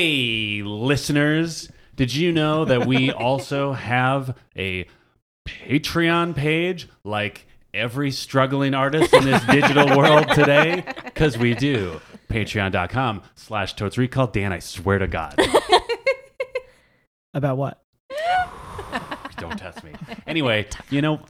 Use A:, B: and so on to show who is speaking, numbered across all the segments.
A: Hey, listeners, did you know that we also have a Patreon page like every struggling artist in this digital world today? Because we do. Patreon.com slash totes recall. Dan, I swear to God.
B: About what?
A: Don't test me. Anyway, you know,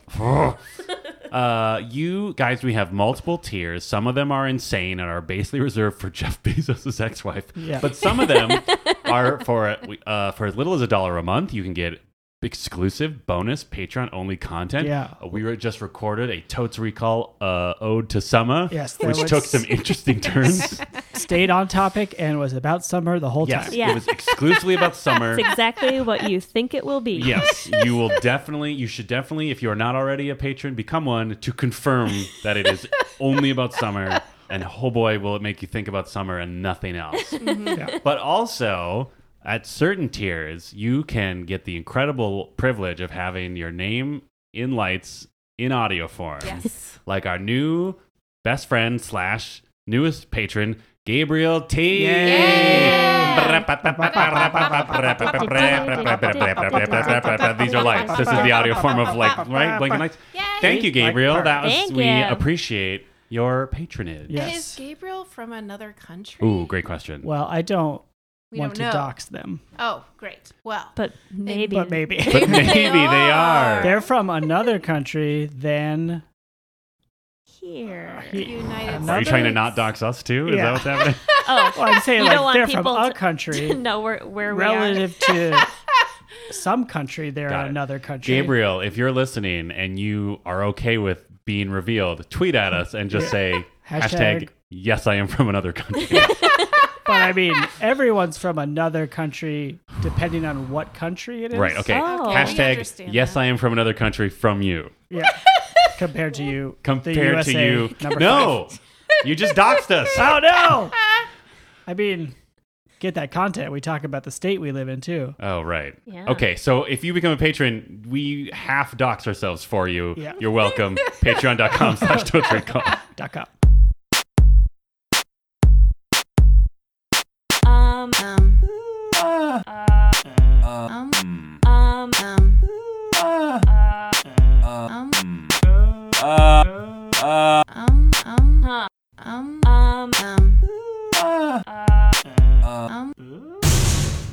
A: uh, you guys, we have multiple tiers. Some of them are insane and are basically reserved for Jeff Bezos' ex-wife.
B: Yeah.
A: But some of them are for uh, for as little as a dollar a month. You can get exclusive, bonus, Patreon-only content.
B: Yeah.
A: Uh, We were just recorded a totes recall uh, ode to summer,
B: Yes, that
A: which
B: was-
A: took some interesting turns.
B: Stayed on topic and was about summer the whole
A: yes,
B: time.
C: Yeah.
A: it was exclusively about summer.
C: It's exactly what you think it will be.
A: Yes, you will definitely. You should definitely, if you are not already a patron, become one to confirm that it is only about summer. And oh boy, will it make you think about summer and nothing else.
B: Yeah.
A: But also, at certain tiers, you can get the incredible privilege of having your name in lights in audio form.
D: Yes.
A: Like our new best friend slash newest patron, Gabriel T. These are lights. This is the audio form of like right blinking lights. Thank you, Gabriel. That was
C: Thank
A: we
C: you.
A: appreciate your patronage.
B: Yeah.
D: Is
B: Yes.
D: Gabriel from another country?
A: Ooh, great question.
B: Well, I don't
D: We
B: want
D: don't know.
B: to dox them.
D: Oh, great. Well,
C: But maybe.
B: But maybe.
A: But maybe they are.
B: They're from another country than
C: Here.
D: United
A: Are you
D: States.
A: trying to not dox us too? Is
B: Yeah.
A: that what's happening?
C: Oh,
B: well, I'm saying
C: You don't
B: like
C: want
B: they're from
C: people
B: a
C: to-
B: country
C: no, where, where we are.
B: relative to some country they're
A: Got it.
B: another country.
A: Gabriel, if you're listening and you are okay with being revealed, tweet at us and just say hashtag,
B: Hashtag-
A: yes, I am from another country.
B: But I mean, everyone's from another country depending on what country it is.
A: right. Okay.
C: Oh. Okay, we
A: hashtag
D: understand
A: yes,
D: that.
A: I am from another country from you.
B: Yeah. Compared to you. the
A: Compared to
B: USA
A: you.
B: Number
A: No, you just doxed us.
B: Five. Oh, no. I mean, get that content. We talk about the state we live in, too.
A: Oh, right.
C: Yeah.
A: Okay, so if you become a patron, we half dox ourselves for you.
B: Yeah.
A: You're welcome. Patreon.com slash Totes Recall.
B: Duck up.
C: Um,
D: Um, um, um, um, um, um, um,
C: huh.
D: um,
C: Um,
D: um.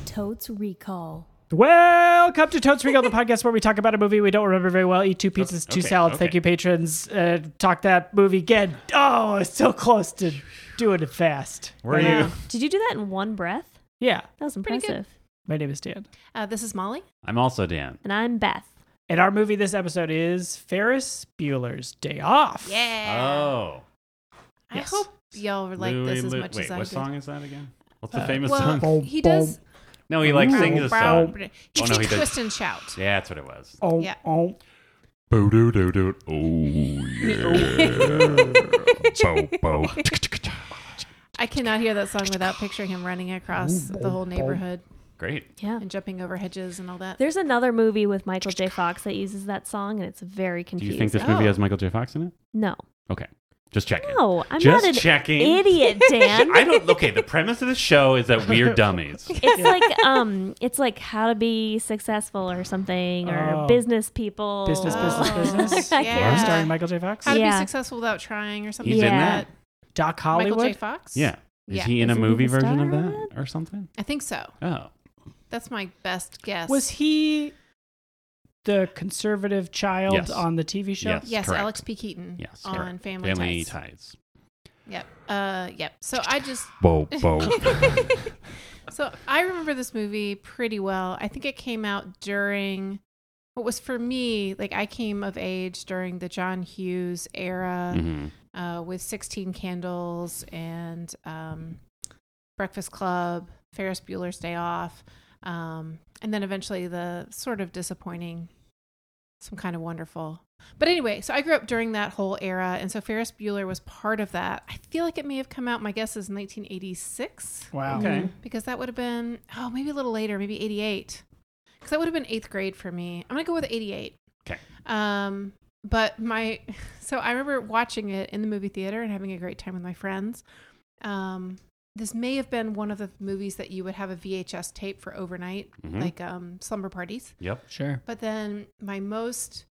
C: Totes Recall.
B: Welcome to Totes Regal, the podcast where we talk about a movie we don't remember very well, eat two pizzas, two
A: Okay,
B: salads.
A: okay.
B: Thank you, patrons. Uh, talk that movie again. Oh, it's so close to doing it fast. Uh,
A: Where are you?
C: Wow. Did you do that in one breath?
B: Yeah.
C: That was
D: Pretty good.
C: impressive.
B: My name is Dan.
D: Uh, this is Molly.
A: I'm also Dan.
C: And I'm Beth.
B: And our movie this episode is Ferris Bueller's Day Off.
D: Yeah.
A: Oh.
D: I
B: Yes.
D: hope y'all like
A: Louis
D: this as
A: Lu-
D: much
A: Wait,
D: as I
A: what
D: did.
A: song is that again? What's the famous
D: Well,
A: song?
B: Boom,
D: he
B: boom.
D: does.
A: No, he like
B: Ooh.
A: sings a
D: Brow-
A: song.
D: He
A: Oh,
D: can
A: no, he does.
D: twist and shout.
A: Yeah, that's what it was.
B: Oh,
D: Yeah.
B: oh.
A: Boo doo doo doo. Oh yeah. Bo bo.
D: I cannot hear that song without picturing him running across the whole neighborhood
A: Great.
C: Yeah.
D: and jumping over hedges and all that.
C: There's another movie with Michael J. Fox that uses that song, and it's very
A: Do
C: confusing.
A: you think this
D: Oh.
A: movie has Michael J. Fox in it?
C: No.
A: Okay, just checking.
C: No, I'm
A: just
C: not an
A: checking.
C: idiot, Dan.
A: I don't. Okay, the premise of the show is that we're dummies.
C: It's like um, it's like how to be successful or something, or
B: Oh.
C: business people.
B: Business,
D: Oh.
B: business, business.
C: I
D: Yeah.
B: Starring Michael J. Fox.
D: How to
C: Yeah.
D: be successful without trying or something
A: He's
D: like
A: in
C: Yeah.
D: that.
B: Doc
D: Michael J.
B: Hollywood.
D: Fox?
A: Yeah. Is
D: Yeah.
A: he in a
C: Isn't he
A: movie
C: the
A: version of
C: star of
A: that or something?
D: I think so.
A: Oh,
D: That's my best guess.
B: Was he the conservative child
A: Yes.
B: on the TV show?
A: Yes.
D: Yes,
A: correct.
D: Alex P. Keaton
A: yes.
D: on
A: correct.
D: Family, Ties.
A: ties.
D: Yep. Uh, yep. So I just
A: Bo bo.
D: so I remember this movie pretty well. I think it came out during what was for me like I came of age during the John Hughes era.
A: hmm
D: uh, with 16 Candles and um, Breakfast Club, Ferris Bueller's Day Off, um, and then eventually the sort of disappointing Some Kind of Wonderful. But anyway, so I grew up during that whole era, and so Ferris Bueller was part of that. I feel like it may have come out, my guess is 1986,
B: Wow.
A: Okay.
D: because that would have been, oh, maybe a little later, maybe 88. Because that would have been eighth grade for me. I'm going to go with 88.
A: Okay.
D: Um, but my so I remember watching it in the movie theater and having a great time with my friends. Um, this may have been one of the movies that you would have a VHS tape for overnight,
A: Mhm.
D: like um, slumber parties.
A: Yep.
B: Sure.
D: But then my most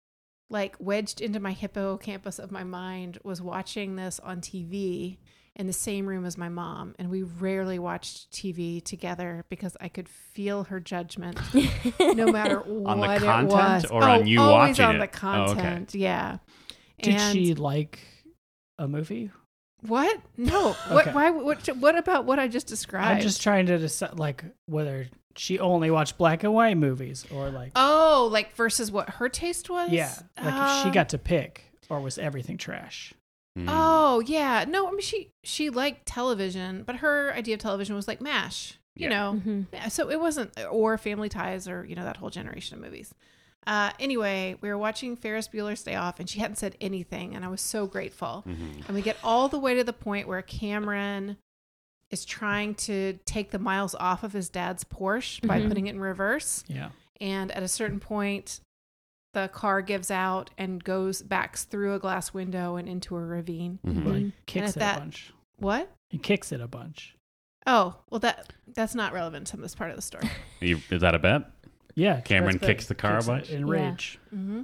D: like wedged into my hippocampus of my mind was watching this on TV in the same room as my mom and we rarely watched TV together because I could feel her judgment no matter
A: On the
D: what
A: content
D: it was Oh,
A: or on you
D: always
A: watching
D: on
A: it?
D: the
A: Oh, okay.
D: content yeah
B: Did
D: and
B: she like a movie?
D: what no what
B: Okay.
D: why what what about what I just described
B: I'm just trying to decide, like, whether she only watched black and white movies or like,
D: oh like versus what her taste was
B: yeah, like if she
D: Um,
B: got to pick, or was everything trash?
A: Mm.
D: Oh yeah, no. I mean, she she liked television, but her idea of television was like Mash, you
A: Yeah.
D: know.
C: Mhm.
D: Yeah, So it wasn't uh, or Family Ties or you know that whole generation of movies. Uh, anyway, we were watching Ferris Bueller's Day Off, and she hadn't said anything, and I was so grateful.
A: Mhm.
D: And we get all the way to the point where Cameron is trying to take the miles off of his dad's Porsche by
C: Mhm.
D: putting it in reverse,
B: Yeah.
D: and at a certain point. The car gives out and goes backs through a glass window and into a ravine.
A: Mhm.
B: Well, he
C: Mhm.
D: And
B: kicks
D: if
B: it
D: that-
B: a bunch.
D: What?
B: He kicks it a bunch.
D: Oh, well that that's not relevant to this part of the story.
A: You, is that a bet?
B: Yeah. 'cause
A: Cameron
B: that's big.
A: kicks the car a
B: Kicks it
A: bunch?
B: in
C: Yeah.
B: rage.
D: hmm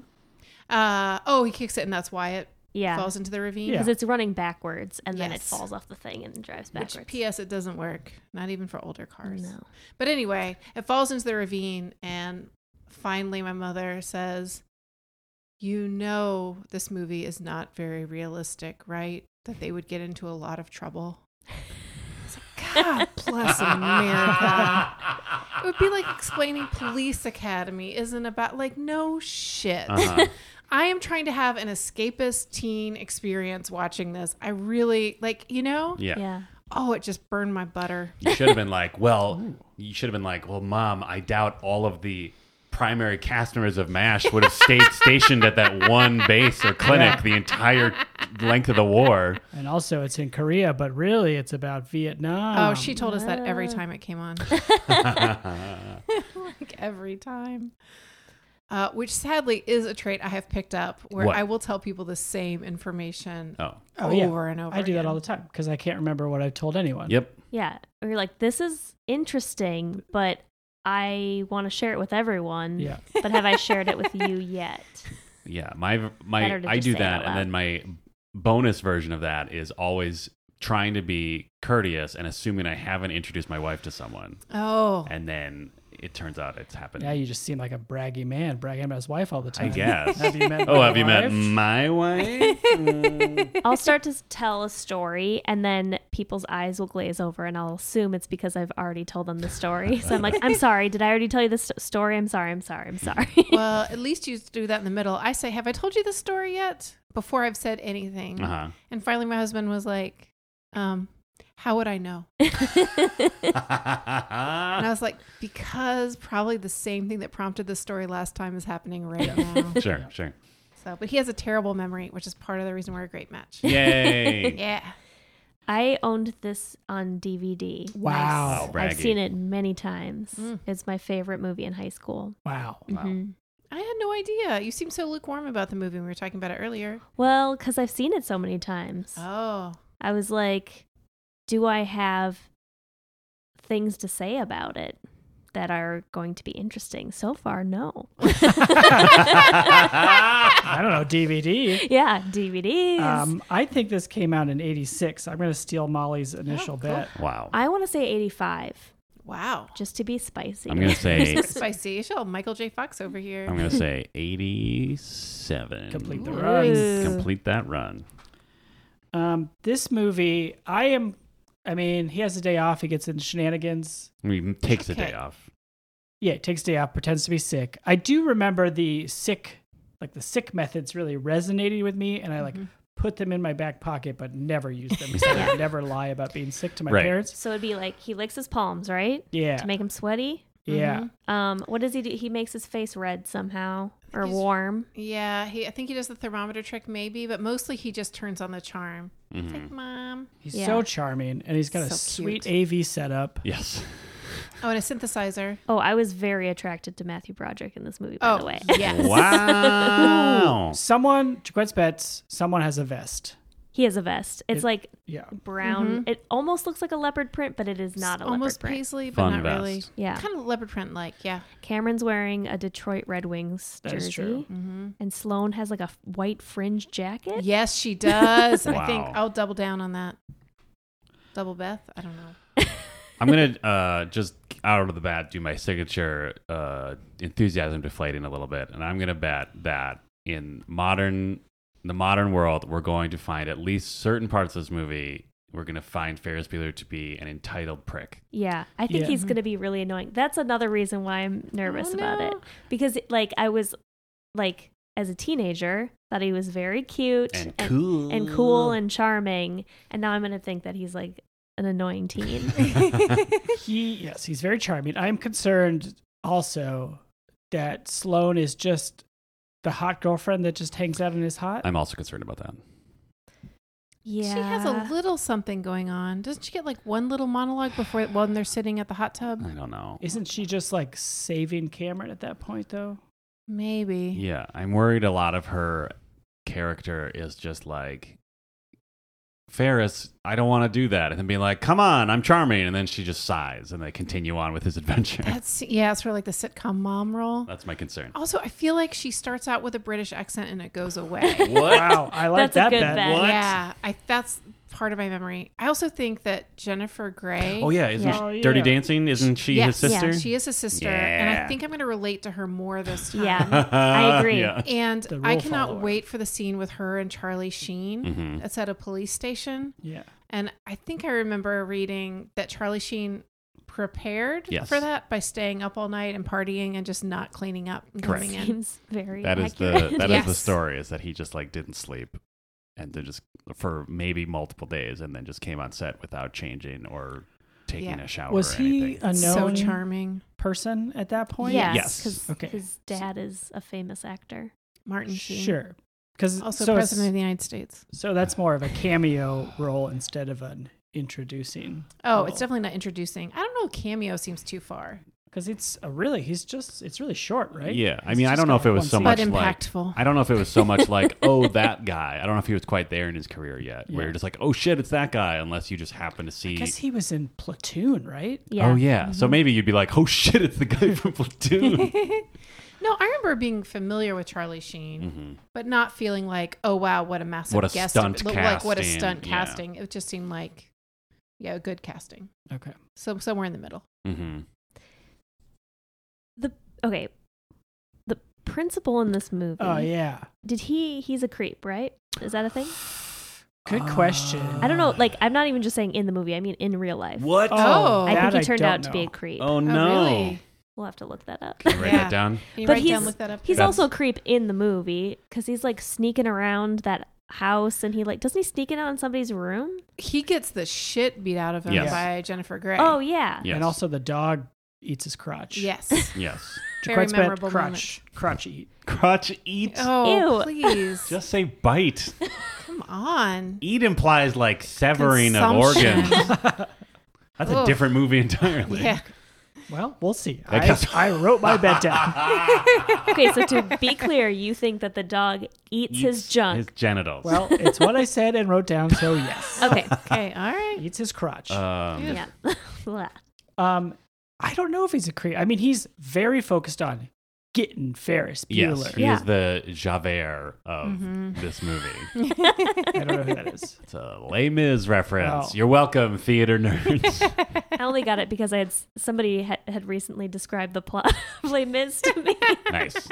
D: uh, oh, he kicks it, and that's why it
C: Mm-hmm. yeah,
D: falls into the ravine.
B: Yeah.
C: because it's running backwards and then it
D: Yes.
C: falls off the thing and drives
D: Which,
C: backwards.
D: P.S. It doesn't work, not even for older cars.
C: No.
D: But anyway, it falls into the ravine, and finally, my mother says, "You know, this movie is not very realistic, right? That they would get into a lot of trouble." It's like, God bless America. It would be like explaining Police Academy isn't about like no shit.
A: Uh-huh.
D: I am trying to have an escapist teen experience watching this. I really like, you know,
A: Yeah.
C: Yeah.
D: oh, it just burned my butter.
A: You should have been like, well, you should have been like, well, mom, I doubt all of the primary cast members of MASH would have stayed stationed at that one base or clinic
B: Yeah.
A: the entire length of the war.
B: And also, it's in Korea, but really, it's about Vietnam.
D: oh, she told us that every
C: wow.
D: time it came on. like every time. Uh, which sadly is a trait I have picked up where
A: What?
D: I will tell people the same information
A: Oh,
B: Oh, yeah.
D: over and over.
B: I do that all the
D: again.
B: time because I can't remember what I've told anyone.
A: yep.
C: Yeah. We're like, this is interesting, but I want to share it with everyone.
B: Yeah.
C: But have I shared it with you yet?
A: Yeah, my
C: Better
A: my
C: to
A: I
C: just
A: do
C: say it
A: that,
C: out
A: and then my bonus version of that is always trying to be courteous and assuming I haven't introduced my wife to someone,
D: Oh,
A: and then it turns out it's happened.
B: Now you just seem like a braggy man bragging about his wife all the time.
A: I guess.
B: Have you met?
A: oh,
B: my
A: have you met
B: wife?
A: my wife? Mm.
C: I'll start to tell a story, and then people's eyes will glaze over, and I'll assume it's because I've already told them the story. So I'm like, I'm sorry. Did I already tell you this st- story? I'm sorry. I'm sorry. I'm sorry.
D: well, at least you do that in the middle. I say, Have I told you this story yet? Before I've said anything.
A: Uh-huh.
D: And finally, my husband was like, um, How would I know? And I was like, Because probably the same thing that prompted the story last time is happening right now.
A: sure, sure.
D: So, but he has a terrible memory, which is part of the reason we're a great match.
A: Yay.
D: Yeah.
C: I owned this on DVD.
A: Wow,
B: Wow.
A: braggy.
C: I've seen it many times.
D: Mm.
C: It's my favorite movie in high school.
B: Wow.
A: Wow.
C: Mhm.
D: I had no idea. You seem so lukewarm about the movie. We were talking about it earlier.
C: Well, because I've seen it so many times.
D: Oh.
C: I was like, do I have things to say about it that are going to be interesting? So far, no.
B: I don't know DVD.
C: Yeah, DVDs.
B: Um, I think this came out in '86. I'm going to steal Molly's initial
D: Oh, cool.
B: bet.
A: wow.
C: I want to say 85,
D: Wow.
C: just to be spicy.
A: I'm gonna say
D: Spicy. Shell, Michael J. Fox over here.
A: I'm gonna say 87.
B: Complete the
C: Ooh.
B: runs.
A: Complete that run.
B: Um, this movie, I am. I mean, he has a day off. He gets in shenanigans.
A: He takes a
D: Okay.
A: day off.
B: Yeah, he takes a day off, pretends to be sick. I do remember the sick, like the sick methods, really resonated with me, and I like put them in my back pocket, but never used them. So I never lie about being sick to my
A: Right.
B: parents.
C: So it'd be like he licks his palms, right?
B: Yeah,
C: To make him sweaty.
B: yeah.
C: Um, what does he do? He makes his face red somehow or
D: He's-
C: warm.
D: Yeah, he. I think he does the thermometer trick, maybe, but mostly he just turns on the charm.
A: Mm-hmm.
D: It's like, Mom.
B: He's
C: Yeah.
B: so charming, and he's got a
D: So
B: sweet
D: cute.
B: AV setup.
A: Yes.
D: Oh, and a synthesizer.
C: Oh, I was very attracted to Matthew Broderick in this movie, by the
D: Oh,
C: way.
D: yes.
A: Wow.
B: Someone, to Quetz bets, someone has a vest.
C: He has a vest. It's
B: It-
C: like
B: Yeah.
C: brown. It almost looks like a leopard print, but it is not a
D: almost
C: leopard print.
D: paisley, but
A: Fun
D: not
A: vest.
D: really.
C: Yeah.
D: Kind of leopard print like, yeah.
C: Cameron's wearing a Detroit Red Wings
B: That
C: jersey.
B: is true.
D: Mm-hmm.
C: And Sloan has like a f- white fringe jacket.
D: Yes, she does. I think
A: Wow.
D: I'll double down on that. Double Beth? I don't know.
A: I'm gonna uh, just out of the bat do my signature uh, enthusiasm deflating a little bit, and I'm gonna bet that in modern the modern world, we're going to find at least certain parts of this movie. We're gonna find Ferris Bueller to be an entitled prick.
C: Yeah, I think
B: Yeah.
C: he's going to be really annoying. That's another reason why I'm nervous
D: Oh,
C: about it
D: no.
C: because like I was like as a teenager thought he was very cute
A: And cool.
C: and cool and charming, and now I'm going to think that he's like an annoying teen.
B: He yes, he's very charming. I'm concerned also that Sloane is just the hot girlfriend that just hangs out and is hot.
A: I'm also concerned about that.
C: yeah,
D: She has a little something going on. Doesn't she get like one little monologue before when they're sitting at the hot tub?
A: I don't know.
B: Isn't she just like saving Cameron at that point though?
D: Maybe.
A: Yeah, I'm worried a lot of her character is just like Ferris, I don't want to do that, and then be like, "Come on, I'm charming," and then she just sighs, and they continue on with his adventure.
D: That's yeah, it's sort of like the sitcom mom role.
A: That's my concern.
D: Also, I feel like she starts out with a British accent and it goes away.
A: Oh,
B: Wow, I like
C: That's a
B: that
C: good
B: bet.
C: bet. What?
D: Yeah, I that's part of my memory. I also think that Jennifer Grey.
A: Oh yeah, isn't
C: Yeah.
A: she-
B: Oh, yeah.
A: Dirty Dancing? Isn't she
D: Yes,
A: his sister?
D: Yeah, she is his sister, and I
A: Yeah.
D: think I'm going to relate to her more this time.
C: yeah. I agree.
A: Yeah.
D: And
B: The
D: I
B: rule
D: cannot
B: follower.
D: wait for the scene with her and Charlie Sheen.
A: Mm-hmm.
D: It's at a police station.
B: Yeah.
D: And I think I remember reading that Charlie Sheen prepared
A: Yes.
D: for that by staying up all night and partying and just not cleaning up and
A: Correct.
D: coming in.
C: Seems very
A: That is the
C: accurate.
A: that is the
D: Yes.
A: story is that he just like didn't sleep and then just for maybe multiple days and then just came on set without changing or taking
D: Yeah.
A: a shower
B: Was
A: or
B: he
A: anything.
B: a
D: So
B: known
D: charming.
B: person at that point?
C: Yes,
A: Yes.
C: because
B: Okay.
C: his dad is a famous actor.
D: Martin Sheen.
B: Sure. Because
D: Also
B: so, it's-
D: president of the United States.
B: so that's more of a cameo role instead of an introducing.
D: Oh, it's
B: role.
D: definitely not introducing. I don't know. Cameo seems too far,
B: Because it's a really, he's just, it's really short, right?
A: Yeah, I
B: It's
A: mean, I
B: just
A: don't know
B: got
A: if it was
B: one
A: so
B: scene.
A: much
D: but
A: like
D: impactful.
A: I don't know if it was so much like, oh, that guy. I don't know if he was quite there in his career yet, where
B: Yeah.
A: you're just like, oh shit, it's that guy, unless you just happen to see.
B: I guess he was in Platoon, right?
C: Yeah.
A: Oh, yeah. So maybe you'd be like, oh shit, it's the guy from Platoon.
D: no, I remember being familiar with Charlie Sheen,
A: Mm-hmm.
D: but not feeling like, oh wow, what a massive
A: What a
D: guest,
A: stunt
D: like what a
A: casting,
D: stunt
A: yeah.
D: casting. It just seemed like, yeah, good casting.
B: Okay.
D: So somewhere in the middle.
A: mm-hmm.
C: The okay, the principal in this movie.
B: Oh, yeah.
C: Did he? He's a creep, right? Is that a thing?
B: Good question.
C: Ah. I don't know. Like, I'm not even just saying in the movie. I mean, in real life.
A: What? Oh,
D: Oh.
C: I
B: that
C: think he turned
B: don't
C: out to be a
B: know.
C: creep.
A: no.
D: really?
C: We'll have to look that up.
A: Can you write
D: Yeah.
A: that down?
D: Can you
C: But
D: write
C: he's-
D: down, look that up?
C: He's
D: there?
C: also a creep in the movie because he's like sneaking around that house, and he like doesn't he sneak in on somebody's room?
D: he gets the shit beat out of him
A: Yes.
D: by Jennifer Grey.
C: Oh yeah,
A: Yes.
B: And also the dog eats his crotch.
D: yes,
A: yes.
D: very
B: Jaquette's pet
D: memorable
B: crotch. Crotch eat.
A: Crotch eat.
D: Oh
C: Ew.
D: please,
A: Just say bite.
D: come on.
A: Eat implies like severing of
D: Consumption.
A: organs. That's a
D: Oof.
A: different movie entirely.
D: Yeah.
B: Well, we'll see.
A: I
B: I,
A: guess-
B: I wrote my bet down.
C: Okay, so to be clear, you think that the dog eats, his
A: Eats
C: junk.
A: His genitals.
B: Well, it's what I said and wrote down, so yes.
C: Okay,
D: Okay. All right.
B: Eats his crotch.
A: um,
C: yeah. Blah.
B: Um, I don't know if he's a creep. I mean, he's very focused on getting Ferris Bueller.
A: Yes, he
C: Yeah.
A: is the Javert of
D: Mm-hmm.
A: this movie.
B: I don't know who that is.
A: It's a Les Mis reference.
B: Wow.
A: You're welcome, theater nerds.
C: I only got it because I had s- somebody had, had recently described the plot of Les Mis to me.
A: nice.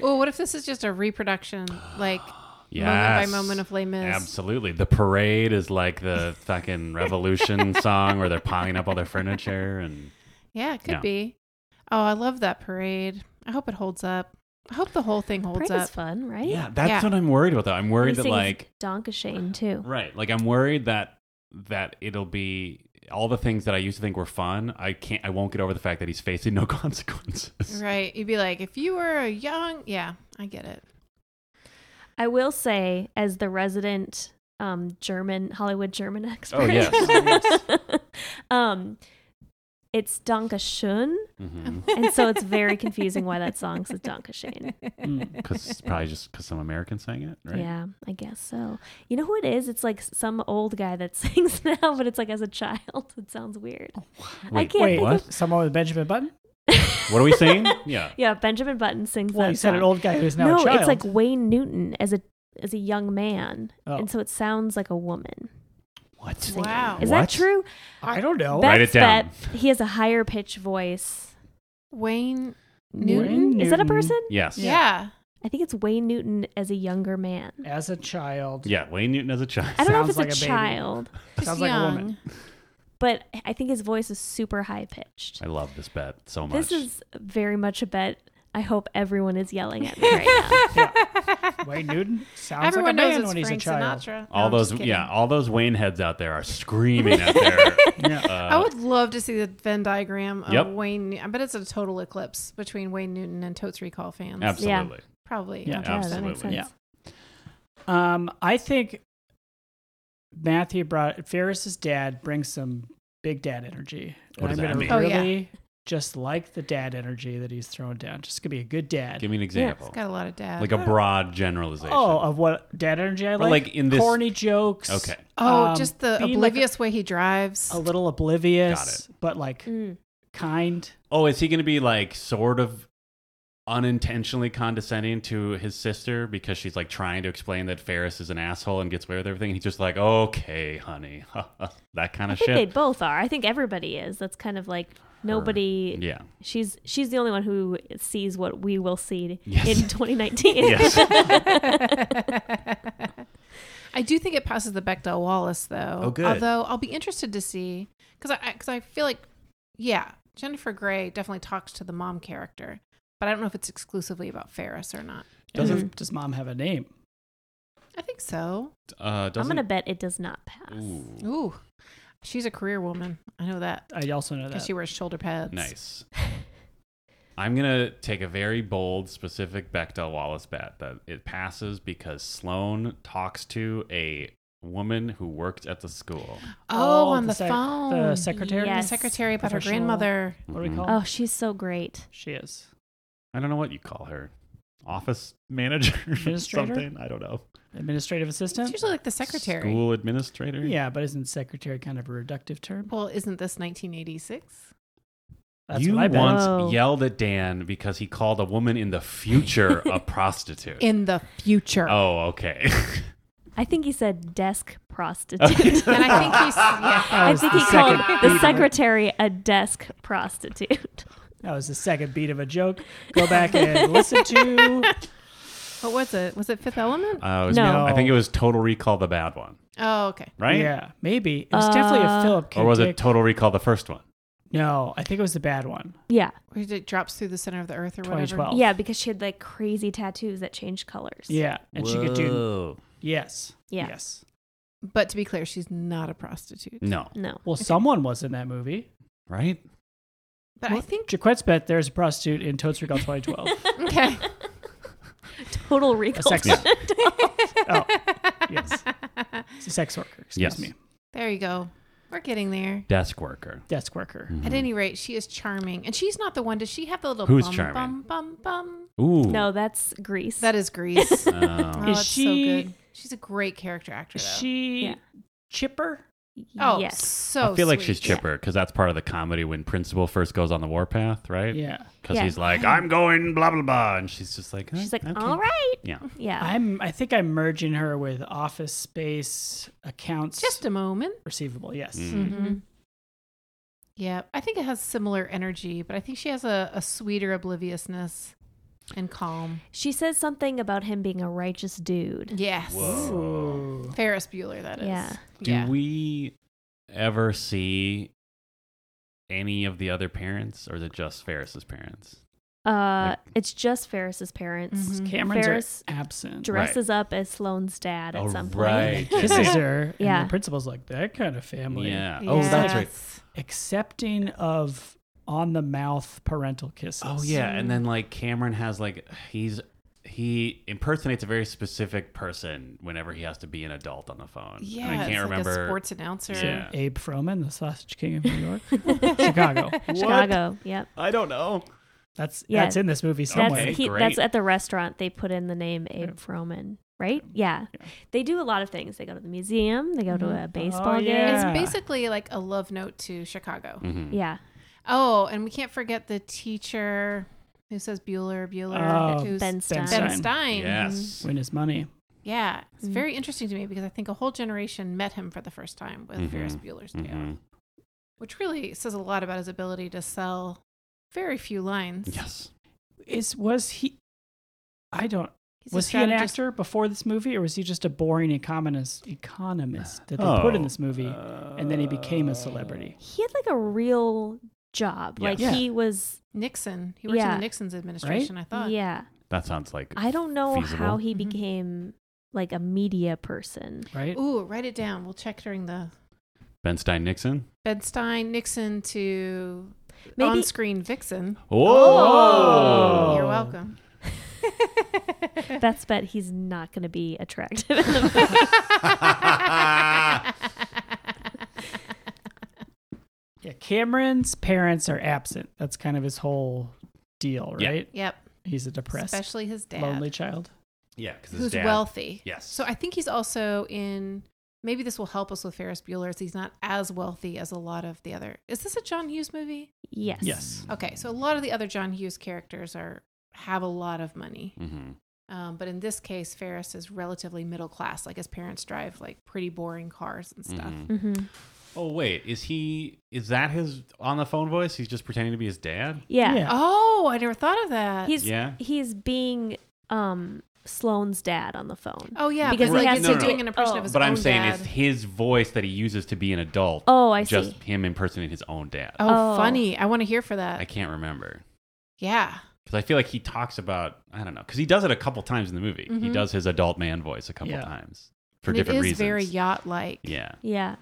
D: Well, what if this is just a reproduction, like
A: Yes.
D: moment by moment of Les Mis?
A: Absolutely. The parade is like the fucking revolution song where they're piling up all their furniture and
D: Yeah, it could
A: Yeah.
D: be. Oh, I love that parade. I hope it holds up. I hope the whole thing holds
C: Parade
D: up.
C: is fun, right?
A: Yeah, that's
D: Yeah.
A: what I'm worried about though. I'm worried
C: He
A: that
C: sings
A: like
C: Donkashane too.
A: right, like I'm worried that that it'll be all the things that I used to think were fun, I can't I won't get over the fact that he's facing no consequences.
D: Right. You'd be like, if you were a young, yeah, I get it.
C: I will say, as the resident um, German Hollywood German expert,
A: Oh yes.
C: um, it's Dankeschön,
A: Mm-hmm.
C: And so it's very confusing why that song's a Donkashane.
B: Mm.
A: Cause it's probably just because some Americans sang it, right?
C: Yeah, I guess so. You know who it is? It's like some old guy that sings now, but it's like as a child. It sounds weird.
B: Oh.
A: Wait,
C: can't
B: Wait,
C: think
A: what?
B: someone with Benjamin Button?
A: What are we saying? Yeah.
C: Yeah, Benjamin Button sings
B: Well,
C: that.
B: you said an
C: song.
B: old guy who's now
C: no,
B: a child.
C: it's like Wayne Newton as a as a young man,
B: Oh.
C: and so it sounds like a woman.
A: What?
D: Wow.
C: Is
A: What?
C: that true?
B: I don't know.
A: Write it
C: Beth's
A: down.
C: bet he has a higher pitch voice.
D: Wayne
B: Wayne
D: Newton.
C: Is that a
B: Newton
C: person?
A: Yes.
D: Yeah.
A: Yeah.
C: I think it's Wayne Newton as a younger man.
B: as a child?
A: Wayne Newton as a child.
C: I don't know if
B: Sounds
C: it's
B: like a
C: a,
B: baby.
C: child,
D: Just
B: Sounds like a
D: young.
B: woman.
C: but I think his voice is super high pitched.
A: I love this bet so much.
C: This is very much a bet. I hope everyone is yelling at me right now.
B: Wayne Newton sounds
D: Everyone
B: like a man
D: knows
B: when
D: it's
B: he's a
D: Frank
B: child.
D: Sinatra. No,
A: all
D: I'm
A: those
D: just kidding.
A: yeah, all those Wayne heads out there are screaming at their
B: Yeah.
A: uh,
D: I would love to see the Venn diagram of
A: Yep.
D: Wayne. I bet it's a total eclipse between Wayne Newton and Totes Recall fans.
A: absolutely.
D: Probably.
B: Yeah,
C: Yeah, that makes
A: absolutely.
C: sense.
B: Yeah. Um, I think Matthew brought Ferris's dad brings some big dad energy.
A: What
B: and
A: does
B: I'm
A: that
B: gonna
D: mean? Oh, yeah.
B: really just like the dad energy that he's throwing down. Just gonna be a good dad.
A: Give me an example.
D: Got a lot of dad.
A: like a broad generalization.
B: oh, of what dad energy I
A: But,
B: like?
A: like, in this-
B: corny jokes.
A: okay.
D: oh,
B: um,
D: just the
B: being like
D: oblivious way he drives.
B: A little oblivious,
A: Got
B: but like
C: Mm.
B: kind.
A: Oh, is he going to be like sort of unintentionally condescending to his sister because she's like trying to explain that Ferris is an asshole and gets away with everything? He's just like, okay, honey, that kind
C: I
A: of
C: think
A: shit.
C: they both are. I think everybody is. That's kind of like nobody.
A: yeah.
C: She's she's the only one who sees what we will see
A: Yes.
C: in 2019.
A: Yes.
D: I do think it passes the Bechdel Wallace though.
A: Oh, good.
D: Although I'll be interested to see because I because I feel like yeah, Jennifer Grey definitely talks to the mom character, but I don't know if it's exclusively about Ferris or not.
B: And
A: Doesn't-
B: does- does mom have a name?
D: I think so.
A: Uh,
C: I'm
A: doesn't,
C: gonna bet it does not pass.
A: Ooh,
D: Ooh, she's a career woman. I know that
B: I also know
D: because
B: that.
D: she wears shoulder pads.
A: nice. I'm gonna take a very bold, specific Bechdel Wallace bet that it passes because Sloan talks to a woman who worked at the school.
D: Oh,
B: Oh,
D: on
B: the
D: the,
B: sec-
D: phone.
B: the secretary?
D: The
C: Yes.
D: secretary about her
B: Professional-
D: grandmother.
B: What do we
A: Mhm.
B: call
C: Oh, she's so great.
B: She is.
A: I don't know what you call her. Office manager,
B: Administrator?
A: something. I don't know.
B: Administrative assistant?
D: It's usually like the secretary.
A: School administrator.
B: Yeah, but isn't secretary kind of a reductive term?
D: Well, isn't this 1986?
B: That's
A: you
B: what I bet.
A: once
C: Oh.
A: yelled at Dan because he called a woman in the future a prostitute.
D: In the future.
A: oh, okay.
C: I think he said desk prostitute.
D: And I think he's yeah.
B: That
C: I
B: was
C: think he
B: the
C: called
B: second beat of
C: the
B: it.
C: secretary a desk prostitute.
B: That was the second beat of a joke. Go back and listen to.
D: What was it? Was it Fifth Element?
A: Uh, it was-
C: No.
A: I think it was Total Recall, the bad one,
D: Oh, okay.
A: right?
B: Yeah, maybe it was definitely a
C: Uh,
B: Philip K.
A: Or was
B: Dick-
A: it Total Recall, the first one?
B: no, I think it was the bad one.
C: Yeah,
D: Where it drops through the center of the earth or whatever.
A: Oh.
B: 2012.
C: yeah, because she had like crazy tattoos that changed colors.
B: Yeah, and she could do
A: Whoa.
B: yes,
C: Yeah.
B: yes.
D: But to be clear, she's not a prostitute.
A: No,
C: No.
B: Well, someone was in that movie.
A: right?
D: But I think
B: Jaquette's bet there's a prostitute in Totes Recall 2012.
D: okay.
C: Total
B: a
C: recall.
B: sex. oh, yes, it's a sex worker. Excuse
A: Yes.
B: me,
D: There you go. We're getting there.
A: Desk worker. Hmm.
B: desk worker.
A: Mm.
D: At any rate, she is charming, and she's not the one. Does she have the little
A: Who's
D: bum,
A: charming?
D: bum bum bum?
A: Ooh.
C: No, that's Greece.
D: That is Grease. oh,
A: Oh.
B: Is
D: it's
B: she-
D: so good. She's a great character actor,
B: Is
D: though.
B: she
C: Yeah.
B: chipper?
D: oh,
C: yes.
D: so
A: I feel like
D: sweet.
A: she's chipper because that's part of the comedy when Principal first goes on the warpath, right?
B: Yeah,
A: Because
C: Yeah.
A: he's like, I'm going blah, blah, blah. And she's just like,
C: She's like,
A: "Okay."
C: all right.
A: Yeah.
C: Yeah.
B: I'm. I think I'm merging her with Office Space accounts
D: Just a moment.
B: receivable. Yes.
A: Mm.
D: Mhm. Yeah, I think it has similar energy, but I think she has a, a sweeter obliviousness and calm.
C: She says something about him being a righteous dude.
D: Yes.
A: Whoa.
D: Ferris Bueller, that is.
C: Yeah.
A: Do
D: yeah.
A: we ever see any of the other parents, or is it just Ferris's parents?
C: Uh, it's just Ferris's parents.
D: Mhm.
B: Cameron's
C: Mm. Ferris
B: are absent.
C: dresses up as Sloan's dad at
A: Oh,
C: some point.
A: right.
B: Kisses her.
C: Yeah.
B: And the principal's like, that kind of family.
A: Yeah. Oh, that's right.
D: Yes.
B: Accepting of on the mouth parental kisses.
A: Oh yeah, and then like Cameron has like he's he impersonates a very specific person whenever he has to be an adult on the phone. And
D: Yeah,
A: I can't
D: it's
A: remember.
D: Like a sports announcer.
A: Yeah.
B: Abe Froman, the Sausage King of New York, Chicago.
A: What?
C: Chicago. Yep.
A: I don't know.
B: That's
C: Yeah.
B: that's in this movie
C: That's
B: somewhere.
A: Okay,
C: he,
A: great.
C: that's at the restaurant. They put in the name Abe Froman, right? Yeah. They do a lot of things. They go to the museum. They go to a baseball
B: yeah.
C: game.
D: It's basically like a love note to Chicago.
A: Mm-hmm.
C: Yeah.
D: Oh, and we can't forget the teacher who says Bueller, Bueller,
B: Oh,
D: who's
C: Ben Stein.
D: Ben
B: Stein.
D: Stein.
A: Yes.
B: Win his money.
D: Yeah, it's very interesting to me because I think a whole generation met him for the first time
A: Mm-hmm.
D: with Ferris Bueller's Day Off,
A: Mhm.
D: which really says a lot about his ability to sell very few lines.
A: Yes.
B: Is was he? I don't.
D: He's a
B: was he an
D: strategist.
B: actor before this movie, or was he just a boring economist? Economist that they put in this movie, and then he became a celebrity.
C: He had like a real job. Like
B: Yes. Yeah.
C: he was.
D: Nixon. He worked
C: Yeah.
D: in the Nixon's administration, I thought.
C: Yeah.
A: That sounds like
C: I don't know
A: Feasible.
C: how he
D: Mhm.
C: became like a media person.
B: Right?
D: Ooh, write it down. We'll check during the
A: Ben Stein Nixon.
D: Ben Stein, Nixon to
C: Maybe-
D: on screen vixen.
A: Oh.
D: You're welcome.
C: Best bet he's not going to be attractive. in the movie.
B: Yeah. Cameron's parents are absent. That's kind of his whole deal,
A: Yeah.
B: right?
D: yep.
B: He's a depressed,
D: Especially his dad.
B: lonely child.
A: Yeah, because his
D: who's
A: dad.
D: wealthy.
A: Yes.
D: So I think he's also in. Maybe this will help us with Ferris Bueller. Is he's not as wealthy as a lot of the other. Is this a John Hughes movie?
C: yes.
B: Yes.
D: Okay, so a lot of the other John Hughes characters are have a lot of money,
A: hmm
D: um, but in this case, Ferris is relatively middle class. Like his parents drive like pretty boring cars and stuff.
A: Mhm.
C: hmm
A: Oh wait, is he? Is that his on the phone voice? He's just pretending to be his dad.
C: Yeah.
B: Yeah.
D: Oh, I never thought of that.
C: He's
A: Yeah.
C: he's being um Sloane's dad on the phone.
D: oh yeah,
C: because
D: because
A: he
D: like
A: has
D: it's
A: to do-
D: doing an impression
C: oh.
D: of his
A: But
D: own
A: I'm saying
D: dad.
A: it's his voice that he uses to be an adult.
C: Oh, I
A: just
C: see.
A: him impersonating his own dad.
D: oh,
C: Oh.
D: funny. I want to hear for
A: I
D: that.
A: can't remember
D: Yeah.
A: because I feel like he talks about I don't know because he does it a couple times in the movie. He
D: Mhm.
A: does his adult man voice a couple
B: Yeah.
A: times for
D: and
A: different
D: it is
A: reasons.
D: very yacht like.
A: yeah.
C: Yeah.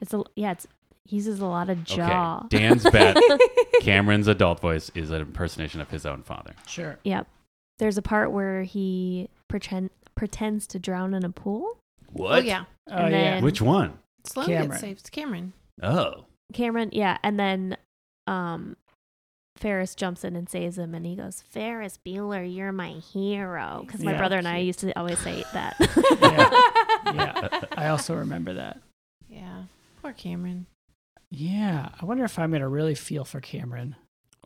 C: It's a yeah. It's he uses a lot of jaw.
A: Okay. Dan's bet. Cameron's adult voice is an impersonation of his own father.
B: Sure.
C: Yep. There's a part where he pretend pretends to drown in a pool.
A: What?
D: Oh yeah.
B: Oh
C: And
B: yeah.
C: then-
A: Which one?
D: Sloan
B: Cameron.
D: gets saved. Cameron.
A: Oh.
C: Cameron, yeah, and then um Ferris jumps in and saves him, and he goes, "Ferris Bueller, you're my hero." Because my
B: Yeah.
C: brother and I used to always say that.
B: Yeah. yeah. I also remember that.
D: Yeah. Poor Cameron.
B: Yeah. I wonder if I'm going to really feel for Cameron.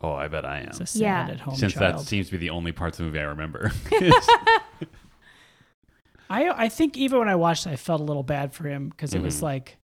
A: Oh, I bet I am.
B: It's a sad
C: Yeah.
B: at home
A: Since
B: child.
A: that seems to be the only parts of the movie I remember.
B: I I think even when I watched it, I felt a little bad for him because it was
A: Mhm.
B: like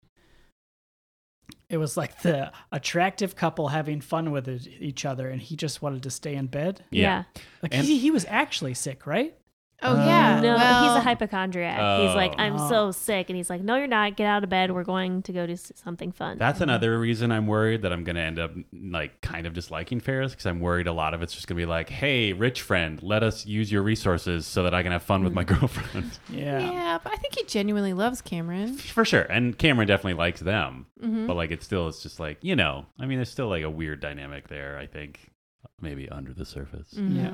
B: it was like the attractive couple having fun with e- each other, and he just wanted to stay in bed.
C: yeah.
B: Like
A: And-
B: he, he was actually sick, right?
D: Oh
B: Uh,
D: yeah.
C: Um, No,
D: well,
C: he's a hypochondriac. He's like,
A: Oh.
C: I'm
B: Oh.
C: so sick. And he's like, No, you're not. Get out of bed. We're going to go do s- something fun.
A: That's another reason I'm worried that I'm going to end up like kind of disliking Ferris because I'm worried a lot of it's just going to be like, hey, rich friend, let us use your resources so that I can have fun with my
C: Mm.
A: girlfriend.
B: Yeah.
D: Yeah, but I think he genuinely loves Cameron. Mm-hmm.
A: For sure. And Cameron definitely likes them.
C: Mm.
A: But like, it's still, it's just like, you know, I mean, there's still like a weird dynamic there, I think, maybe under the surface.
D: Mm-hmm.
B: Yeah.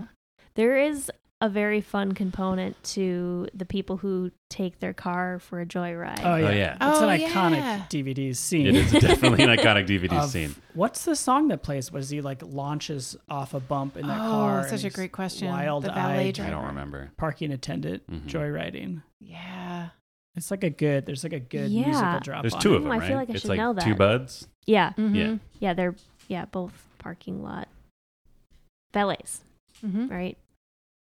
C: there is a very fun component to the people who take their car for a joyride.
B: Oh yeah.
A: yeah.
B: It's
D: Oh,
B: an iconic
D: yeah.
B: DVD
C: Mm.
B: scene.
A: It is definitely an iconic DVD
B: of-
A: scene.
B: What's the song that plays? Was he like launches off a bump in that
D: Oh,
B: car?
D: such
B: and
D: a
B: he's
D: great question. The valet
B: Wild-eyed
A: I
D: driver.
A: don't remember.
B: parking attendant
A: Mhm.
B: joyriding.
D: Yeah.
B: It's like a good. There's like a good
C: Yeah.
B: musical drop.
A: There's
B: on
A: two
B: it.
A: of them,
C: I
A: right?
C: feel like I
A: it's
C: should
A: like
C: know
A: two
C: that.
A: buds.
C: Yeah.
A: Yeah.
C: Yeah. They're, yeah, both parking lot valets,
D: hmm
C: right?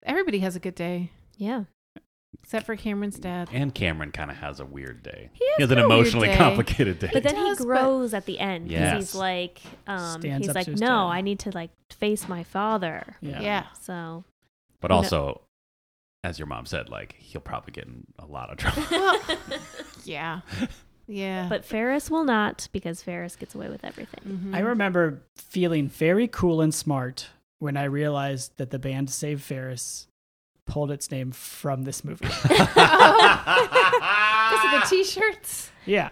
D: Everybody has a good day
C: Yeah.
D: except for Cameron's dad.
A: And Cameron kind of has a weird day.
D: He
A: He
D: has
A: has an
D: a weird
A: emotionally
D: day.
A: complicated day.
C: But then
D: does,
C: he
D: but-
C: grows at the end because
A: Yes.
C: he's like, um,
B: Stands
C: he's
B: up
C: like,
B: to
C: no,
B: his dad."
C: I need to like face my father.
B: Yeah.
D: Yeah.
C: So
A: But
C: No.
A: also, as your mom said, like he'll probably get in a lot of trouble.
D: Yeah. Yeah.
C: But Ferris will not because Ferris gets away with everything.
D: Mhm.
B: I remember feeling very cool and smart when I realized that the band Save Ferris pulled its name from this movie.
D: Those are Oh. the
A: Ah!
D: t-shirts.
B: yeah.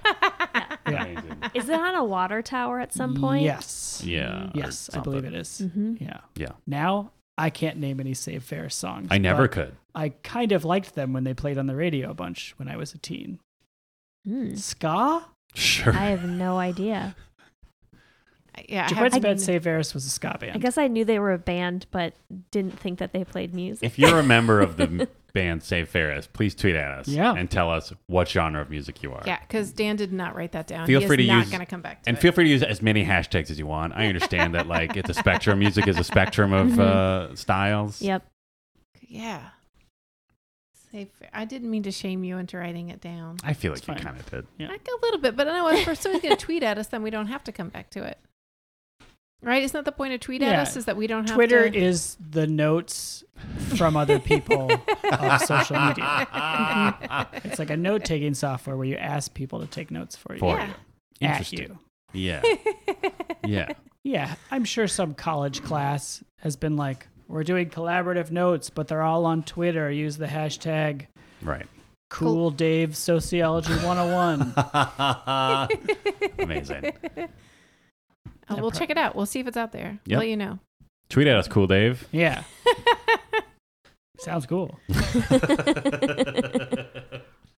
B: Yeah.
A: Amazing.
C: Is it on a water tower at some point?
B: Yes.
A: Yeah. or
B: Yes, I believe
A: something.
D: Mm-hmm.
B: it is.
C: hmm
B: Yeah.
A: Yeah.
B: Now I can't name any Save Ferris songs.
A: I never
B: but
A: could.
B: I kind of liked them when they played on the radio a bunch when I was a teen.
C: Mm.
B: Ska?
A: Sure.
C: I have no idea.
D: Yeah, I have-
B: Jaquette's Bed Save Ferris was a ska band.
C: I guess I knew they were a band, but didn't think that they played music.
A: If you're a member of the band Save Ferris, please tweet at us
B: Yeah.
A: and tell us what genre of music you are.
D: yeah, because Dan did not write that down.
A: Feel
D: he
A: free
D: is
A: to
D: not
A: use-
D: going to come back to
A: And
D: it.
A: feel free to use as many hashtags as you want. I understand that, like, it's a spectrum. Music is a spectrum of
D: Mm-hmm.
A: uh, styles.
C: Yep.
D: yeah. Save. I didn't mean to shame you into writing it down.
A: I feel like
B: It's
A: you
B: fine.
A: kind of did.
B: Yeah.
D: Like a little bit, but I know if someone's going to tweet at us, then we don't have to come back to it. Right? Isn't that the point of tweet at
B: Yeah.
D: us? Is that we don't have
B: Twitter
D: to.
B: is the notes from other people of social media. It's like a note taking software where you ask people to take notes for you.
A: For
D: Yeah. Uh,
A: you.
B: At you.
A: Interesting. Yeah. Yeah.
B: Yeah, I'm sure some college class has been like, we're doing collaborative notes, but they're all on Twitter. Use the hashtag
A: Right.
B: cool Dave Sociology 101.
A: Amazing.
D: Oh, we'll check it out. We'll see if it's out there.
A: Yep.
D: Let you know.
A: Tweet at us, Cool Dave.
B: yeah. Sounds cool.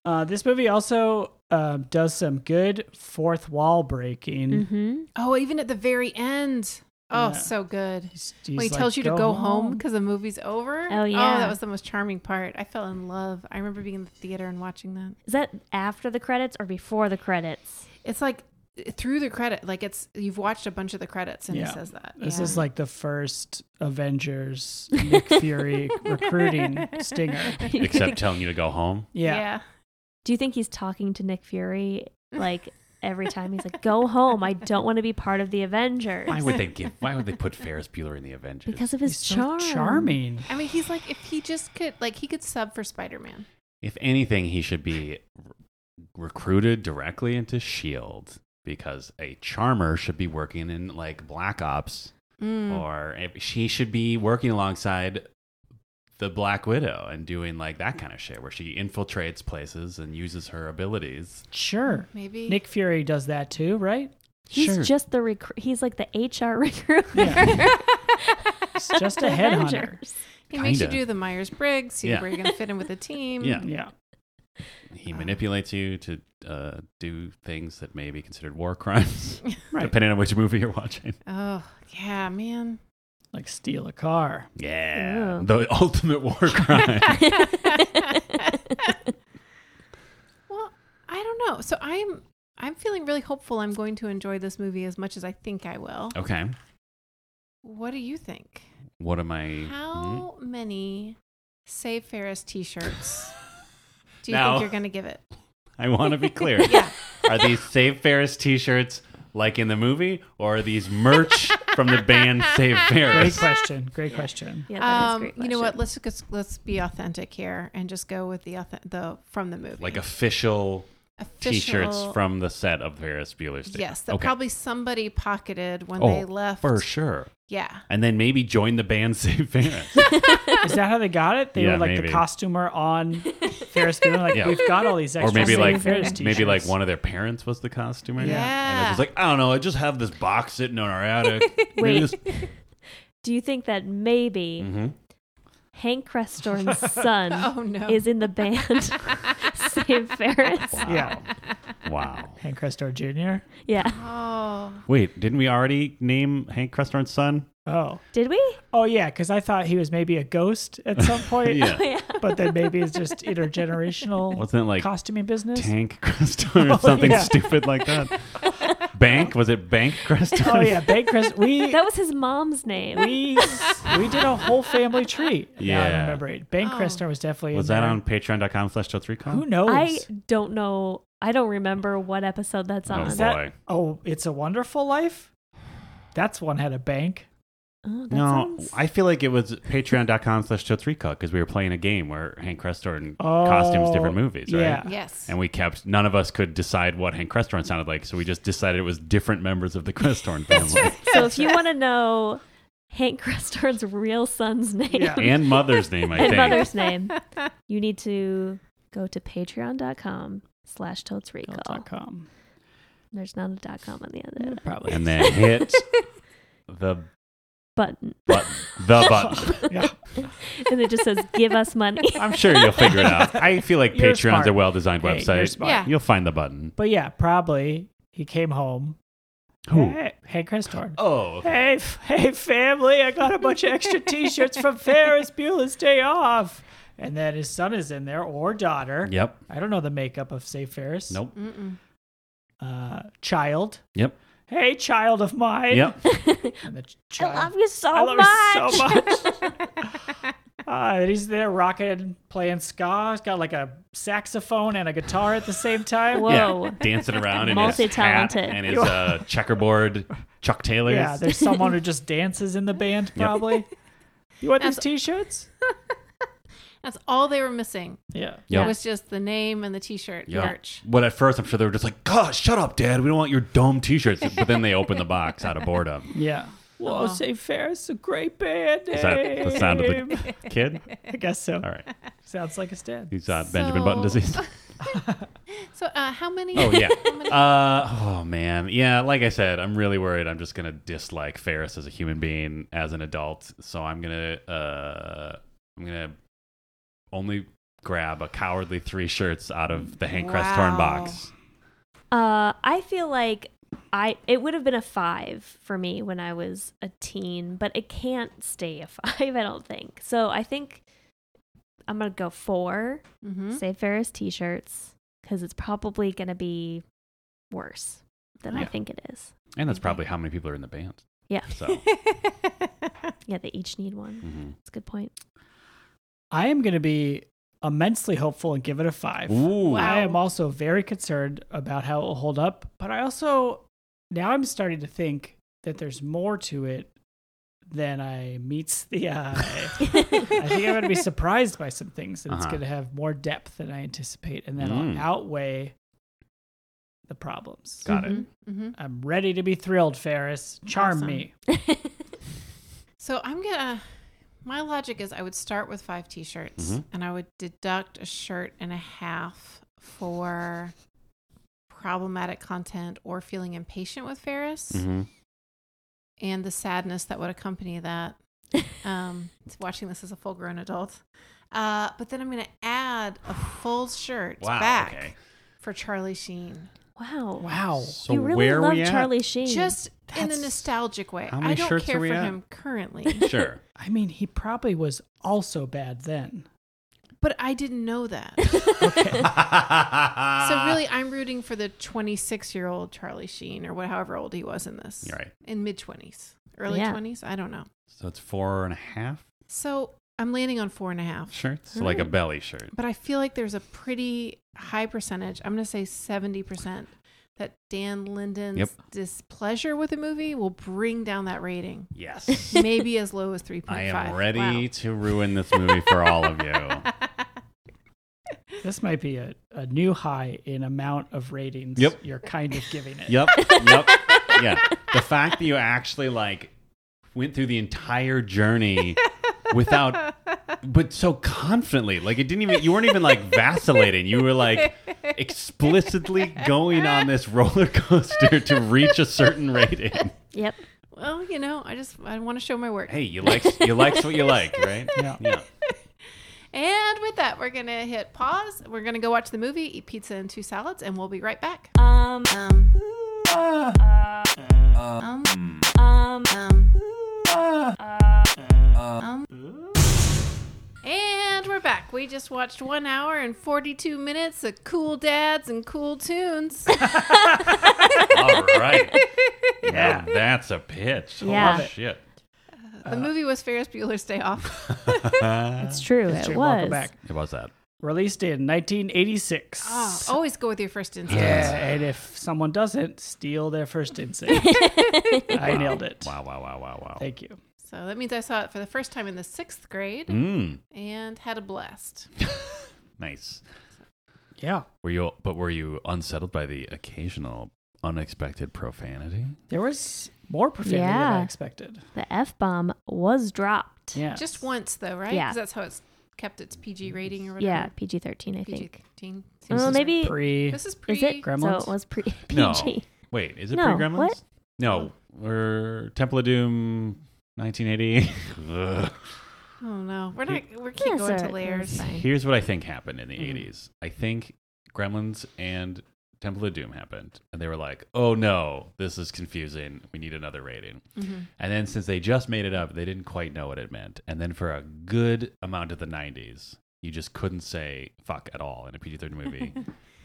B: Uh, this movie also uh, does some good fourth wall breaking.
C: Mm-hmm.
D: Oh, even at the very end. Oh,
B: Yeah.
D: so good.
B: He's-
D: When he
B: he's
D: tells
B: like,
D: you to go home because the movie's over.
C: Oh,
D: Oh,
C: yeah.
D: that was the most charming part. I fell in love. I remember being in the theater and watching that.
C: Is that after the credits or before the credits?
D: It's like through the credit. Like it's you've watched a bunch of the credits and
B: Yeah.
D: he says that.
B: This
D: Yeah.
B: is like the first Avengers Nick Fury recruiting stinger.
A: Except telling you to go home.
B: Yeah.
C: Do you think he's talking to Nick Fury like every time he's like, "Go home. I don't want to be part of the Avengers."
A: Why would they give? Why would they put Ferris Bueller in the Avengers?
C: Because of
B: He's
C: his charm.
B: so charming.
D: I mean, he's like if he just could, like he could sub for Spider Man.
A: if anything, he should be r- recruited directly into Shield E because a charmer should be working in like Black Ops,
C: Hmm. Oh.
A: or if- she should be working alongside the Black Widow and doing like that kind of shit where she infiltrates places and uses her abilities.
B: Sure.
D: Maybe
B: Nick Fury does that too, right?
C: He's
A: Sure.
C: just the recru- he's like the HR recruiter.
B: It's just a headhunter.
C: Avengers.
D: he makes you
A: kinda.
D: do the Myers Briggs, see
A: Yeah.
D: where you're gonna fit in with the team.
A: Yeah.
B: Yeah.
A: He manipulates you to uh, do things that may be considered war crimes,
B: Right.
A: depending on which movie you're watching.
D: Oh yeah, man.
B: Like steal a car.
A: Yeah,
C: Ew.
A: the ultimate war crime.
D: Well, I don't know. So I'm I'm feeling really hopeful. I'm going to enjoy this movie as much as I think I will.
A: okay,
D: What do you think?
A: what am I? Hmm?
D: How many Save Ferris T-shirts do you
A: Now-
D: think you're going to give it?
A: I want to be clear. Are these Save Ferris t-shirts like in the movie, or are these merch from the band Save
B: Great
A: Ferris?
B: question. Great question.
C: Yeah, that is a
D: Um,
C: great
D: you know what?
C: question.
D: Let's just let's be authentic here and just go with the auth- the from the movie,
A: Like official t-shirts
D: Official-
A: from the set of Ferris Bueller's Day.
D: Yes, that probably somebody pocketed when they left.
A: Oh, for sure.
D: Yeah,
A: And then maybe join the band Save Ferris.
B: Is that how they got it? They
A: Yeah,
B: were like
A: maybe.
B: the costumer on Ferris Bueller. Like
A: Yeah.
B: we've got all these
A: or
B: extra
A: maybe
B: Save
A: like
B: Ferris
A: maybe like
B: t-shirts."
A: one of their parents was the costumer.
D: Yeah.
A: And it's just like, I don't know, I just have this box sitting on our attic. Maybe
C: Wait.
A: this-
C: Do you think that maybe
B: Mm.
A: Mhm.
C: Hank Crestorn's son
D: Oh, no.
C: is in the band Save Ferris?
A: Wow.
B: Yeah.
A: Wow.
B: Hank Crestor Jr.
C: Yeah.
D: Oh,
A: Wait, didn't we already name Hank Crestorn's son?
B: Oh.
C: Did we?
B: Oh yeah, because I thought he was maybe a ghost at some point.
A: Yeah.
C: Yeah.
B: But then maybe it's just intergenerational
A: Wasn't it like
B: costuming business.
A: Tank Crestor or something
B: Oh, yeah.
A: stupid like that. Bank was it Bank Crestor?
B: Oh yeah, Bank Crest. We
C: That was his mom's name.
B: we we did a whole family tree. Yeah, I
A: Yeah.
B: remember it. Bank
D: Oh.
B: Crestor was definitely
A: Was
B: in
A: that
B: there.
A: on patreon.com slash till three
B: Who
A: con?
B: knows?
C: I don't know. I don't remember what episode that's
A: Oh,
C: on.
B: Is
A: boy.
B: that- oh, it's a Wonderful Life. That's one had a bank.
C: Oh, that
A: No,
C: sounds-
A: I feel like it was patreon.com slash till three con because we were playing a game where Hank Crestor and costumes
B: Oh,
A: different movies, right?
B: yeah.
D: yes.
A: And we kept none of us could decide what Hank Crestorn sounded like, so we just decided it was different members of the Crestorn family.
C: so if you want to know Hank Crestorn's real son's name
B: Yeah.
A: and mother's name, I
C: and
A: think.
C: mother's name, you need to go to patreon.com slash totes recall.
B: Com.
C: There's not a dot com on the end of it.
B: Probably.
A: and then hit the
C: button,
A: button. The button.
C: and it just says "Give us money."
A: I'm sure you'll figure it out. I feel like
B: You're
A: Patreon's
B: smart.
A: a well designed
B: Hey, you're
A: website.
B: smart.
D: Yeah.
A: You'll find the button.
B: But yeah, probably he came home. Hey, hey, Chris Torn.
A: Oh.
B: Hey, f- hey, family! I got a bunch of extra T-shirts from Ferris Bueller's Day Off, and then his son is in there or daughter.
A: Yep.
B: I don't know the makeup of say Ferris.
A: Nope.
D: Mm-mm.
B: Uh, child.
A: Yep.
B: Hey, child of mine.
A: Yep.
B: And the ch-
C: I
B: child.
C: love you so
B: I love
C: much.
B: you so much. uh, and he's there rocking, playing ska. He's got like a saxophone and a guitar at the same time.
C: Whoa.
A: Yeah. Dancing around in his hat
C: Multi-talented.
A: and his uh, checkerboard Chuck Taylor's.
B: Yeah, there's someone who just dances in the band,
A: Yep.
B: probably. You want these
D: That's-
B: T-shirts?
D: That's all they were missing.
B: Yeah.
A: Yep.
D: It was just the name and the T-shirt
A: Yep.
D: merch.
A: But at first, I'm sure they were just like, "Gosh, shut up, Dad. We don't want your dumb T-shirts." But then they opened the box out of boredom.
B: Yeah. Whoa,
D: Aw.
B: say Ferris is a great band.
A: Is that the sound of the kid?
B: I guess so.
A: All right,
B: Sounds like it's dead.
A: he's uh, Benjamin Button
D: So-
A: disease.
D: So uh, how many?
A: Oh yeah.
D: how many-
A: Uh, oh man, yeah. Like I said, I'm really worried. I'm just gonna dislike Ferris as a human being, as an adult. So I'm gonna, uh, I'm gonna only grab a cowardly three shirts out of the Hank Crest Torn
D: Wow.
A: box.
C: Uh, I feel like I it would have been a five for me when I was a teen, but it can't stay a five. I don't think so. I think I'm gonna go four.
B: Mm-hmm.
D: Mhm.
C: Say Ferris t-shirts because it's probably gonna be worse than I
A: Yeah.
C: think it is.
A: And that's probably how many people are in the band.
C: Yeah.
A: So
C: Yeah, they each need one.
A: mhm.
C: That's a good point.
B: I am going to be immensely hopeful and give it a five.
A: Ooh.
D: Wow.
B: I am also very concerned about how it will hold up, but I also now I'm starting to think that there's more to it than I meets the eye. I think I'm going to be surprised by some things, and it's
A: Uh-huh.
B: going to have more depth than I anticipate, and that'll
A: Mm.
B: outweigh the problems.
A: Got it.
D: Mhm.
B: I'm ready to be thrilled, Ferris. Charm
D: Awesome.
B: me.
D: So I'm gonna. My logic is I would start with five T-shirts,
A: Mhm.
D: and I would deduct a shirt and a half for problematic content or feeling impatient with Ferris
A: Mhm.
D: and the sadness that would accompany that. Um, to watching this as a full-grown adult, uh, but then I'm gonna add a full shirt
A: Wow.
D: back
A: Okay.
D: for Charlie Sheen.
C: Wow.
B: Wow.
A: So
C: you really
A: where
C: love
A: we at?
C: Charlie Sheen.
D: just in a
B: That's-
D: nostalgic way.
A: How many
D: I don't
A: shirts
D: care
A: are
D: for
A: we at?
D: him currently,
A: Sure.
B: I mean, he probably was also bad then.
D: but I didn't know that.
B: Okay.
D: so
A: so
D: really, I'm rooting for the 26 year old Charlie Sheen or what, however old he was in this,
A: You're right.
D: in mid 20s, early
C: Yeah.
D: 20s. I don't know.
A: So it's four and a half
D: So I'm landing on four and a half,
A: shirts, so
C: All
A: like a
D: Mm-hmm.
C: right.
A: belly shirt.
D: but I feel like there's a pretty high percentage. I'm going to say 70 percent that Dan Linden's
A: Yep.
D: displeasure with the movie will bring down that rating.
A: Yes.
D: Maybe as low as 3.5.
A: I am ready
D: Wow.
A: to ruin this movie for all of you.
B: This might be a, a new high in amount of ratings
A: Yep.
B: you're kind of giving it.
A: Yep. Yep. yeah. The fact that you actually like went through the entire journey without but so confidently. Like it didn't even you weren't even like vacillating. You were like explicitly going on this roller coaster to reach a certain rating.
C: yep.
D: Well, you know, I just I want to show my work.
A: Hey, you like you likes what you like, right?
B: Yeah.
A: Yeah.
D: And with that, we're gonna hit pause. We're gonna go watch the movie, eat pizza and two salads, and we'll be right back.
C: Um.
D: Um,
C: Um.
D: um, um. And we're back. We just watched one hour and 42 minutes of cool dads and cool tunes.
A: All right. Yeah. that's a pitch. Holy
C: Yeah.
A: shit.
D: the movie was Ferris Bueller's Day Off.
C: It's true.
B: It's
C: it
B: true.
C: was.
B: Welcome back.
A: It was that.
B: Released in 1986.
D: Oh, always go with your first instinct.
B: Yeah, and if someone doesn't, steal their first instinct. I nailed it.
A: Wow, wow, wow, wow, wow.
B: Thank you.
D: So that means I saw it for the first time in the sixth grade
A: Mm,
D: and had a blast.
A: nice.
B: Yeah.
A: Were you but were you unsettled by the occasional unexpected profanity?
B: There was more profanity than I
C: Yeah.
B: expected.
C: The f bomb was dropped.
B: Yeah.
D: Just once, though, right?
C: Yeah.
D: 'Cause that's how it's kept its PG rating or whatever.
C: Yeah, PG thirteen, I think.
D: PG-13.
C: Well,
D: Seems
C: maybe
B: pre.
D: This is pre.
C: Is it
B: Gremlins?
C: So it was pre- PG.
A: No. Wait, is it
C: No,
A: pre-Gremlins?
C: what?
A: No, or Temple of Doom. 1980. Ugh.
D: Oh no, we're not. We're keep
C: Yeah,
D: going
C: sorry,
D: to
C: that's
D: layers.
C: fine.
A: Here's what I think happened in the
D: Mm.
A: 80s. I think Gremlins and Temple of Doom happened, and they were like, "Oh no, this is confusing. We need another rating."
C: Mm-hmm.
D: Mhm.
A: And then since they just made it up, they didn't quite know what it meant. And then for a good amount of the 90s, you just couldn't say fuck at all in a PG-13 movie.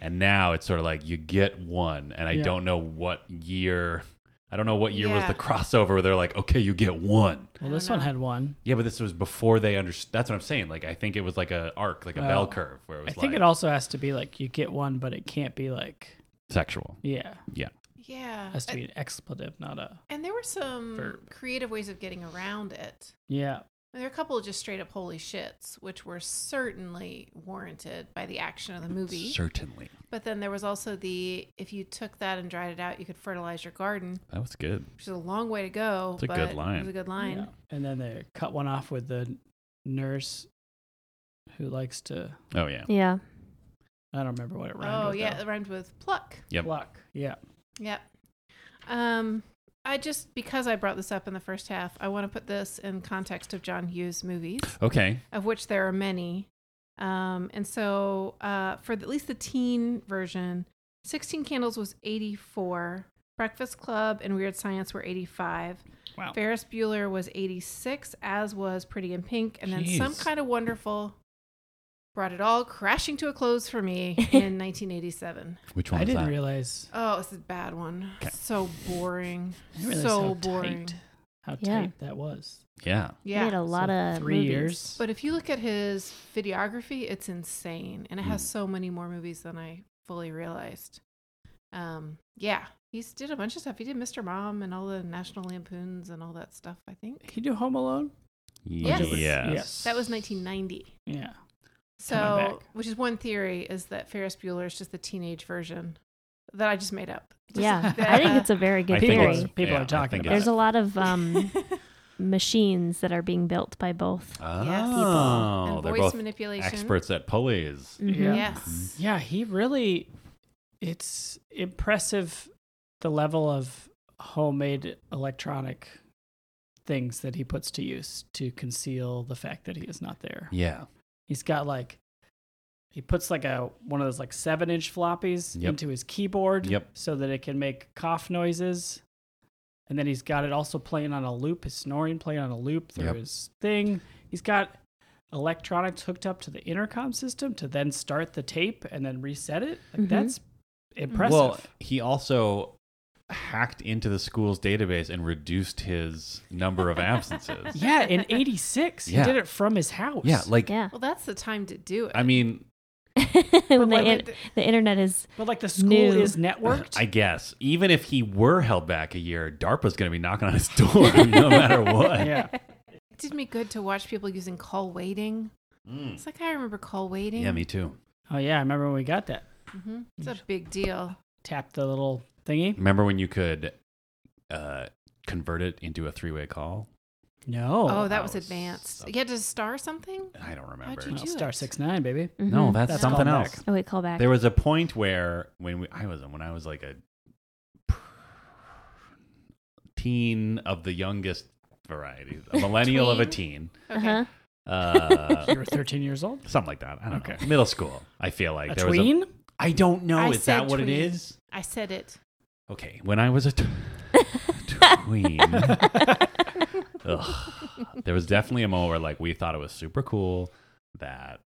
A: and now it's sort of like you get one and I
B: Yeah.
A: don't know what year I don't know what year was
D: Yeah.
A: the crossover where they're like, "Okay, you get one."
B: Well,
D: I
B: this
D: don't
B: one
D: know.
B: had one.
A: Yeah, but this was before they understood. That's what I'm saying. Like, I think it was like a arc, like a
B: Well,
A: bell curve, where it
B: I
A: was
B: think
A: like
B: it also has to be like you get one, but it can't be like
A: sexual.
B: yeah.
D: Yeah,
B: It has to
D: A-
B: be an expletive, not a
D: and there were some
B: Verb.
D: creative ways of getting around it.
B: yeah.
D: There were a couple of just straight up holy shits, which were certainly warranted by the action of the movie.
A: Certainly,
D: But then there was also the if you took that and dried it out, you could fertilize your garden,
A: that was good.
D: which is a long way to go.
A: It's a
D: but
A: good
D: It
A: line.
D: was a good line.
B: yeah. And then they cut one off with the nurse who likes to.
A: Oh yeah,
C: yeah.
B: I don't remember what it rhymed
D: Oh
B: with.
D: yeah,
B: though.
D: it rhymed with pluck.
A: Yep.
B: luck. Yeah,
D: Yep. Um, I just because I brought this up in the first half, I want to put this in context of John Hughes movies,
A: okay.
D: of which there are many. Um, and so uh, for at least the teen version, Sixteen Candles was eighty four. Breakfast Club and Weird Science were 85.
B: Wow.
D: Ferris Bueller was 86, as was Pretty in Pink. And then Some
A: Jeez.
D: Kind of Wonderful brought it all crashing to a close for me in 1987.
A: Which one?
B: I
A: was
B: didn't
A: that?
B: realize
D: Oh, this is a bad one.
A: Okay.
D: So boring.
B: I didn't realize
D: so
B: how
D: boring.
B: tight how
C: Yeah.
B: tight that was.
A: yeah,
C: He had
D: Yeah.
C: a lot
B: So
C: of
B: three
C: movies.
B: years.
D: But if you look at his videography, it's insane. And it has
A: Mm.
D: so many more movies than I fully realized. Um, yeah. He's did a bunch of stuff. He did Mr. Mom and all the National Lampoons and all that stuff, I think.
B: He do Home Alone.
D: Yes.
B: Yes.
D: That was 1990.
B: Yeah, Coming
D: So,
B: back.
D: which is one theory is that Ferris Bueller is just the teenage version that I just made up. Just
C: Yeah.
D: that-
C: I think it's a very
A: I
C: good
A: think
B: People-
A: it's-
C: theory.
B: people
A: yeah,
B: are
A: I
B: talking
A: think
B: about
C: There's
A: it's-
C: a lot of um, machines that are being built by both.
D: Yes.
A: Oh,
D: and
A: they're
D: voice
A: both
D: manipulation.
A: experts at pulleys.
B: Yeah.
C: Mhm.
B: Mm-hmm.
D: Yes.
B: yeah. He really, it's impressive the level of homemade electronic things that he puts to use to conceal the fact that he is not there.
A: Yeah,
B: He's got like he puts like a one of those like seven inch floppies
A: Yep.
B: into his keyboard
A: Yep.
B: so that it can make cough noises. And then he's got it also playing on a loop, his snoring playing on a loop through
A: Yep.
B: his thing. He's got electronics hooked up to the intercom system to then start the tape and then reset it. Like
C: Mhm.
B: that's impressive.
A: Well, he also hacked into the school's database and reduced his number of absences.
B: yeah, in eighty six.
A: Yeah.
B: He did it from his house.
A: yeah, like
C: Yeah.
D: Well, that's the time to do it.
A: I mean,
C: when
D: But
C: the,
D: what-
C: in- the internet is
B: but like the school
C: New.
B: is networked.
A: I guess even if he were held back a year, DARPA's going to be knocking on his door no matter what.
B: yeah.
D: it did me good to watch people using call waiting.
A: Mm.
D: It's like I remember call waiting.
A: Yeah, me too.
B: Oh yeah, I remember when we got that.
D: hmm It's a big deal.
B: Tapped the little thingy.
A: Remember when you could uh, convert it into a three-way call?
B: No.
D: Oh, that was
A: that was
D: advanced.
A: something.
D: You had to star something.
A: I don't remember.
D: How'd you
B: Well,
D: do
B: star
D: it.
B: Oh, six nine, baby.
C: mhm.
A: No, that's,
D: That's
A: something
B: Mm-hmm. callback.
A: else.
C: Oh wait, call back.
A: There was a point where when we, I was when I was like a teen of the youngest variety, a millennial of a teen,
D: Okay.
C: Uh-huh.
A: uh,
B: You were thirteen years old.
A: something like that. I don't
B: Okay.
A: know. Middle school. I feel like
B: A
A: there was.
B: tween.
A: A, I don't know.
D: I
A: is that
D: said
A: what it
D: tween.
A: is?
D: I said it.
A: Okay, when I was a t- tween, Ugh. there was definitely a moment where like we thought it was super cool that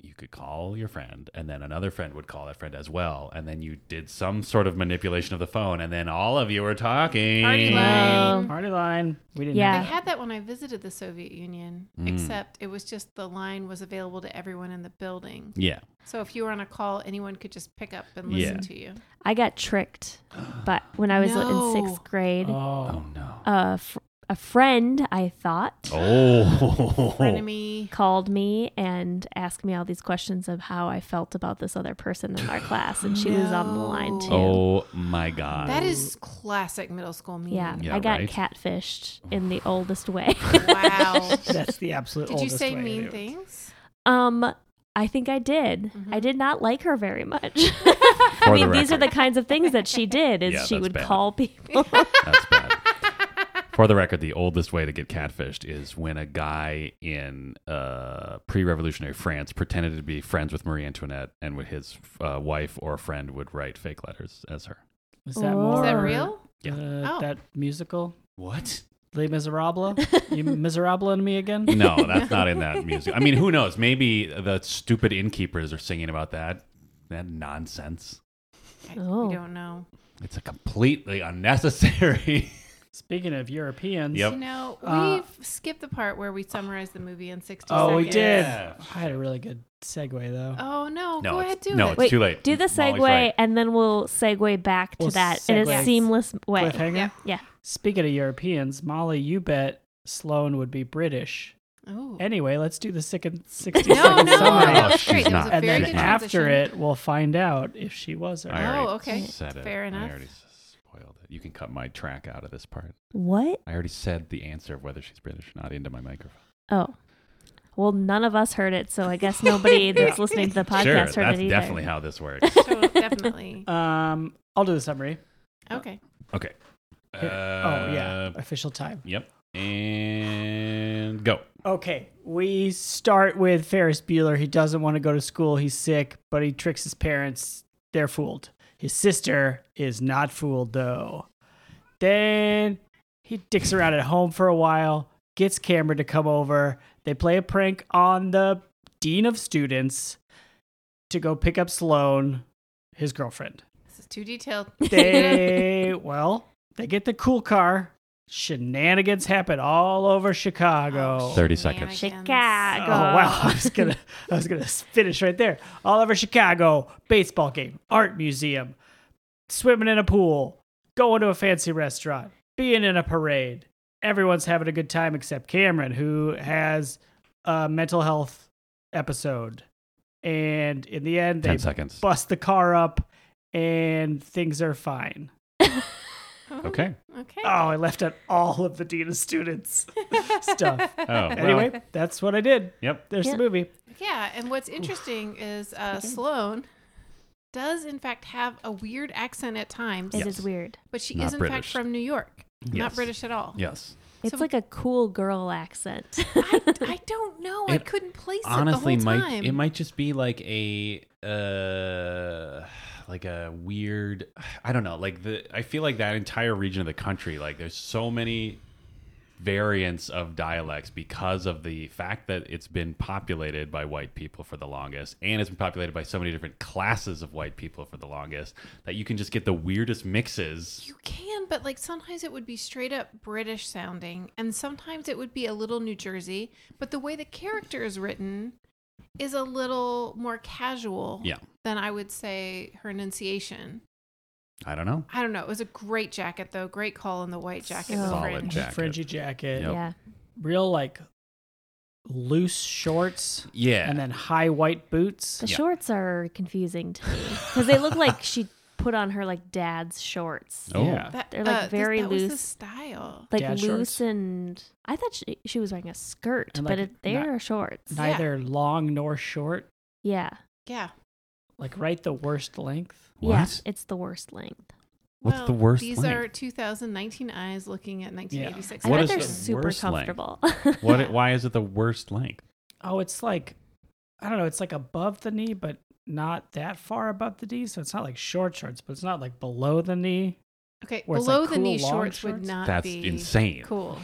A: you could call your friend, and then another friend would call that friend as well, and then you did some sort of manipulation of the phone, and then all of you were talking.
D: Party line.
B: Party line. We didn't.
C: Yeah.
D: They
B: have
D: had that when I visited the Soviet Union,
A: Mm.
D: except it was just the line was available to everyone in the building.
A: Yeah,
D: So if you were on a call, anyone could just pick up and listen
A: Yeah.
D: to you.
C: I got tricked, but when I was
D: No.
C: in sixth
B: that.
C: grade,
A: Oh
B: Oh.
A: no.
C: a, fr- a friend I thought
A: Oh.
D: Frenemy.
C: called me and asked me all these questions of how I felt about this other person in our class, and she was on the line too.
A: Oh my god.
D: That is classic middle school mean.
C: Yeah,
A: Yeah,
C: I got
A: right.
C: catfished in the oldest way.
D: Wow.
A: Oh.
B: That's the absolute.
D: Did you
B: oldest way
D: say
B: to do
D: mean
B: it.
D: things?
C: um, I think I did.
B: Mm-hmm.
C: I did not like her very much.
A: For
C: I mean,
A: the
C: these are
A: record.
C: the kinds of things that she did. Is
A: Yeah,
C: she
A: that's
C: would
A: bad.
C: call people.
A: That's bad. For for the record, the oldest way to get catfished is when a guy in uh, pre-revolutionary France pretended to be friends with Marie Antoinette, and with his uh, wife or a friend would write fake letters as her.
B: Is that
C: Is
B: more?
D: Is that real?
A: Yeah.
B: uh,
D: Oh.
B: That musical,
A: What?
B: Les Miserables. you Miserable and me again?
A: No, that's not in that music. I mean, who knows? Maybe the stupid innkeepers are singing about that. That nonsense.
D: I,
C: Oh.
D: We don't know.
A: It's a completely unnecessary.
B: Speaking of Europeans,
A: Yep.
D: You know,
B: Uh,
D: we've skipped the part where we summarized the movie in 60 seconds.
B: Oh, we did.
A: Yeah.
B: I had a really good segue though.
D: Oh, no.
A: No,
D: Go
A: it's-
D: ahead, do
A: no,
D: it.
A: it's too late.
C: Do the
A: Molly's
C: segue,
A: right.
C: and then we'll segue back to
B: We'll
C: that in a
B: segue.
C: seamless way.
B: Cliffhanger.
D: Oh, Yeah.
C: Yeah.
B: Speaking of Europeans, Molly, you bet Sloan would be British.
D: Ooh.
B: Anyway, let's do the second 60
D: No, no,
B: second
D: no,
B: summary.
D: that
A: Oh,
D: was great.
A: she's
D: That was a
A: not
B: and
D: very
B: then
D: good
B: after it,
D: transition.
B: we'll find out if she was or
A: I
B: not.
A: already
D: Oh, okay.
A: Said it.
D: Fair
A: I
D: enough.
A: already spoiled it. You can cut my track out of this part.
C: What?
A: I already said the answer of whether she's British or not into my microphone.
C: Oh. Well, none of us heard it, so I guess nobody that's listening to the podcast
A: sure,
C: heard
A: that's
C: it either.
A: definitely how this works.
D: So, definitely.
B: Um, I'll do the summary.
D: Okay.
A: Okay.
B: Here- oh yeah, official time.
A: Uh, Yep. And go.
B: Okay, we start with Ferris Bueller. He doesn't want to go to school. He's sick, but he tricks his parents. They're fooled. His sister is not fooled, though. Then he dicks around at home for a while, gets Cameron to come over. They play a prank on the dean of students to go pick up Sloane, his girlfriend.
D: This is too detailed.
B: They, well, they get the cool car. Shenanigans happen all over Chicago.
D: Oh,
A: 30 seconds.
D: shenanigans.
C: Chicago.
B: Oh wow! I was gonna, I was gonna finish right there. All over Chicago, baseball game, art museum, swimming in a pool, going to a fancy restaurant, being in a parade. Everyone's having a good time except Cameron, who has a mental health episode. And in the end,
A: 10
B: they
A: seconds.
B: bust the car up, and things are fine.
D: Oh,
A: Okay.
D: Okay.
B: Oh, I left out all of the dean of students stuff.
A: Oh, well,
B: Anyway, that's what I did.
A: Yep.
B: There's
C: Yeah.
B: the movie.
D: Yeah, and what's interesting is uh, Sloane does in fact have a weird accent at times,
C: It is
A: Yes.
C: weird.
D: but she
A: Not
D: is in fact
A: British.
D: from New York, not
A: Yes.
D: British at all.
A: Yes.
C: It's
D: So-
C: like a cool girl accent.
D: I, I don't know. I
A: It
D: couldn't place
A: Honestly,
D: it the whole time.
A: might it might just be like a uh like a weird I don't know, like the I feel like that entire region of the country like there's so many variants of dialects because of the fact that it's been populated by white people for the longest and it's been populated by so many different classes of white people for the longest that you can just get the weirdest mixes.
D: You can, but like sometimes it would be straight up British sounding, and sometimes it would be a little New Jersey. But the way the character is written is a little more casual
A: Yeah.
D: than I would say her enunciation.
A: I don't know.
D: I don't know. It was a great jacket though. Great call on the white jacket. with
C: Solid
D: fringe.
A: jacket.
B: Fringy jacket.
A: Yep.
C: Yeah.
B: real like loose shorts
A: Yeah.
B: and then high white boots.
C: The
A: Yeah.
C: shorts are confusing to me because they look like she put on her like dad's shorts.
A: Oh.
B: Yeah.
D: That, uh,
C: They're, like,
D: this-
C: very
D: that was the
C: loose.
D: style.
C: Like
B: Dad shorts.
C: loosened. I thought she, she was wearing a skirt,
B: And,
C: but
B: like,
C: it, they
B: not-
C: are shorts.
D: not-
B: Neither long nor short,
C: yeah.
D: Yeah.
B: like right the worst length.
C: Yeah. It's the worst length.
A: What's the worst
D: These
A: length?
D: are 2019 eyes looking at 1986.
C: I
A: What
C: bet
A: is
C: they're
A: the
C: super
A: worst length?
C: comfortable.
A: What? Why is it the worst length?
B: Oh, it's like I don't know, it's like above the knee, but not that far above the knee. So it's not like short shorts, but it's not like below the knee.
D: Okay,
B: Where it's,
D: below
B: like,
D: the
B: cool
D: knee
B: long
D: shorts, would
B: shorts?
D: not
A: That's
D: be
A: insane.
D: cool.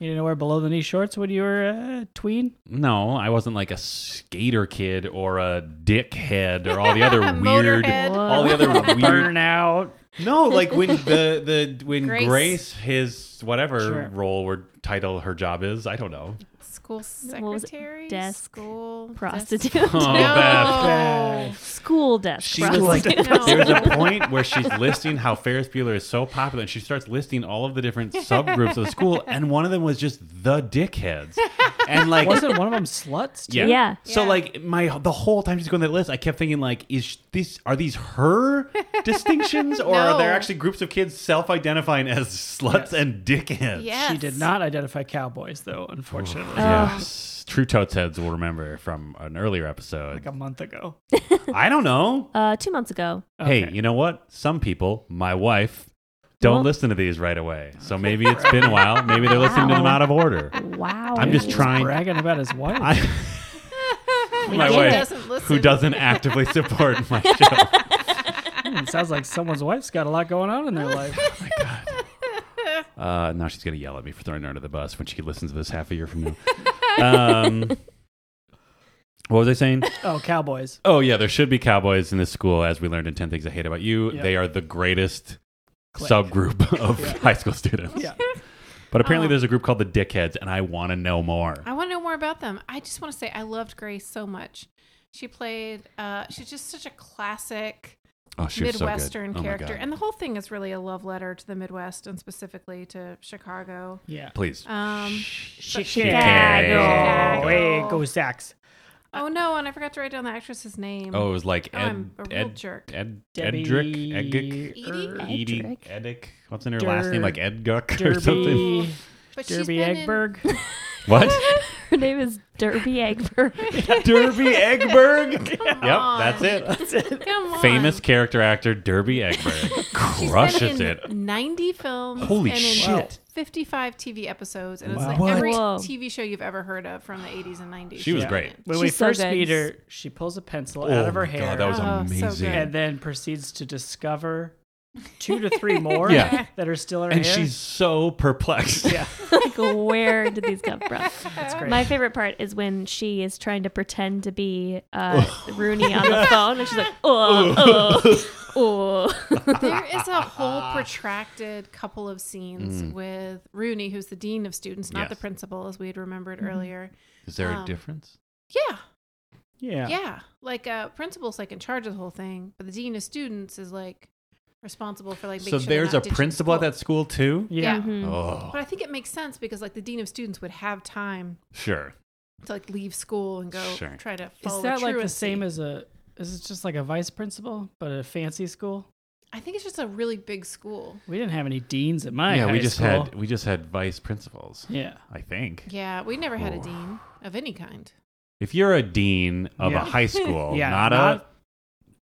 B: You didn't wear below the knee shorts when you were a tween?
A: No, I wasn't like a skater kid or a dickhead or all the other weird.
D: Motorhead.
A: All the other weird.
B: Burnout.
A: No, like when the the when Grace,
D: Grace.
A: his whatever
B: Sure.
A: role or title her job is, I don't know.
D: School
C: What was it?
D: secretary,
C: Desk
D: school
C: Prostitute.
D: desk-
A: Oh,
D: No.
C: School desk.
A: She was like,
C: prostitute.
D: No.
A: there's a point where she's listing how Ferris Bueller is so popular, and she starts listing all of the different subgroups of the school, and one of them was just the dickheads, and like
B: Wasn't one of them sluts? too?
A: Yeah.
C: Yeah.
A: So
D: Yeah.
A: like my the whole time she's going that list, I kept thinking like, is this are these her distinctions or are there
D: No.
A: actually groups of kids self-identifying as sluts and dickheads?
D: Yes.
B: She did not identify cowboys though, unfortunately.
A: Oh.
D: Oh.
A: Yes. True totes heads will remember from an earlier episode.
B: Like a month ago.
A: I don't know.
C: Uh, two months ago.
A: Hey,
B: Okay.
A: you know what? Some people, my wife, don't
C: Well-
A: listen to these right away. So maybe it's been a while. Maybe they're listening to them
C: Wow.
A: out of order.
C: Wow.
A: I'm just
B: He's
A: trying-
B: bragging about his wife.
A: I, My
D: Who
A: wife,
D: doesn't listen.
A: who doesn't actively support my show?
B: Hmm, sounds like someone's wife's got a lot going on in their life.
A: Uh, now she's gonna yell at me for throwing her under the bus when she listens to this half a year from now. Um, what was I saying?
B: Oh, cowboys.
A: Oh yeah, there should be cowboys in this school, as we learned in Ten Things I Hate About You.
B: Yeah.
A: They are the greatest
B: Click.
A: subgroup of
B: Yeah.
A: high school students.
B: Yeah.
A: But apparently,
D: Oh.
A: there's a group called the Dickheads, and I want to know more.
D: I want to know more about them. I just want to say I loved Grace so much. She played. Uh, she's just such a classic
A: Oh, she was so good.
D: Midwestern
A: Oh, my
D: character,
A: God.
D: and the whole thing is really a love letter to the Midwest and specifically to Chicago.
B: Yeah.
A: Please.
D: Um,
B: Chicago.
D: Chicago.
B: Hey, go Sox.
D: oh no, and I forgot to write down the actress's name.
A: Oh, it was like
D: Oh,
A: Ed,
D: I'm a real
A: Ed,
D: jerk.
A: Ed,
B: Debbie
A: Edric, Edgic,
D: Edie?
B: Er-
A: Edie,
C: Edric.
A: Edic. What's in her last
B: Der-
A: name? Like Edguck or something?
B: Derby.
D: but she's
B: Derby
D: been in-
B: Eggberg.
A: What?
C: Her name is Derby Egbert.
A: Derby Eggberg. yep,
D: on.
A: that's it.
D: Come on.
A: Famous character actor Derby Eggberg
D: She's been
A: crushes
D: in
A: it.
D: 90 films.
A: Holy
D: and in
A: shit.
D: 55 TV episodes, and it's
B: Wow.
D: like
A: What?
D: every
C: Whoa.
D: TV show you've ever heard of from the 80s and 90s.
A: She was
D: she's
A: great.
D: been in.
B: When
C: She's
B: we
C: so
B: first
C: good.
B: meet her, she pulls a pencil
A: Oh
B: out of her
A: my
B: hair
A: God, that was
D: Oh, so
A: amazing.
D: good.
B: and then proceeds to discover two to three more
A: Yeah.
B: that are still in her
A: and
B: hair.
A: she's so perplexed.
B: yeah,
C: like, where did these come from?
B: that's great.
C: My favorite part is when she is trying to pretend to be uh, Rooney on the phone, and she's like, oh, oh, oh.
D: There is a whole protracted couple of scenes with Rooney, who's the dean of students, not
A: Mm. Yes.
D: the principal, as we had remembered earlier.
A: Is there a
D: Um,
A: difference?
D: Yeah,
B: yeah.
D: yeah. Like, uh, principal's like in charge of the whole thing, but the dean of students is like responsible for like.
A: So there's a principal at that school too.
B: Yeah.
D: yeah.
C: Mhm.
A: Oh,
D: But I think it makes sense because like the dean of students would have time
A: sure.
D: to like leave school and go
A: Sure.
D: try to follow.
B: Is that like the
D: truancy.
B: same as a? Is it just like a vice principal but at a fancy school?
D: I think it's just a really big school.
B: We didn't have any deans at my
A: yeah, we
B: high
A: just
B: school.
A: had we just had vice principals.
B: yeah.
A: I think.
D: Yeah, we never had a
A: Ooh.
D: dean of any kind.
A: If you're a dean of
B: Yeah.
A: a high school,
B: Yeah,
A: not, a
B: not-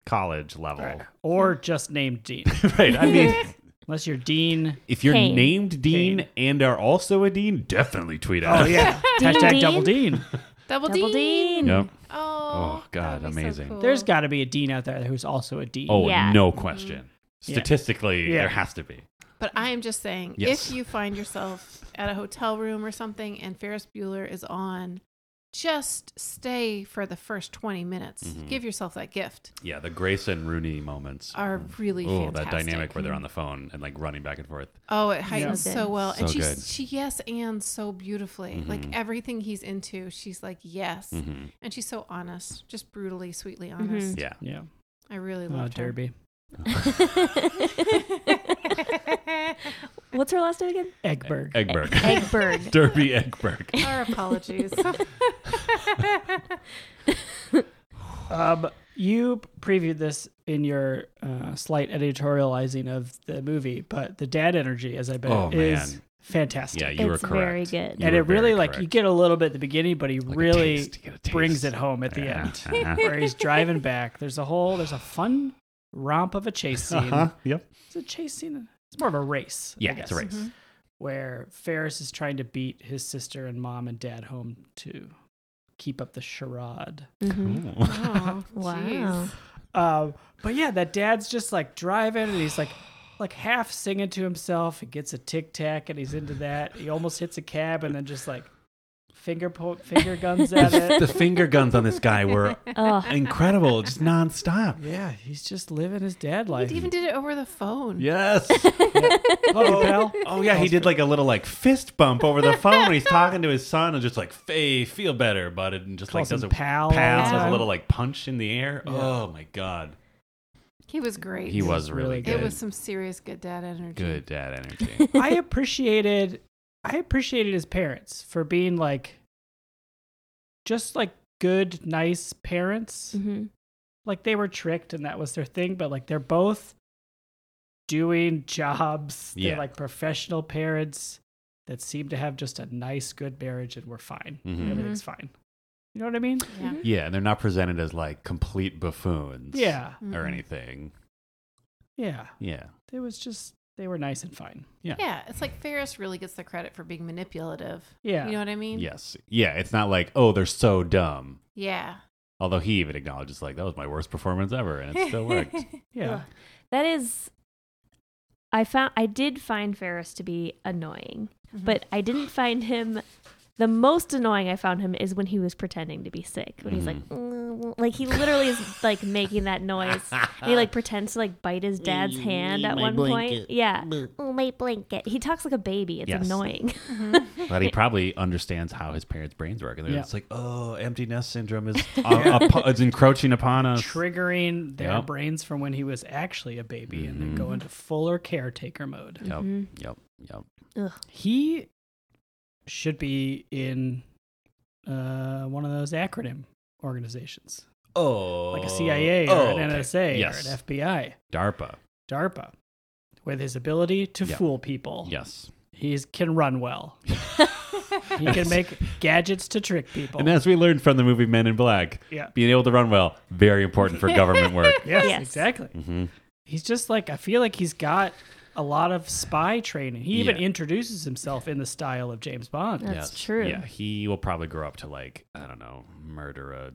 A: college level, right.
B: Or just named dean,
A: I mean,
B: unless you're dean.
A: if you're
C: Kane.
A: named dean
B: Kane.
A: and are also a dean, definitely tweet
B: Oh
A: at us.
B: yeah,
C: Dean,
B: hashtag
C: dean?
B: double dean.
D: Double,
C: Double
D: dean.
C: Dean.
A: Yep.
D: Oh,
A: Oh, God,
D: that would be so
A: amazing.
D: cool.
B: There's got to be a dean out there who's also a dean.
A: Oh,
C: Yeah.
A: no question.
B: Yeah.
A: Statistically,
B: Yeah.
A: there has to be.
D: But I am just saying,
A: Yes.
D: if you find yourself at a hotel room or something and Ferris Bueller is on, just stay for the first 20 minutes.
A: Mm-hmm.
D: Give yourself that gift.
A: Yeah, the Grace and Rooney moments.
D: Are really
A: oh, that
D: fantastic.
A: dynamic where they're on the phone and like running back and forth.
D: Oh, it heightens
C: So good.
D: so well. And
A: So
D: she's
A: good. Mm-hmm.
D: she yes and so beautifully. Like everything he's into, she's like yes. And she's so honest, just brutally, sweetly honest.
A: Yeah.
B: yeah.
D: I really
B: Oh,
D: love her.
B: Derby.
C: What's her last name again?
B: Eggberg.
A: Eggberg.
C: Egbert.
A: Derby Eggberg.
D: Our apologies.
B: Um, you previewed this in your uh, slight editorializing of the movie, but the dad energy, as I bet,
A: Oh,
B: is
A: man.
B: fantastic.
A: Yeah, you
C: It's
A: were correct.
C: very good.
A: You
B: and it
A: were very
B: really like
A: correct.
B: you get a little bit at the beginning, but he
A: Like a
B: really
A: taste, you get a taste.
B: brings it home at the
A: Yeah,
B: end,
A: uh-huh.
B: where he's driving back. There's a whole, there's a fun romp of a chase scene.
A: Uh-huh. Yep.
B: It's a chase scene. It's more of a race. I
A: Yeah, it's
B: guess,
A: a race.
B: where Ferris is trying to beat his sister and mom and dad home to keep up the charade. Mm-hmm.
C: Mhm.
A: Ooh.
D: oh,
C: Wow.
D: jeez.
B: Um, but yeah, that dad's just like driving and he's like like half singing to himself. He gets a tic tac and he's into that. He almost hits a cab and then just like finger po- finger guns at
A: the
B: it.
A: finger guns on this guy were
C: Oh,
A: incredible, just nonstop.
B: Yeah, he's just living his dad life.
D: He even did it over the phone.
A: Yes.
B: Love you, pal.
A: Oh yeah, he did like a little like fist bump over the phone when he's talking to his son and just like, "Hey, feel better, bud," and just like
B: Calls him
A: does a
B: pal all
A: pass,
B: the
A: does a
B: time.
A: little like punch in the air.
B: Yeah.
A: Oh my god,
D: He was great.
A: he was really,
B: really
A: good.
D: It was some serious good dad energy.
A: good dad energy.
B: I appreciated I appreciated his parents for being like just like good, nice parents.
D: Mm-hmm.
C: mhm.
B: Like they were tricked and that was their thing, but like they're both doing jobs.
A: Yeah.
B: They're like professional parents that seem to have just a nice, good marriage and we're fine.
A: Mhm.
B: Everything's
D: Mm-hmm.
B: fine. You know what I mean?
C: Mm-hmm.
D: Yeah.
A: yeah, and they're not presented as like complete buffoons,
B: Yeah.
A: or
D: Mhm.
A: anything.
B: Yeah.
A: Yeah,
B: It was just They were nice and fine.
D: Yeah, it's like Ferris really gets the credit for being manipulative.
B: Yeah.
D: You know what I mean?
A: Yes. Yeah. It's not like, oh, they're so dumb.
D: Yeah.
A: Although he even acknowledges, like, that was my worst performance ever, and it still worked.
B: yeah.
C: That is, I found I did find Ferris to be annoying, but I didn't find him. The most annoying I found him is when he was pretending to be sick. When he's like,
B: Mm-hmm.
C: "Mm," like he literally is like making that noise. And he like pretends to like bite his dad's hand at one point. Yeah, oh my blanket. He talks like a baby. It's
A: Yes.
C: annoying.
A: But he probably understands how his parents' brains work. And they're
B: Yeah.
A: just like, oh, empty nest syndrome is, uh, up, is encroaching upon us.
B: Triggering their
A: Yeah.
B: brains from when he was actually a baby and then
A: Mm-hmm.
B: go into fuller caretaker mode.
A: Yep. Yep. Yep.
B: He should be in uh, one of those acronym organizations,
A: Oh.
B: like a CIA or
A: oh,
B: an
A: okay.
B: NSA
A: Yes.
B: or an FBI,
A: DARPA.
B: DARPA, with his ability to
A: Yeah.
B: fool people.
A: Yes.
B: He can run well. he can make gadgets to trick people.
A: And as we learned from the movie Men in Black,
B: Oh. Yeah.
A: being able to run well, very important for government work.
B: Yes,
C: Yes.
B: exactly.
A: Mm-hmm.
B: He's just like I feel like he's got a lot of spy training. He even
A: Yeah.
B: introduces himself in the style of James Bond.
C: That's true.
A: Yeah, he will probably grow up to like I don't know, murder a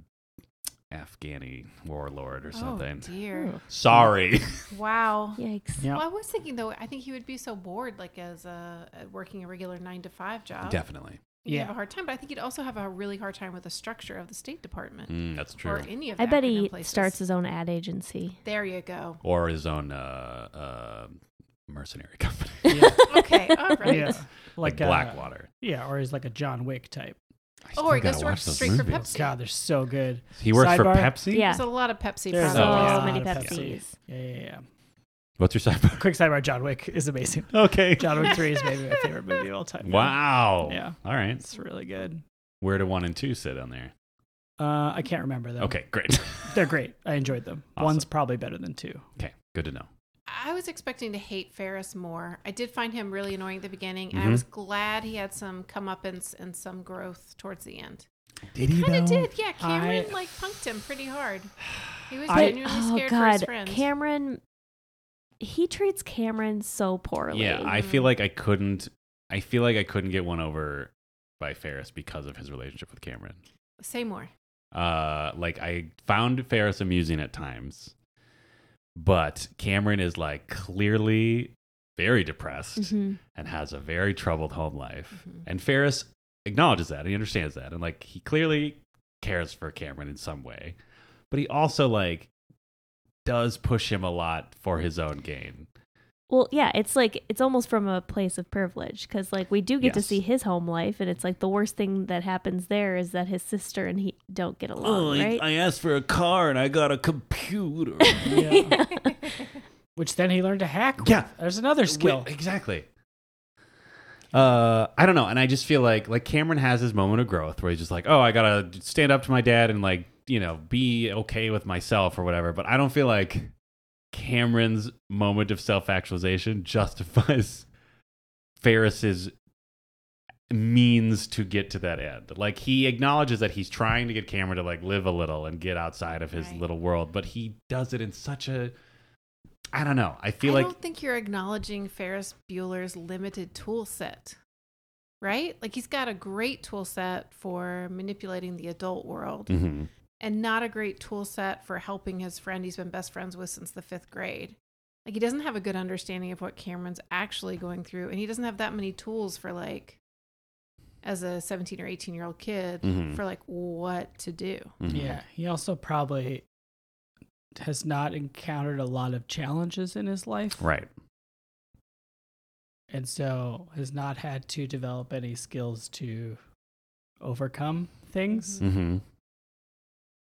A: Afghani warlord or
D: Oh
A: something.
D: dear.
A: Sorry.
D: Wow.
C: Yikes.
B: Yeah.
D: Well, I was thinking though, I think he would be so bored, like as a uh, working a regular nine to five job.
A: Definitely.
D: You have
B: Yeah.
D: a hard time, but I think he'd also have a really hard time with the structure of the State Department
A: Mm, that's
D: or
A: true.
D: any of. The
C: I bet
D: acronym
C: he
D: places.
C: starts his own ad agency.
D: There you go.
A: Or his own uh, uh, mercenary company.
D: Okay. All right.
B: Yeah.
A: like
B: Like, a-
A: Blackwater.
B: yeah, or he's like a John Wick type.
A: I
D: uh, Oh,
A: still
D: or he
A: gotta
D: goes to work
A: watch those
D: straight for
A: movies.
D: Pepsi.
B: God, they're so good.
A: He works for
B: Sidebar?
A: Pepsi?
C: Yeah.
D: There's a lot of Pepsi.
B: There's
D: products.
C: Oh, So
A: a
C: many
B: lot of
C: Pepsis.
B: Yeah, yeah, yeah.
A: What's your sidebar?
B: Quick sidebar: John Wick is amazing.
A: Okay.
B: John Wick Three is maybe my favorite movie of all time.
A: Wow.
B: Yeah.
A: All right.
B: it's really good.
A: Where do one and two sit on there?
B: Uh, I can't remember them.
A: Okay, great.
B: they're great. I enjoyed them.
A: Awesome.
B: One's probably better than two.
A: okay, good to know.
D: I was expecting to hate Ferris more. I did find him really annoying at the beginning, and
A: Mhm.
D: I was glad he had some comeuppance and some growth towards the end.
A: Did he
D: Kind of did, yeah. Cameron
B: I-
D: like punked him pretty hard. He was
B: I-
D: genuinely
C: Oh
D: scared for his
C: God,
D: friends.
C: Cameron. He treats Cameron so poorly.
A: Yeah, I feel like I couldn't. I feel like I couldn't get one over by Ferris because of his relationship with Cameron.
D: Say more.
A: Uh, like I found Ferris amusing at times, but Cameron is like clearly very depressed
C: Mhm.
A: and has a very troubled home life. And Ferris acknowledges that. He understands that. And like he clearly cares for Cameron in some way. But he also like does push him a lot for his own gain.
C: Well, yeah, it's like it's almost from a place of privilege because, like, we do get to
A: Yes.
C: see his home life, and it's like the worst thing that happens there is that his sister and he don't get
A: Oh,
C: along, right?
A: asked for a car and I got a computer.
B: Yeah. Which then he learned to hack. with.
A: Yeah.
B: there's another skill.
A: Wait, exactly. Uh, I don't know, and I just feel like like Cameron has his moment of growth where he's just like, oh, I gotta stand up to my dad and like you know be okay with myself or whatever. But I don't feel like Cameron's moment of self actualization justifies Ferris's means to get to that end. Like he acknowledges that he's trying to get Cameron to like live a little and get outside of his
D: Right.
A: little world, but he does it in such a I don't know. I feel
D: I
A: like
D: don't think you're acknowledging Ferris Bueller's limited tool set, right? Like he's got a great tool set for manipulating the adult world,
A: Mhm.
D: and not a great tool set for helping his friend he's been best friends with since the fifth grade. Like he doesn't have a good understanding of what Cameron's actually going through, and he doesn't have that many tools for like, as a 17 or 18 year old kid,
A: Mhm.
D: for like what to do.
A: Mm-hmm.
B: Yeah, he also probably has not encountered a lot of challenges in his life,
A: Right.
B: and so has not had to develop any skills to overcome things
A: Mm-hmm.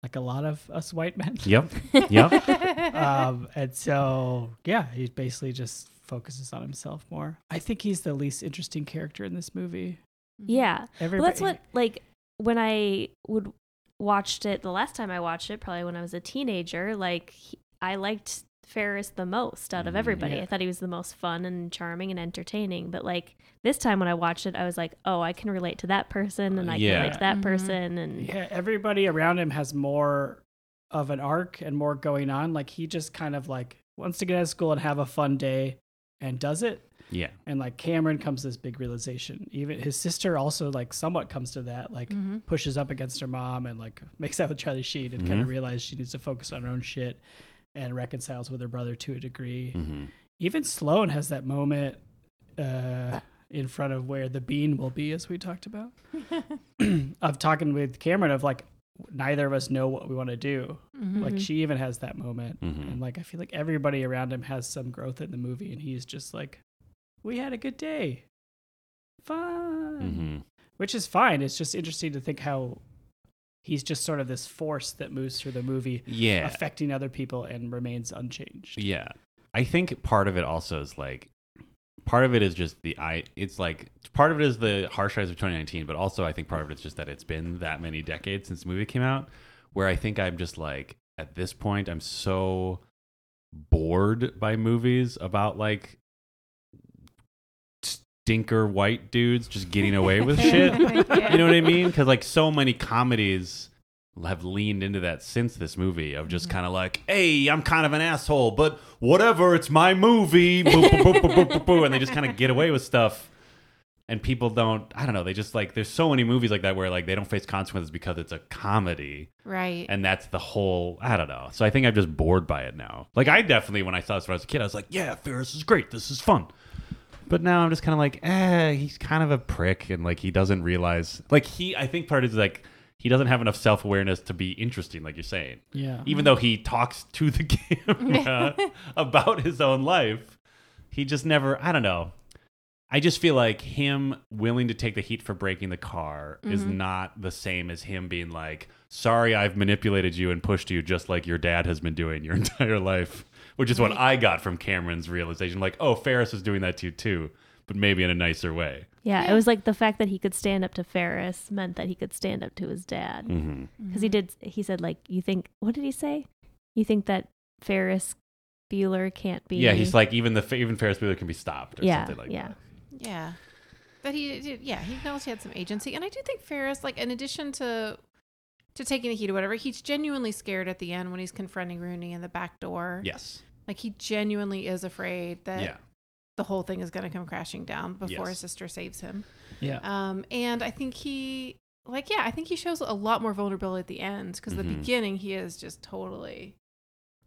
B: like a lot of us white men.
A: Yep. Yep. Uh,
B: Um, and so, yeah, he basically just focuses on himself more. I think he's the least interesting character in this movie.
C: yeah, well,
B: Everybody,
C: that's what like when I would watched it the last time I watched it, probably when I was a teenager. Like, he, I liked Ferris the most out of
A: Mm,
C: everybody.
B: yeah.
C: I thought he was the most fun and charming and entertaining. But like this time when I watched it, I was like, oh, I can relate to that person, and I can
A: Yeah.
C: relate to that
D: Mhm.
C: person, and
B: Yeah, everybody around him has more of an arc and more going on. Like he just kind of like wants to get out of school and have a fun day and does it.
A: Yeah.
B: And like Cameron comes to this big realization. Even his sister also like somewhat comes to that, like pushes up against her mom and like makes out with Charlie Sheen and kind of realizes she needs to focus on her own shit and reconciles with her brother to a degree.
A: Mm-hmm.
B: Even Sloan has that moment uh, in front of where the bean will be, as we talked about, of talking with Cameron of like, neither of us know what we want to do. Like she even has that moment.
A: Mm-hmm.
B: And like, I feel like everybody around him has some growth in the movie and he's just like, we had a good day. Fun.
A: hmm
B: Which is fine. It's just interesting to think how he's just sort of this force that moves through the movie,
A: Yeah.
B: affecting other people and remains unchanged.
A: Yeah. I think part of it also is like part of it is just the I it's like part of it is the harsh eyes of 2019, but also I think part of it is just that it's been that many decades since the movie came out where I think I'm just like at this point I'm so bored by movies about like stinker white dudes just getting away with shit. You know what I mean? Because like so many comedies have leaned into that since this movie of just kind of like, hey, I'm kind of an asshole, but whatever, it's my movie. Boo, boo, boo, boo, boo, boo, boo, and they just kind of get away with stuff. And people don't, I don't know, they just like, there's so many movies like that where like they don't face consequences because it's a comedy.
D: Right.
A: And that's the whole, I don't know. So I think I'm just bored by it now. Like I definitely, when I saw this when I was a kid, I was like, yeah, Ferris is great. This is fun. But now I'm just kind of like, eh, he's kind of a prick. And like, he doesn't realize, like, he, I think part is like, he doesn't have enough self awareness to be interesting, like you're saying.
B: Yeah.
A: Even though he talks to the camera about his own life, he just never, I don't know. I just feel like him willing to take the heat for breaking the car is
D: Mm-hmm.
A: not the same as him being like, sorry, I've manipulated you and pushed you just like your dad has been doing your entire life, which is what I got from Cameron's realization. Like, oh, Ferris was doing that to you too, but maybe in a nicer way.
C: Yeah, it was like the fact that he could stand up to Ferris meant that he could stand up to his dad because
A: Mm-hmm.
C: he did. He said like, "You think what did he say? You think that Ferris Bueller can't be?"
A: Yeah, he's like, even the even Ferris Bueller can be stopped or
C: yeah,
A: something like
C: yeah.
A: that.
D: Yeah. But he did, yeah, he acknowledged he had some agency. And I do think Ferris, like, in addition to to taking the heat or whatever, he's genuinely scared at the end when he's confronting Rooney in the back door.
A: Yes.
D: Like, he genuinely is afraid that
A: Yeah.
D: the whole thing is going to come crashing down before
A: Yes.
D: his sister saves him.
B: Yeah.
D: Um, and I think he, like, yeah, I think he shows a lot more vulnerability at the end because the
A: Mhm.
D: beginning he is just totally.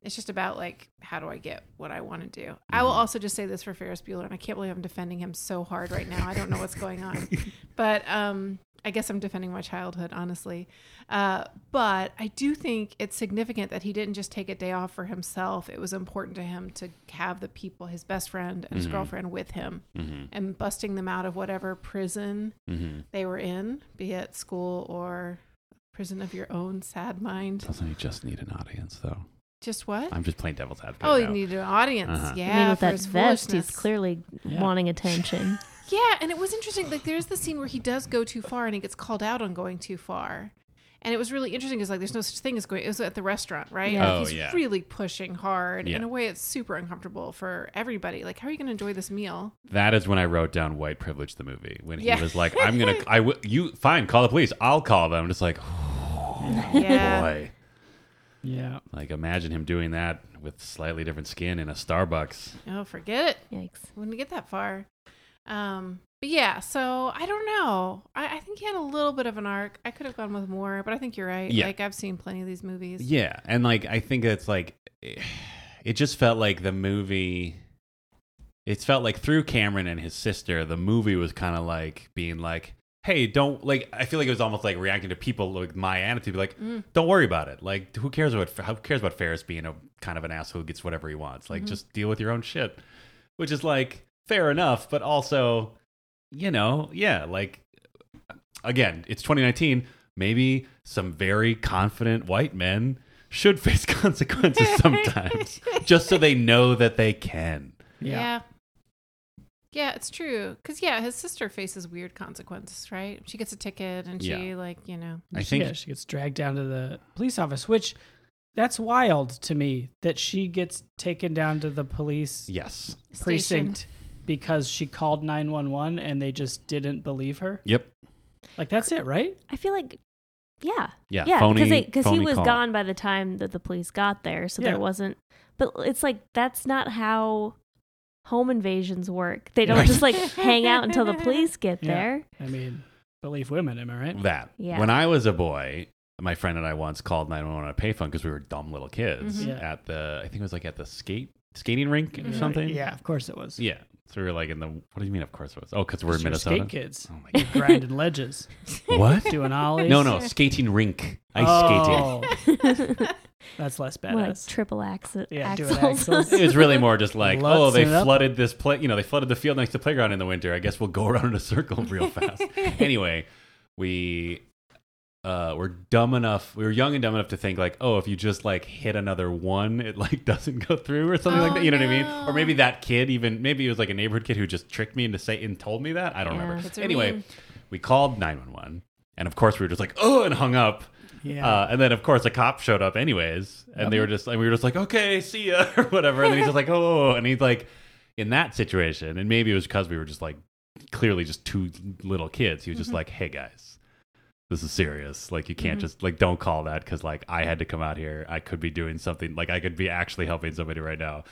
D: It's just about like, how do I get what I want to do? I will also just say this for Ferris Bueller, and I can't believe I'm defending him so hard right now. I don't know what's going on, but um, I guess I'm defending my childhood, honestly. Uh, but I do think it's significant that he didn't just take a day off for himself. It was important to him to have the people, his best friend and his
A: Mhm.
D: girlfriend, with him
A: Mm-hmm.
D: and busting them out of whatever prison
A: Mm-hmm.
D: they were in, be it school or prison of your own sad mind.
A: Doesn't he just need an audience, though?
D: Just what?
A: I'm just playing devil's advocate.
D: oh,
A: now.
D: you need an audience.
A: Uh-huh.
D: Yeah,
C: I mean, with
D: for
C: that
D: his
C: vest, he's
D: foolishness.
C: clearly
B: Yeah.
C: wanting attention.
D: Yeah, and it was interesting. Like, there's the scene where he does go too far, and he gets called out on going too far. And it was really interesting because like there's no such thing as going. It was at the restaurant, right?
C: Yeah.
A: Oh,
D: Like, he's
A: yeah.
D: really pushing hard.
A: Yeah.
D: In a way, it's super uncomfortable for everybody. Like, how are you going to enjoy this meal?
A: That is when I wrote down white privilege the movie when
D: Yeah.
A: he was like, "I'm gonna, I will, you fine, call the police. I'll call them." Just like,
D: Yeah.
A: boy,
B: Yeah.
A: like imagine him doing that with slightly different skin in a Starbucks.
D: Oh, forget it.
C: Yikes!
D: wouldn't get that far. Um, but yeah, so I don't know. I, I think he had a little bit of an arc. I could have gone with more, but I think you're right.
A: Yeah.
D: Like I've seen plenty of these movies.
A: Yeah, and like I think it's like, it just felt like the movie. It felt like through Cameron and his sister, the movie was kind of like being like, "Hey, don't like." I feel like it was almost like reacting to people like my attitude, be like,
D: Mm.
A: "Don't worry about it. Like, who cares about who cares about Ferris being a kind of an asshole who gets whatever he wants? Like,
C: Mm-hmm.
D: Mhm.
A: just deal with your own shit." Which is like fair enough, but also, you know, yeah, like again, it's 2019. Maybe some very confident white men should face consequences sometimes, just so they know that they can.
D: Yeah.
B: Yeah.
D: yeah. it's true. Cause yeah, his sister faces weird consequences, right? She gets a ticket and she
A: Yeah.
D: like, you know.
A: I
B: She-
A: think-
B: yeah, she gets dragged down to the police office, which that's wild to me that she gets taken down to the police
A: Yes.
B: precinct because she called 911 and they just didn't believe her.
A: Yep.
B: Like, that's it, right?
C: I feel like, yeah,
A: Yeah.
C: yeah,
A: phony-
C: because he
A: phony
C: was
A: call.
C: gone by the time that the police got there, so
B: Yeah.
C: there wasn't. But it's like that's not how home invasions work. They don't
A: Right.
C: just like hang out until the police get
B: Yeah.
C: there.
B: I mean, believe women, am I right?
A: That.
C: Yeah.
A: When I was a boy, my friend and I once called 911 on a payphone because we were dumb little kids
B: Mhm. Yeah.
A: at the, I think it was like at the skate skating rink or
B: Mm-hmm.
D: Yeah.
A: something.
B: Yeah, of course it was.
A: Yeah. So we were like in the, what do you mean, of course it was? Oh, because we're
B: Just
A: in Minnesota.
B: your Skate kids
A: Oh my God.
B: grinding ledges,
A: what?
B: doing ollies.
A: No, no, skating rink. Ice
B: oh,
C: More
B: That's less
C: like
B: badass.
C: triple axi-
B: Yeah, doing
C: axles.
B: axles.
A: skating. It was really more just like,
B: Let's
A: oh, they
B: it up.
A: flooded this play. You know, they flooded the field next to the playground in the winter. I guess we'll go around in a circle real fast. anyway, we uh, were dumb enough. We were young and dumb enough to think like, oh, if you just like hit another one, it like doesn't go through or something like
D: Oh,
A: that. You know what I
D: no.
A: mean? Or maybe that kid even maybe it was like a neighborhood kid who just tricked me into saying and told me that. I don't
C: Yeah.
A: remember.
D: That's what I
A: Anyway,
D: mean.
A: we called nine one one. And of course, we were just like, oh, and hung up.
B: Yeah.
A: Uh, and then, of course, a cop showed up anyways, and they were just, and we were just like, okay, see ya, or whatever. And then he's just like, oh, and he's like, in that situation, and maybe it was because we were just like, clearly just two little kids. He was
B: Mm-hmm.
A: just like, hey guys, this is serious. Like, you can't just like, don't call that because like I had to come out here. I could be doing something. Like, I could be actually helping somebody right now.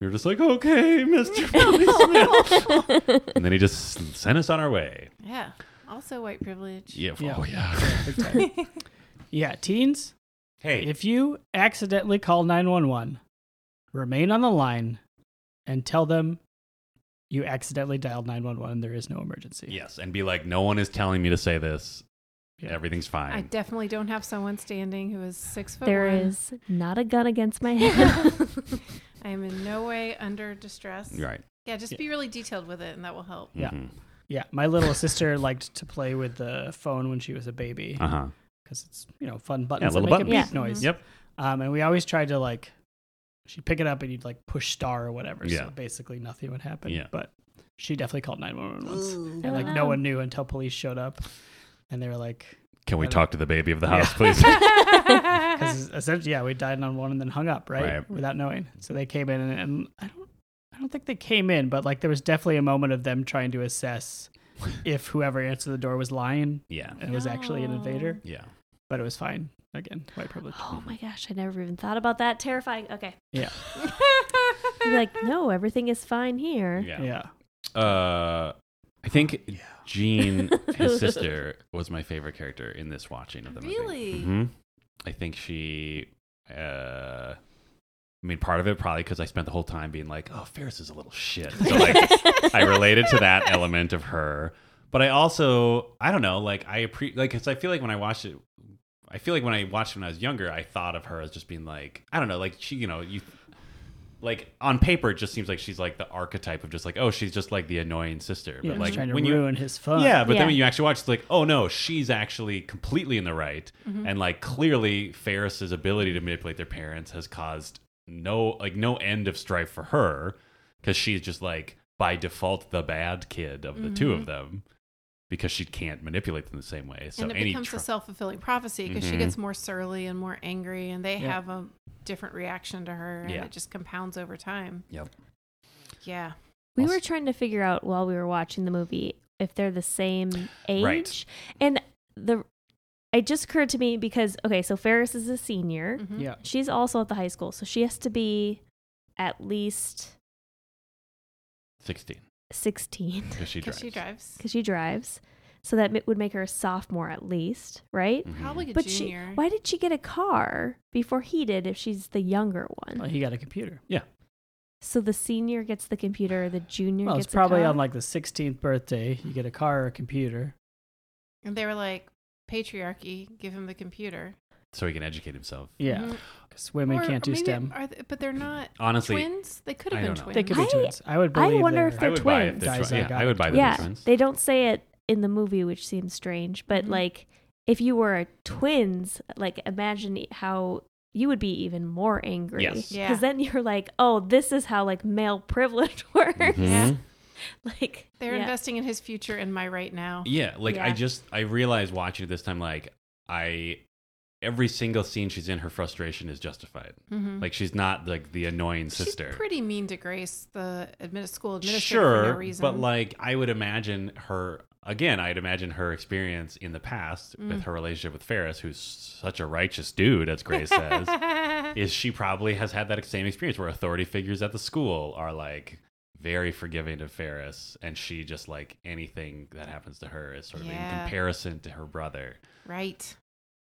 A: We were just like, okay, Mister Policeman. and then he just s- sent us on our way.
D: Yeah. Also white privilege.
A: Yeah.
B: Yeah.
A: Oh yeah.
B: yeah, teens,
A: hey.
B: if you accidentally call 911, remain on the line and tell them you accidentally dialed 911 and there is no emergency.
A: Yes, and be like, no one is telling me to say this.
B: Yeah.
A: Everything's fine.
D: I definitely don't have someone standing who is six foot
C: There
D: one.
C: is not a gun against my head.
D: I am in no way under distress.
A: right.
D: Yeah, just
B: Yeah.
D: be really detailed with it and that will help.
B: Yeah.
A: Mhm.
B: Yeah, my little sister liked to play with the phone when she was a baby
A: Uh huh.
B: because it's, you know, fun buttons
A: little
B: that make a
A: buttons.
B: beep
C: Yeah.
B: noise.
A: Mhm. Yep.
B: Um, and we always tried to like, she'd pick it up and you'd like push star or whatever.
A: Yeah.
B: So basically nothing would happen.
A: Yeah.
B: But she definitely called 911 once. And
C: Oh,
B: like no
C: no.
B: one knew until police showed up and they were like,
A: Can we
B: Uh,
A: talk to the baby of the
B: yeah.
A: house, please?
B: Because essentially, yeah, we died on one and then hung up, right?
A: Right.
B: Without knowing. So they came in, and, and I don't, I don't think they came in, but like there was definitely a moment of them trying to assess if whoever answered the door was lying
A: yeah.
B: and was actually an
C: No.
B: invader.
A: Yeah.
B: But it was fine. Again, white privilege.
C: oh my gosh, I never even thought about that. Terrifying. Okay.
B: Yeah,
C: You're like, no, everything is fine here.
A: Yeah.
B: yeah.
A: Uh, I think Jean, his sister, was my favorite character in this watching of the movie.
D: Really?
A: hmm I think she. Uh, I mean, part of it probably because I spent the whole time being like, "Oh, Ferris is a little shit." So like, I related to that element of her. But I also, I don't know, like I appreciate, like, cause I feel like when I watched it, I feel like when I watched it when I was younger, I thought of her as just being like, I don't know, like she, you know, you, like on paper, it just seems like she's like the archetype of just like, oh, she's just like the annoying sister. But
B: yeah
A: like
B: like trying to
A: when you,
B: ruin his fun.
A: yeah, but
C: Yeah.
A: then when you actually watch, it's like, oh no, she's actually completely in the right,
D: Mm-hmm.
A: and like clearly Ferris's ability to manipulate their parents has caused no like no end of strife for her because she's just like by default the bad kid of the two
D: Mm-hmm.
A: of them because she can't manipulate them the same way. So
D: and it
A: any
D: becomes
A: tr-
D: a self fulfilling prophecy because she
A: Mhm.
D: gets more surly and more angry, and they
B: Yeah.
D: have a different reaction to her, and
A: Yeah.
D: it just compounds over time.
A: Yep.
D: Yeah.
C: We
A: Also-
C: were trying to figure out while we were watching the movie if they're the same age.
A: Right.
C: And the it just occurred to me because okay, so Ferris is a senior.
D: Mhm.
B: yeah.
C: She's also at the high school, so she has to be at least
A: sixteen
C: 16
A: because she
D: Because
A: drives.
D: she drives.
C: cuz she drives. So that ma- would make her a sophomore at least, right?
A: Mhm.
D: Probably Mm-hmm. a
C: But
D: junior.
C: she why did she get a car before he did if she's the younger one?
B: Well, he got a computer.
C: so the senior gets the computer, the junior
B: Well,
C: gets
B: it's probably
C: a car.
B: on like the 16th birthday. You get a car or a computer.
D: and they were like, patriarchy, give him the computer.
A: so he can educate himself.
B: Yeah,
D: Mhm.
B: because women
D: Or
B: can't do
D: maybe-
B: STEM.
D: Are they, but they're not
A: Honestly,
D: twins. They could have
A: I
D: been
A: don't know.
D: twins.
B: They could be
C: I-
B: twins. I would
C: I
B: believe.
C: wonder if
B: they're-
A: I would buy it. if they're
B: Guys,
A: twi-
B: I
A: yeah,
B: got
A: I would
B: it.
A: buy them
C: yeah,
A: as twins.
C: they don't say it in the movie, which seems strange. But
D: Mhm.
C: like, if you were twins, like imagine e- how you would be even more angry.
A: Yes.
D: Yeah.
C: Because then you're like, oh, this is how like male privilege works.
B: Mm-hmm.
A: Mhm.
C: like
D: They're
C: yeah.
D: investing in his future and my right now.
A: Yeah, like I
C: Yeah.
A: just I realized watching it this time, like I every single scene she's in, her frustration is justified.
D: Mhm.
A: Like she's not like the annoying sister.
D: She's pretty mean to Grace, the admin- school administrator,
A: sure,
D: for no reason.
A: but like I would imagine her again. I'd imagine her experience in the past
D: Mm.
A: with her relationship with Ferris, who's such a righteous dude, as Grace says, is she probably has had that same experience where authority figures at the school are like very forgiving to Ferris, and she just like anything that happens to her is sort of in
D: Yeah.
A: comparison to her brother.
D: Right.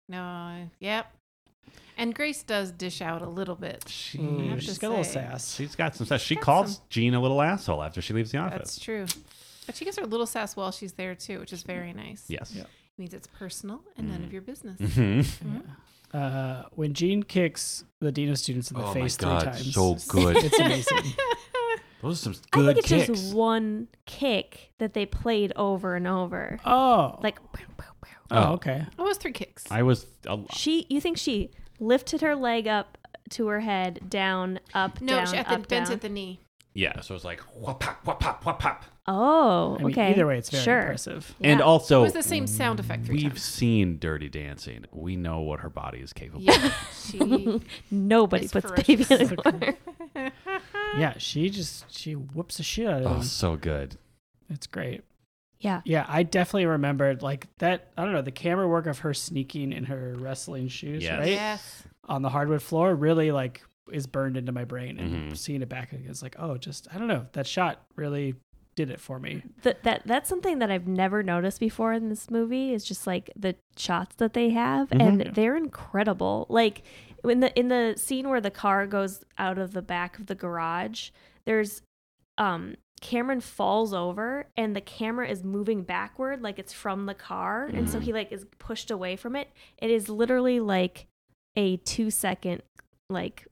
D: No. uh, Yep. And Grace does dish out a little bit.
A: She
B: Ooh,
D: have
B: she's
D: to
B: got a little
D: say-
B: sass.
A: she's got some stuff. She
D: got
A: calls
D: some-
A: Jean a little asshole after she leaves the office.
D: That's true. But she gets her little sass while she's there too, which is very nice.
A: yes.
B: Yeah.
D: means it's personal and none of your business.
A: hmm
B: Uh, when Jean kicks the dean of students
A: Oh
B: in the face three times,
A: good.
B: it's amazing.
A: Those are some
C: I
A: good
C: think it's
A: kicks.
C: just one kick that they played over and over.
B: Oh,
C: Like, bow, bow, bow.
B: oh, okay.
D: Almost three kicks.
A: I was a,
C: she, you think she lifted her leg up to her head, down, up,
D: no,
C: down,
D: she, I think
C: up,
D: bent
C: down.
D: at the knee.
A: yeah. So it's like whap pop whap pop whap pop.
C: oh,
B: I mean,
C: okay.
B: either way, it's very
C: sure.
B: impressive.
A: And
C: Yeah.
A: also,
D: It was the same sound effect three
A: Oh, we've
D: times.
A: seen Dirty Dancing. We know what her body is capable. of.
D: Yeah, she.
C: Nobody
D: It's
C: puts baby
D: ferocious.
C: in a corner.
B: Yeah, she just she whoops the shit out of
A: Oh,
B: him.
A: so good.
B: It's great.
C: Yeah.
B: Yeah, I definitely remembered like that. I don't know the camera work of her sneaking in her wrestling shoes,
A: Yes.
B: right,
D: yes.
B: on the hardwood floor, really like is burned into my brain. And
A: Mhm.
B: seeing it back, it's like, oh, just I don't know that shot really did it for me.
C: That that that's something that I've never noticed before in this movie is just like the shots that they have and they're incredible. Like in the in the scene where the car goes out of the back of the garage, there's um Cameron falls over and the camera is moving backward like it's from the car and so he like is pushed away from it. It is literally like a 2 second like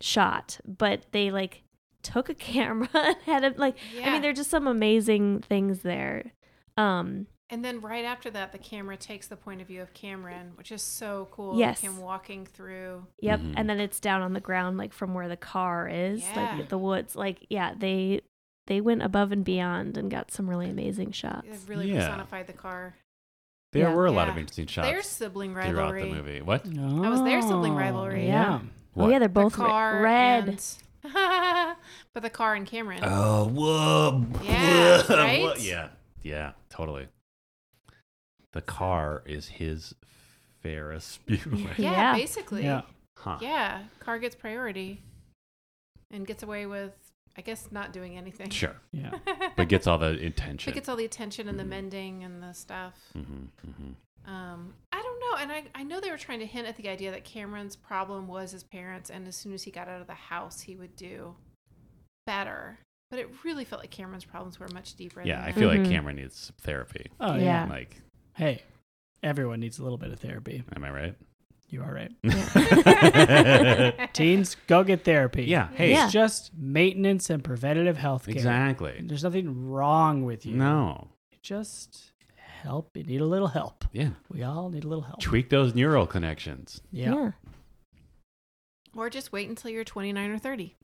C: shot, but they like took a camera and had it like I
D: Yeah.
C: mean, there are just some amazing things there. Um,
D: And then right after that, the camera takes the point of view of Cameron, which is so cool.
C: Yes.
D: Him walking through.
C: yep.
A: Mhm.
C: And then it's down on the ground, like from where the car is,
D: Yeah.
C: like the woods. Like, yeah, they they went above and beyond and got some really amazing shots.
D: It really
A: Yeah.
D: personified the car.
A: There
C: Yeah.
A: were a lot of
D: Yeah.
A: interesting
D: Their
A: shots
D: sibling
A: throughout
D: rivalry.
A: the movie. What?
B: No,
D: was their sibling rivalry.
B: Mm. Yeah.
C: Oh yeah, they're both
D: the
C: re-
D: car
C: red.
D: and- but the car and Cameron.
A: Oh, whoa.
D: Yeah,
A: Whoa.
D: right?
A: Yeah. Yeah, totally. The car is his Ferris Bueller.
D: yeah,
C: Yeah.
D: basically.
B: Yeah.
A: Huh.
D: Yeah, car gets priority and gets away with, I guess, not doing anything.
A: Sure.
B: Yeah.
A: But gets all the
D: She
A: attention.
D: gets all the attention and the
A: Mhm.
D: mending and the stuff.
A: Mhm, mhm.
D: Um, I don't know. And I, I know they were trying to hint at the idea that Cameron's problem was his parents, and as soon as he got out of the house, he would do better. But it really felt like Cameron's problems were much deeper.
A: Yeah,
D: than
A: I
D: that.
A: feel
C: Mhm.
A: like Cameron needs some therapy.
B: Oh yeah.
C: Yeah.
A: Like,
B: Hey, everyone needs a little bit of therapy.
A: am I right?
B: You are right.
A: Yeah.
B: Teens, go get therapy.
A: Hey,
C: Yeah.
B: It's just maintenance and preventative health care.
A: exactly.
B: There's nothing wrong with you.
A: No.
B: Just help. You need a little help.
A: Yeah.
B: We all need a little help.
A: Tweak those neural connections.
B: Yeah.
D: Or just wait until you're 29 or 30.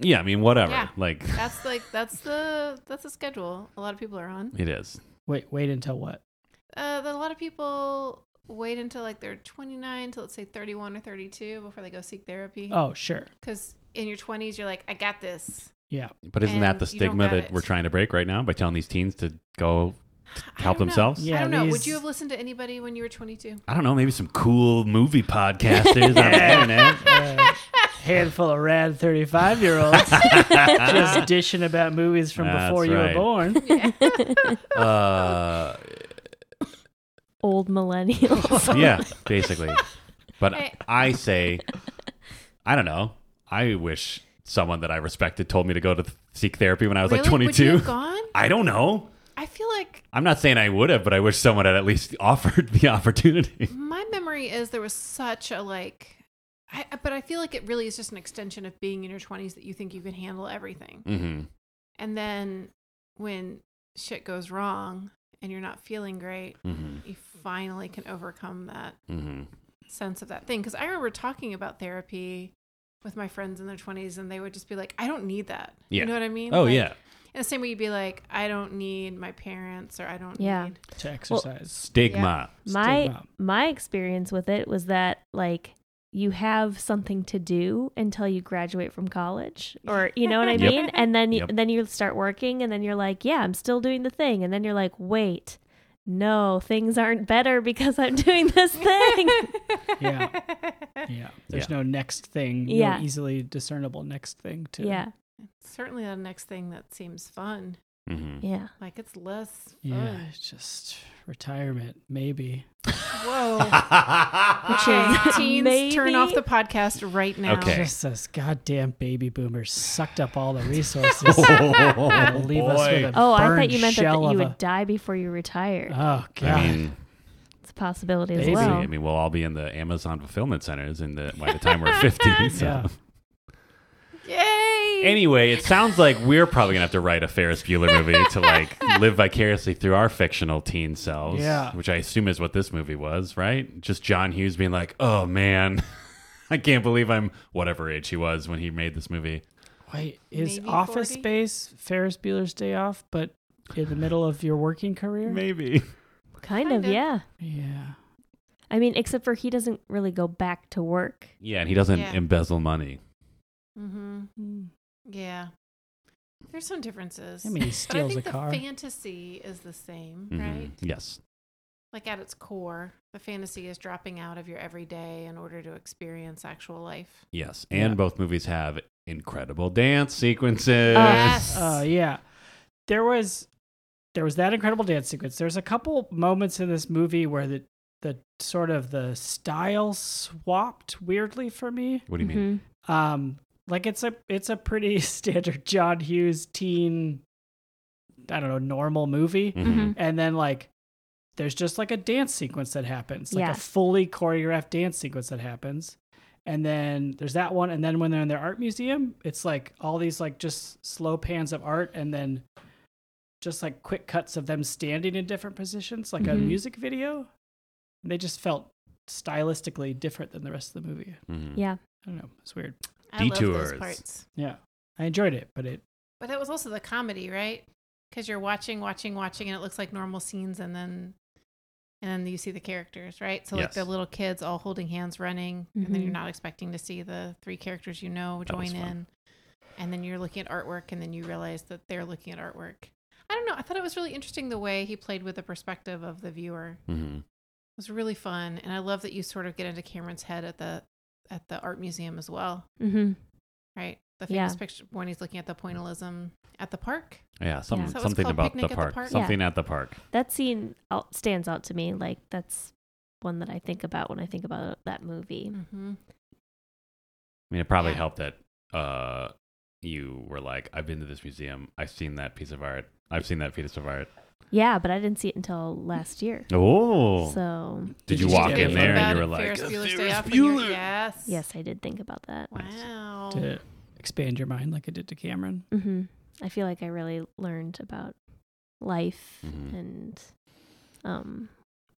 A: Yeah, I mean, whatever.
D: Yeah.
A: Like,
D: That's like that's the that's the schedule a lot of people are on.
A: it is.
B: Wait, wait until what?
D: Uh, that a lot of people wait until like they're 29 to let's say 31 or 32 before they go seek therapy.
B: Oh, sure.
D: Because in your 20s, you're like, I got this.
B: Yeah.
A: But isn't that
D: And
A: the
D: you don't
A: stigma
D: got
A: that
D: it.
A: we're trying to break right now by telling these teens to go
D: I
A: help
D: don't know.
A: themselves?
B: Yeah,
D: I don't know.
B: these-
D: Would you have listened to anybody when you were 22?
A: I don't know, maybe some cool movie podcasters on the internet.
B: Uh, handful of rad 35 year olds just dishing about movies from
A: That's
B: before you
A: right.
B: were born.
A: Uh,
C: Old millennials.
A: yeah, basically. But
D: Hey.
A: I say, I don't know. I wish someone that I respected told me to go to th- seek therapy when I was
D: really?
A: like
D: Would you
A: 22.
D: have gone?
A: I don't know.
D: I feel like
A: I'm not saying I would have, but I wish someone had at least offered the opportunity.
D: my memory is there was such a like, I, but I feel like it really is just an extension of being in your 20s that you think you can handle everything.
A: Mm-hmm.
D: And then when shit goes wrong and you're not feeling great,
A: Mm-hmm.
D: you finally can overcome that
A: Mm-hmm.
D: sense of that thing. Because I remember talking about therapy with my friends in their 20s and they would just be like, I don't need that.
A: Yeah.
D: You know what I mean?
A: Oh,
D: Like,
A: yeah.
D: And the same way you'd be like, I don't need my parents or I don't
C: Yeah.
D: need.
B: To exercise.
A: Stigma.
C: my
B: Stigma.
C: my experience with it was that like you have something to do until you graduate from college or you know what i
A: Yep.
C: mean and then you,
A: Yep.
C: and then you start working and then you're like yeah i'm still doing the thing and then you're like wait no things aren't better because i'm doing this thing
B: Yeah. Yeah. There's no next thing,
C: Yeah.
B: no easily discernible next thing to
C: yeah
D: It's certainly the next thing that seems fun.
A: Mm-hmm.
C: Yeah.
D: Like it's less fun.
B: Yeah, Oh, it's just retirement, maybe.
D: Whoa.
C: is-
D: Teens, turn off
C: Maybe.
D: the podcast right now.
A: Okay.
B: Jesus, goddamn baby boomers sucked up all the resources.
A: oh,
B: Leave us with
A: boy.
B: a
C: Oh, I
B: burned
C: thought you meant that,
B: shell
C: that you
B: of
C: would
B: a-
C: die before you retired.
B: Oh god.
A: I mean,
C: it's a possibility as
B: Maybe.
A: see,
C: well.
A: I mean, we'll all be in the Amazon fulfillment centers in the by the time we're fifty. So.
B: Yeah.
D: Yay.
A: Anyway, it sounds like we're probably gonna have to write a Ferris Bueller movie to like live vicariously through our fictional teen selves.
B: Yeah.
A: Which I assume is what this movie was, right? Just John Hughes being like, "Oh man, I can't believe I'm whatever age he was when he made this movie."
B: Wait, is
D: Maybe
B: Office
D: 40?
B: Space Ferris Bueller's Day Off, but in the middle of your working career?
A: Maybe.
C: kind
D: kind
C: of,
D: of.
C: yeah.
B: Yeah.
C: I mean, except for he doesn't really go back to work.
A: Yeah, and he doesn't
D: Yeah.
A: embezzle money.
D: Mm-hmm.
B: I
D: Yeah. There's some differences.
B: mean, he
D: but I
B: steals
D: think
B: a
D: the
B: car.
D: fantasy is the same,
A: Mhm.
D: right?
A: Yes.
D: Like at its core, the fantasy is dropping out of your everyday in order to experience actual life.
A: Yes. And
B: Yeah.
A: both movies have incredible dance sequences.
D: Yes.
B: Oh yeah. There was there was that incredible dance sequence. There's a couple moments in this movie where the the sort of the style swapped weirdly for me.
A: What do you mean?
C: Mm-hmm.
B: Um like it's a it's a pretty standard John Hughes teen I don't know, normal movie.
D: mm-hmm.
C: Mm-hmm.
A: Mhm.
B: and then like there's just like a dance sequence that happens like
C: Yeah.
B: a fully choreographed dance sequence that happens and then there's that one and then when they're in their art museum it's like all these like just slow pans of art and then just like quick cuts of them standing in different positions like a
C: Mhm.
B: music video and they just felt stylistically different than the rest of the movie
D: Mm-hmm.
A: Mhm.
C: Yeah.
B: i don't know it's weird
D: I love
A: Detours.
D: those parts.
B: yeah i enjoyed it but it
D: But that was also the comedy, right? Because you're watching, watching, watching, and it looks like normal scenes, and then and then you see the characters, right? So like
A: Yes.
D: the little kids all holding hands, running, and then you're
C: Mhm.
D: not expecting to see the three characters you know
A: That was
D: join
A: fun.
D: in, and then you're looking at artwork, and then you realize that they're looking at artwork. I don't know. I thought it was really interesting the way he played with the perspective of the viewer.
A: Mhm.
D: It was really fun, and I love that you sort of get into Cameron's head at the at the art museum as well,
C: Mm-hmm.
D: right? The
C: Yeah.
D: famous picture when he's looking at the pointillism at the park.
A: Yeah, some,
C: Yeah. So
D: it's
A: something
D: called
A: about the
D: Picnic at the
A: park.
D: Park?
C: Yeah.
A: Something at the park.
C: That scene out, stands out to me. Like, that's one that I think about when I think about that movie.
D: Mm-hmm.
A: I mean, it probably
D: Yeah.
A: helped that uh, you were like, I've been to this museum. I've seen that piece of art. I've seen that piece of art.
C: Yeah, but I didn't see it until last year.
A: Oh.
C: So,
A: did
B: Did
A: you
B: you
A: walk
B: get
A: in
B: it
A: there and
B: about
A: you were
D: it,
A: like,
D: Ferris
A: "Uh,
D: Bueller's Day
A: Ferris
D: Off," and you're-
A: Bueller."
D: yes.
C: yes, I did think about that.
D: Wow.
B: to expand your mind like it did to cameron
C: hmm I feel like I really learned about life
A: Mhm.
C: and um,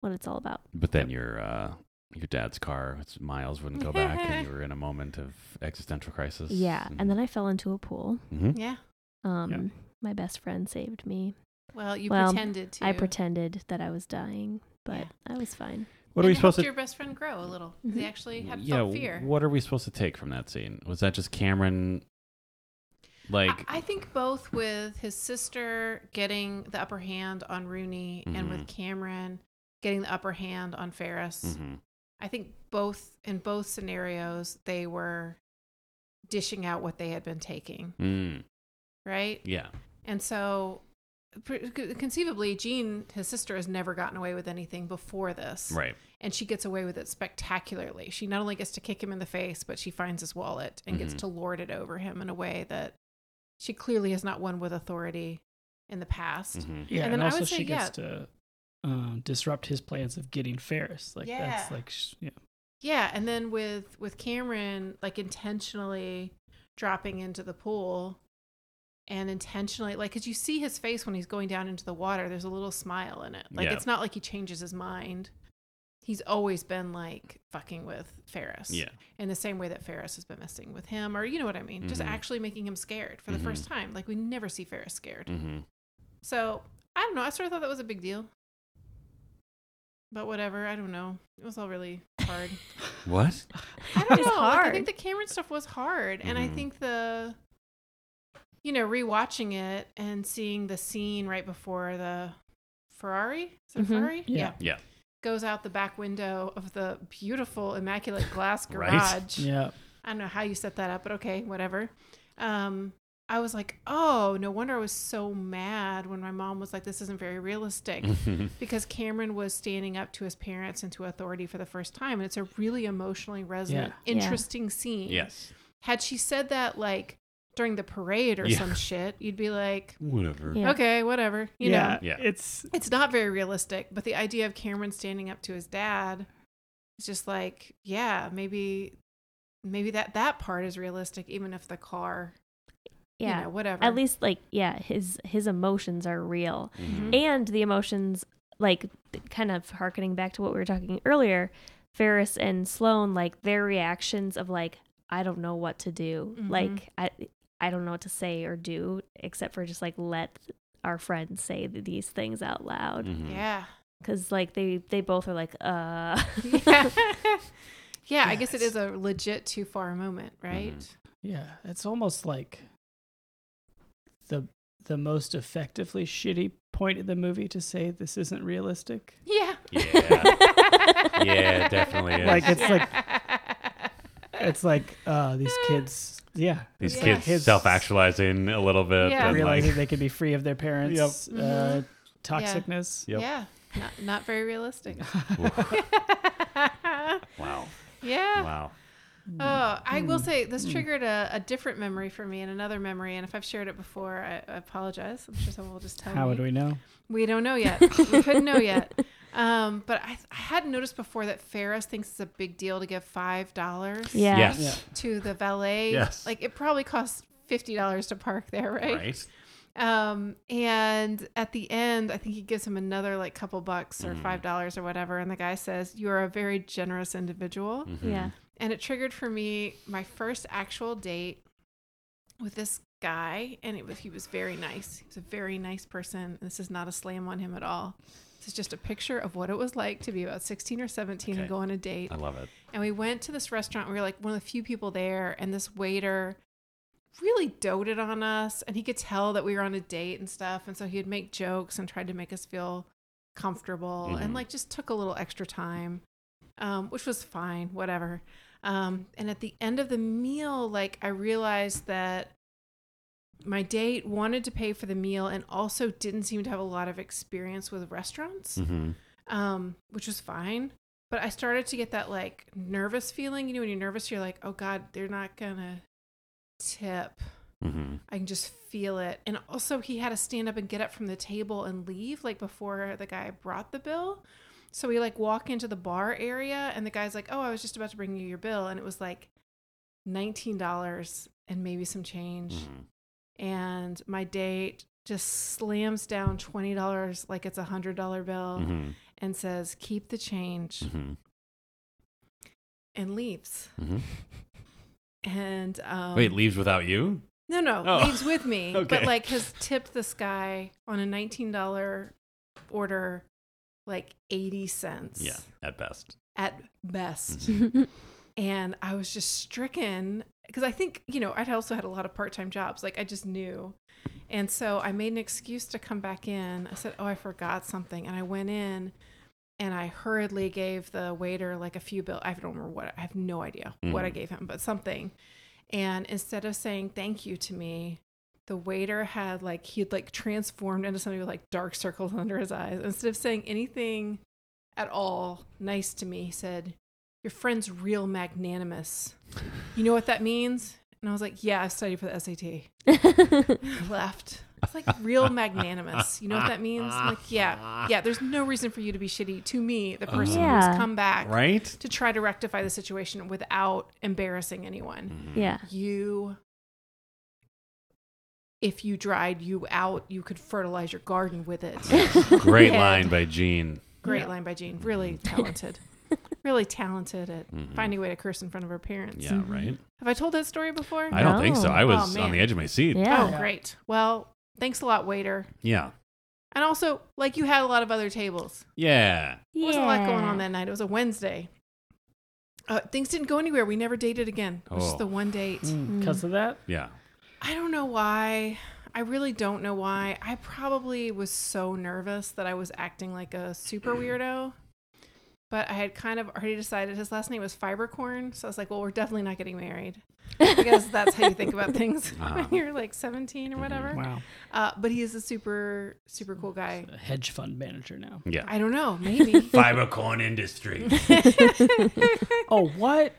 C: what it's all about.
A: But then your uh, your dad's car, its miles wouldn't go back, and you were in a moment of existential crisis. Mm-hmm.
C: Yeah. And then I fell into a pool.
A: Mhm.
D: Yeah.
C: Um, My best friend saved me.
D: Well, you
C: Well,
D: pretended to.
C: I pretended that what I was dying, but
D: Yeah.
C: I was fine.
A: What are we
D: And
A: supposed
D: helped
A: to?
D: Your best friend grow a little. They
C: Mhm.
D: actually had
A: Yeah.
D: felt fear.
A: What are we supposed to take from that scene? Was that just Cameron? Like,
D: I, I think both with his sister getting the upper hand on Rooney and
A: Mhm.
D: with Cameron getting the upper hand on Ferris.
A: Mhm.
D: I think both in both scenarios they were dishing out what they had been taking,
A: Mm.
D: right?
A: yeah,
D: And so, pre- conceivably, Jean, his sister, has never gotten away with anything before this.
A: right.
D: And she gets away with it spectacularly. She not only gets to kick him in the face, but she finds his wallet and gets
A: Mhm.
D: to lord it over him in a way that she clearly has not won with authority in the past.
A: Mhm.
B: Yeah,
D: And
B: and,
D: then I
B: also
D: would say,
B: she
D: yeah.
B: gets to um, disrupt his plans of getting Ferris. Like that's
D: Yeah.
B: like sh- yeah.
D: Yeah, and then with with Cameron like intentionally dropping into the pool and intentionally like cuz you see his face when he's going down into the water, there's a little smile in it. Like
A: Yeah.
D: it's not like he changes his mind. He's always been like fucking with Ferris.
A: Yeah.
D: In the same way that Ferris has been messing with him or you know what I mean, just
A: Mhm.
D: actually making him scared for the
A: Mhm.
D: first time. Like we never see Ferris scared.
A: Mm-hmm.
D: So, I don't know, I sort of thought that was a big deal. But whatever, I don't know. It was all really hard.
A: What?
D: I don't
C: It's
D: know. like, I
C: hard.
D: think the Cameron stuff was hard, and I
A: Mhm.
D: think the you know rewatching it and seeing the scene right before the Ferrari, is it a
C: Mhm.
D: Ferrari?
B: Yeah.
A: Yeah.
D: goes out the back window of the beautiful, immaculate glass
A: Right?
D: garage.
B: Yeah.
D: I don't know how you set that up, but okay, whatever. Um, I was like, oh, no wonder I was so mad when my mom was like, this isn't very realistic.
A: Mm-hmm.
D: because Cameron was standing up to his parents and to authority for the first time. And it's a really emotionally resonant,
C: Yeah.
D: interesting scene.
A: yes.
D: Had she said that like during the parade or
A: Yeah.
D: some shit, you'd be like,
A: Whatever.
C: Yeah.
D: okay, whatever. You
B: yeah,
D: know,
A: Yeah.
B: It's
D: it's not very realistic, but the idea of Cameron standing up to his dad is just like, yeah, maybe maybe that that part is realistic even if the car you
C: yeah.
D: know, um, whatever
C: At least like yeah, his his emotions are real.
A: Mhm.
C: and the emotions like kind of harkening back to what we were talking earlier ferris and sloan like their reactions of like i don't know what to do
D: Mhm.
C: like i i don't know what to say or do except for just like let our friends say th- these things out loud
A: Mhm.
D: yeah
C: because like they they both are like uh
D: yeah. yeah, I guess it
B: Yes.
D: is a legit too far moment, right?
B: yeah, it's almost like the the most effectively shitty point in the movie to say this isn't realistic.
D: Yeah.
A: Yeah. Yeah, it definitely is.
B: Like, it's like- It's like uh, these kids, yeah,
A: These
D: Yeah.
A: kids,
B: Kids-
A: self-actualizing a little bit.
D: Yeah.
A: and,
B: realizing
A: like,
B: they could be free of their parents'
D: Yep.
B: uh,
D: Mhm.
B: toxicness.
A: Yep.
D: Yeah. Not, not very realistic.
A: wow,
D: yeah.
A: wow. Hmm.
D: Oh, I will say this
B: Mm.
D: triggered a, a different memory for me and another memory. And if I've shared it before, I, I apologize. I'm sure someone will just tell
B: How
D: me.
B: would we know?
D: We don't know yet. we couldn't know yet. Um, but I, I hadn't noticed before that Ferris thinks it's a big deal to give five dollars
C: yeah
A: Yes.
B: Yeah.
D: to the valet.
A: Yes.
D: Like it probably costs fifty dollars to park there, right?
A: Right.
D: Um, and at the end, I think he gives him another like couple bucks or
A: Mhm.
D: five dollars or whatever, and the guy says, "You are a very generous individual."
A: Mhm.
C: yeah
D: and it triggered for me my first actual date with this guy and it was he was very nice he was a very nice person this is not a slam on him at all this is just a picture of what it was like to be about 16 or 17
A: Okay.
D: and go on a date
A: I love it.
D: and we went to this restaurant. We were like one of the few people there, and this waiter really doted on us, and he could tell that we were on a date and stuff. And so he'd make jokes and tried to make us feel comfortable,
A: Mhm.
D: and like just took a little extra time, um, which was fine, whatever. Um, and at the end of the meal, like I realized that my date wanted to pay for the meal and also didn't seem to have a lot of experience with restaurants
A: Mhm.
D: um, which was fine. But I started to get that like nervous feeling. You know, when you're nervous, you're like, oh God, they're not gonna tip.
A: Mhm.
D: I can just feel it. And also, he had to stand up and get up from the table and leave like before the guy brought the bill. So we like walk into the bar area, and the guy's like, oh, I was just about to bring you your bill. And it was like $19 and maybe some change
A: Mhm.
D: and my date just slams down $20 like it's a $100 bill
A: Mhm.
D: and says, keep the change
A: Mhm. Mm-hmm.
D: and leaves.
A: Mhm.
D: And um,
A: Wait, leaves without you?
D: no, no,
A: Oh.
D: leaves with me, but
A: Okay.
D: like has tipped this guy on a $19 order like 80 cents
A: Yeah, Mm-hmm. at best.
D: at best. and I was just stricken because I think you know I'd also had a lot of part-time jobs like I just knew and so I made an excuse to come back in I said oh I forgot something and I went in and I hurriedly gave the waiter like a few bill I don't remember what I have no idea what I
A: Mhm.
D: gave him but something and instead of saying thank you to me the waiter had like he'd like transformed into somebody with like dark circles under his eyes instead of saying anything at all nice to me he said your friend's real magnanimous. You know what that means? And I was like, yeah, I've studied for the SAT. Left. It's like real magnanimous. You know what that means? I'm like, yeah, yeah. There's no reason for you to be shitty to me, the person
C: Yeah.
D: who's come back
A: Right?
D: to try to rectify the situation without embarrassing anyone.
C: yeah
D: You, if you dried you out, you could fertilize your garden with it.
A: Great
D: Yeah.
A: line by Gene.
D: Great line by Jean. Really talented. really talented at
A: Mhm.
D: finding a way to curse in front of her parents.
A: Yeah, right?
D: Have I told that story before?
A: I don't think so.
C: No.
A: I was
D: Oh,
A: on
D: man.
A: the edge of my seat.
D: Oh,
C: yeah
D: great. Well, thanks a lot, waiter.
A: Yeah.
D: And also, like you had a lot of other tables.
A: Yeah.
D: There wasn't a lot going on that night. It was a Wednesday. Uh, things didn't go anywhere. We never dated again. It was
A: Oh.
D: just the one date.
B: Mm. Because of that,
A: Yeah.
D: I don't know why. I really don't know why. I
B: Mm.
D: probably was so nervous that I was acting like a super weirdo. but I had kind of already decided his last name was Fibercorn. So I was like, well, we're definitely not getting married because that's how you think about things
A: Ah.
D: when you're like 17 or whatever.
B: Uh-huh. Mm-hmm. Wow.
D: Uh, but he is a super, super cool guy.
B: A hedge fund manager now.
A: Yeah.
D: I don't know, maybe.
A: Fiber corn industry.
B: Oh, what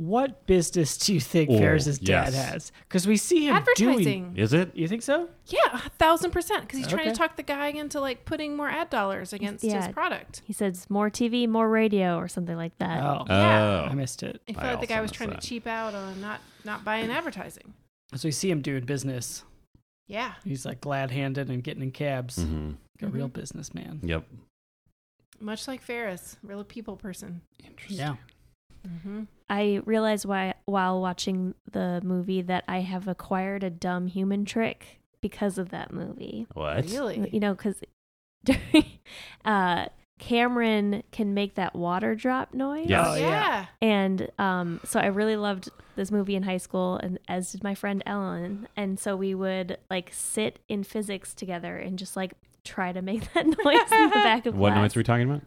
B: what business do you think
A: Oh,
B: Ferris's dad
A: yes.
B: has? Because we see him doing.
D: Advertising.
A: Is it?
B: You think so?
D: Yeah, a thousand percent. Because he's trying
B: Okay.
D: to talk the guy into like putting more ad dollars against
C: yeah.
D: his product.
C: He says more TV, more radio, or something like that.
A: Uh,
B: Oh,
D: Yeah.
B: I missed it.
D: I feel
A: I
D: like the
A: also
D: guy was
A: missed
D: trying
A: that.
D: to cheap out on not not buying advertising.
B: So we see him doing business.
D: Yeah,
B: He's like glad handed and getting in cabs.
A: hmm
B: Like a real
D: Mhm.
B: businessman.
A: Yep.
D: much like Ferris, real people person.
A: Interesting.
B: Yeah.
D: Mm-hmm.
C: I realized why while watching the movie that I have acquired a dumb human trick because of that movie.
A: What?
D: Really?
C: You know, because uh, Cameron can make that water drop noise.
A: Yeah.
B: Oh, yeah.
D: yeah.
C: And um, so I really loved this movie in high school, and as did my friend Ellen. And so we would like sit in physics together and just like try to make that noise in the back of
A: What
C: class.
A: noise are we talking about?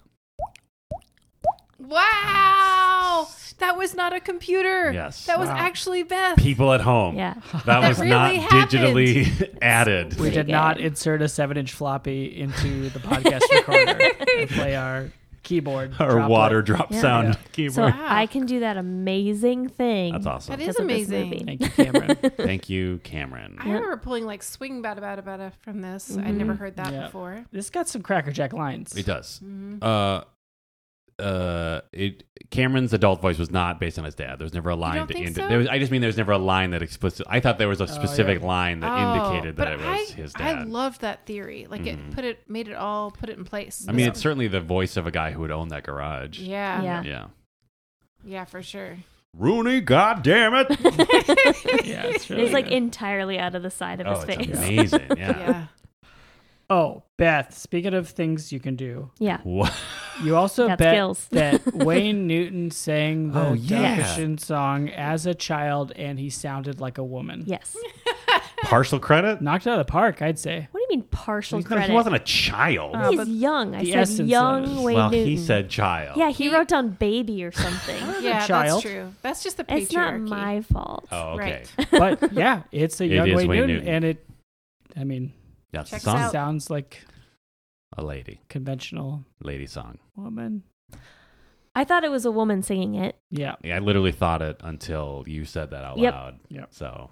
D: Wow, that was not a computer.
A: Yes.
D: that was
B: Wow.
D: actually Beth.
A: People at home.
C: Yeah.
A: That,
D: That
A: was
D: really
A: not
D: happened.
A: digitally added.
B: We
C: Pretty
B: did not
C: good.
B: insert a seven inch floppy into the podcast recorder and play our keyboard.
A: Or
B: droplet.
A: water drop
C: Yeah.
A: sound
B: Yeah.
C: So
A: keyboard.
D: Wow.
C: I can do that amazing thing.
A: That's awesome.
D: That is
C: of this
D: amazing.
C: movie.
B: Thank you, Cameron.
A: Thank you, Cameron.
D: I remember pulling like swing bada bada bada from this. I
C: Mhm.
D: never heard that
B: Yeah.
D: before.
B: this got some crackerjack lines.
A: It does.
D: hmm
A: Uh, uh, it Cameron's adult voice was not based on his dad. There was never a line
D: don't
A: that
D: think
A: indi-
D: so?
A: there was, I just mean there was never a line that explicit. I thought there was a
B: yeah.
A: specific line that
D: Oh,
A: indicated that it
D: but
A: was
D: I,
A: his
D: I
A: dad.
D: loved that theory. Like
A: Mhm.
D: it put it made it all put it in place.
A: I mean,
D: So-
A: it's certainly the voice of a guy who would own that garage.
D: yeah, yeah,
C: Yeah.
A: Yeah.
D: for sure.
A: Rooney, goddamn it!
B: Yeah, it's really
C: It's like
B: good.
C: entirely out of the side of
A: oh,
C: his face.
A: it's amazing. Yeah.
D: Yeah,
B: oh, Beth. Speaking of things you can do,
C: Yeah.
A: What?
B: you also
C: Got
B: bet
C: skills.
B: that Wayne Newton sang the
A: Oh,
B: oh,
A: yeah.
B: song as a child, and he sounded like a woman.
C: Yes.
A: Partial credit?
B: Knocked out of the park, I'd say.
C: What do you mean partial
A: He's not-
C: credit?
A: he wasn't a child.
B: Oh,
C: He's
B: but
C: young. I
B: the
C: said
B: essence of it.
C: young Wayne
A: well,
C: Newton.
A: he said child.
C: Yeah, he,
D: He-
C: wrote down baby or something.
D: yeah,
B: child.
D: that's true. That's just the patriarchy.
C: it's not my fault.
A: Oh, okay.
D: Right.
B: But yeah, it's a
A: It
B: young
A: is
B: Wayne,
A: Wayne
B: Newton,
A: Newton.
B: and it. I mean,
A: That's
D: Checks
A: a song.
D: out.
B: sounds like
A: A lady.
B: conventional
A: Lady song.
B: woman.
C: I thought it was a woman singing it.
B: Yeah.
A: Yeah, I literally thought it until you said that out
C: Yep.
A: loud.
B: Yep.
A: So,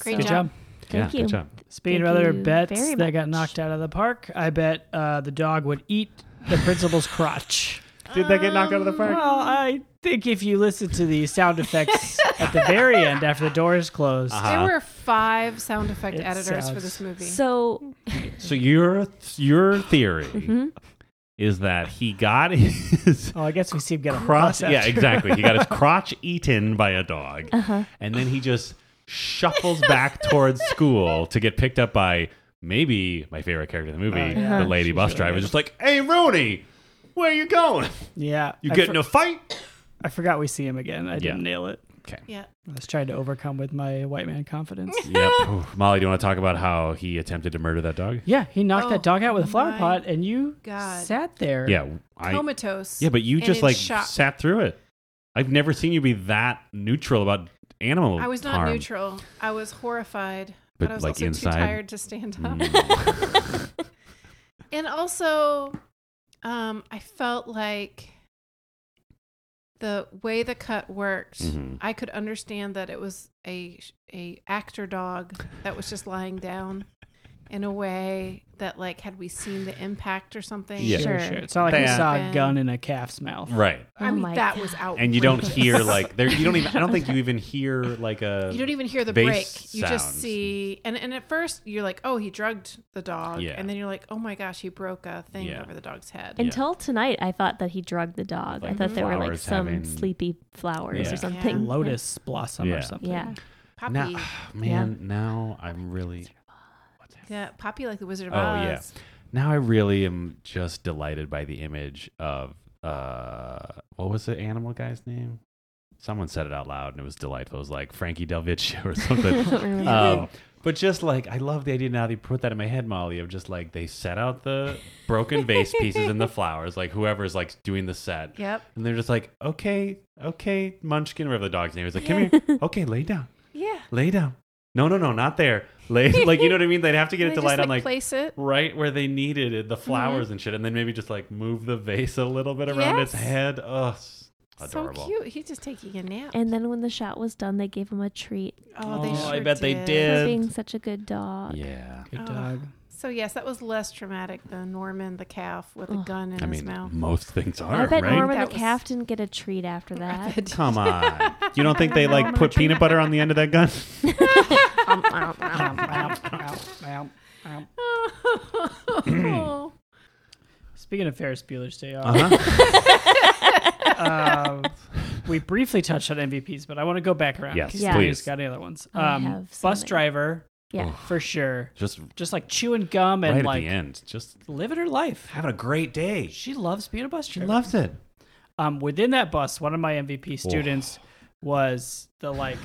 D: Great
C: so-
B: Good job.
A: yeah,
C: Thank you.
A: good job.
B: Speaking
C: Thank
B: of other
C: you
B: bets
C: very
B: that got
C: much.
B: knocked out of the park, I bet uh, the dog would eat the principal's crotch.
A: Did they get knocked out of the
D: Um,
A: park?
B: Well, I think if you listen to the sound effects at the very end after the door is closed,
A: Uh-huh.
D: There were five sound effect
B: It
D: editors for
B: sounds-
D: this movie.
C: So,
A: So your your theory
C: mhm.
A: is that he got his
B: oh, I guess we see him get a
A: crotch.
B: cross.
A: Yeah, exactly. He got his crotch eaten by a dog,
C: Uh-huh.
A: and then he just shuffles back towards school to get picked up by maybe my favorite character in the movie,
B: Oh,
D: Uh-huh.
B: yeah.
A: the lady
B: She's
A: bus
B: really
A: driver.
B: good.
A: Just like, hey Rooney, where you going?
B: Yeah.
A: You
B: I
A: get
B: for-
A: in a fight?
B: I forgot we see him again. I didn't
A: Yeah.
B: nail it.
D: yeah,
B: I was trying to overcome with my white man confidence.
A: yep. Oof. Molly, do you want to talk about how he attempted to murder that dog?
B: Yeah, he knocked
D: Oh,
B: that dog out with a flower
D: my
B: pot, and you
D: God.
B: sat there.
A: Yeah, I
D: comatose.
A: Yeah, but you
D: and
A: just
D: in
A: like
D: shock.
A: sat through it. I've never seen you be that neutral about animal.
D: I was not
A: harm.
D: neutral. I was horrified,
A: But,
D: but, I was
A: like,
D: also
A: inside?
D: too tired to stand up.
A: Mm.
D: And also, um, I felt like the way the cut worked,
A: Mhm.
D: I could understand that it was a a actor dog that was just lying down in a way that like had we seen the impact or something.
A: Yeah.
B: Sure,
C: Sure.
B: sure. It's not like we
A: Bad.
B: saw a gun in a calf's mouth.
A: Right.
D: I
C: Oh
D: mean
C: my
D: that
C: God.
D: was out.
A: And you don't hear like there. You don't even. I don't think you even hear like a.
D: you don't even hear the
A: bass
D: break. You just
A: sounds.
D: see and, and at first you're like, Oh, he drugged the dog
A: Yeah.
D: and then you're like, Oh my gosh, he broke a thing
A: Yeah.
D: over the dog's head.
A: Yeah.
C: until tonight, I thought that he drugged the dog. I
A: Like
C: thought there were like
A: flowers
C: some
A: having-
C: sleepy flowers
A: Yeah.
C: or something.
D: Yeah.
B: Lotus blossom
A: Yeah.
B: or something.
C: Yeah.
D: Poppy
A: Now, man, now I'm really.
D: Yeah, Poppy like the Wizard of
A: Oh,
D: Oz.
A: yeah. Now I really am just delighted by the image of uh what was the animal guy's name? someone said it out loud and it was delightful. It was like Frankie Delvicchio or something.
C: Really.
A: um, but just like I love the idea now that you put that in my head, Molly, of just like they set out the broken vase pieces and the flowers, like whoever's like doing the set.
D: Yep.
A: And they're just like, okay, okay, Munchkin, whatever the dog's name is, like, come here, okay, lay down,
D: Yeah.
A: lay down. No, no, no, not there. Lay, like, you know what I mean? They'd have to get
D: They
A: it to
D: just,
A: light on, like,
D: place it.
A: right where they needed it, the flowers and shit, and then maybe just like move the vase a little bit around its
D: Yes.
A: head. Ugh, s- adorable.
D: So cute. He's just taking a nap.
C: and then when the shot was done, they gave him a treat
D: oh, they
A: Oh, I
D: sure
A: bet they did.
C: for
A: Good.
C: being such a good dog.
A: Yeah.
B: Good
D: Oh.
B: dog.
D: So yes, that was less traumatic than Norman the calf with a
C: Ugh.
D: gun in
A: I
D: his
A: mean, mm.
D: mouth.
A: most things are,
C: I bet
A: right?
C: Norman
D: That
C: the
D: was-
C: calf didn't get a treat after that.
A: Come on. You don't think they like put peanut butter on the end of that gun?
B: Ow, ow, ow, ow, ow.
D: Oh,
B: Speaking of Ferris Bueller's Day Off,
A: Uh-huh.
B: um, we briefly touched on MVPs, but I want to go back around.
A: Yes,
B: because
C: Yeah.
B: anybody's
A: please.
B: Got any other ones? Um,
C: I have
B: bus
C: something.
B: driver,
C: yeah.
B: for sure.
A: Just
B: Just like chewing gum and
A: right at
B: like
A: the end. Just
B: living her life.
A: having a great day. She
B: She loves being a bus driver.
A: loves it.
B: um, within that bus, one of my MVP students was the like.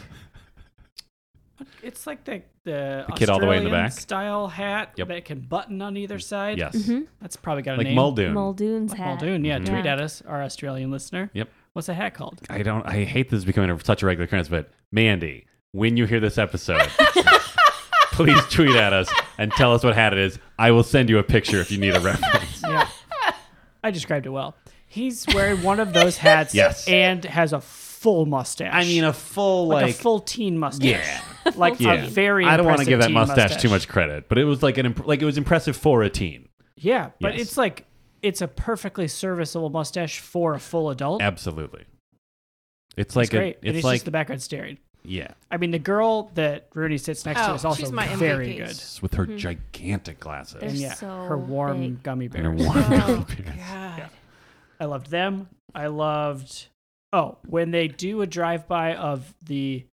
B: It's like the the,
A: The kid all the way in the
B: Australian
A: back?
B: style hat
A: Yep.
B: that can button on either side.
A: Yes.
C: Mhm.
B: that's probably got a
A: Like
B: name.
A: Muldoon.
C: Muldoon's
B: Like
C: hat.
B: Muldoon, yeah.
A: Mhm.
B: Tweet
C: Yeah.
B: at us, our Australian listener.
A: Yep.
B: What's the hat called?
A: I don't I hate this becoming a, such a regular occurrence, but Mandy, when you hear this episode, please tweet at us and tell us what hat it is. I will send you a picture if you need a reference.
B: Yeah. I described it well. He's wearing one of those hats.
A: Yes.
B: And has a full mustache.
A: I mean a full
B: like,
A: like,
B: a full teen mustache. Yeah. Like
A: yeah.
B: a very.
A: I don't want to
B: impressive
A: give that
B: teen
A: mustache,
B: mustache
A: too much credit, but it was like an imp- like it was impressive for a teen.
B: Yeah, but
A: Yes.
B: it's like it's a perfectly serviceable mustache for a full adult.
A: Absolutely. It's like
B: it's great.
A: A,
B: and
A: it's
B: it's
A: like
B: just the background staring.
A: yeah,
B: I mean, the girl that Rooney sits next to
D: Oh,
B: is also
D: she's my
B: very
D: MVP.
B: good.
A: It's with her
B: Mm-hmm.
A: gigantic glasses.
C: They're
B: And yeah,
C: so
B: her warm
C: big.
B: gummy
A: And her
B: bears.
A: warm
D: Oh,
A: appearance.
D: God.
B: I loved them. I loved oh when they do a drive by of the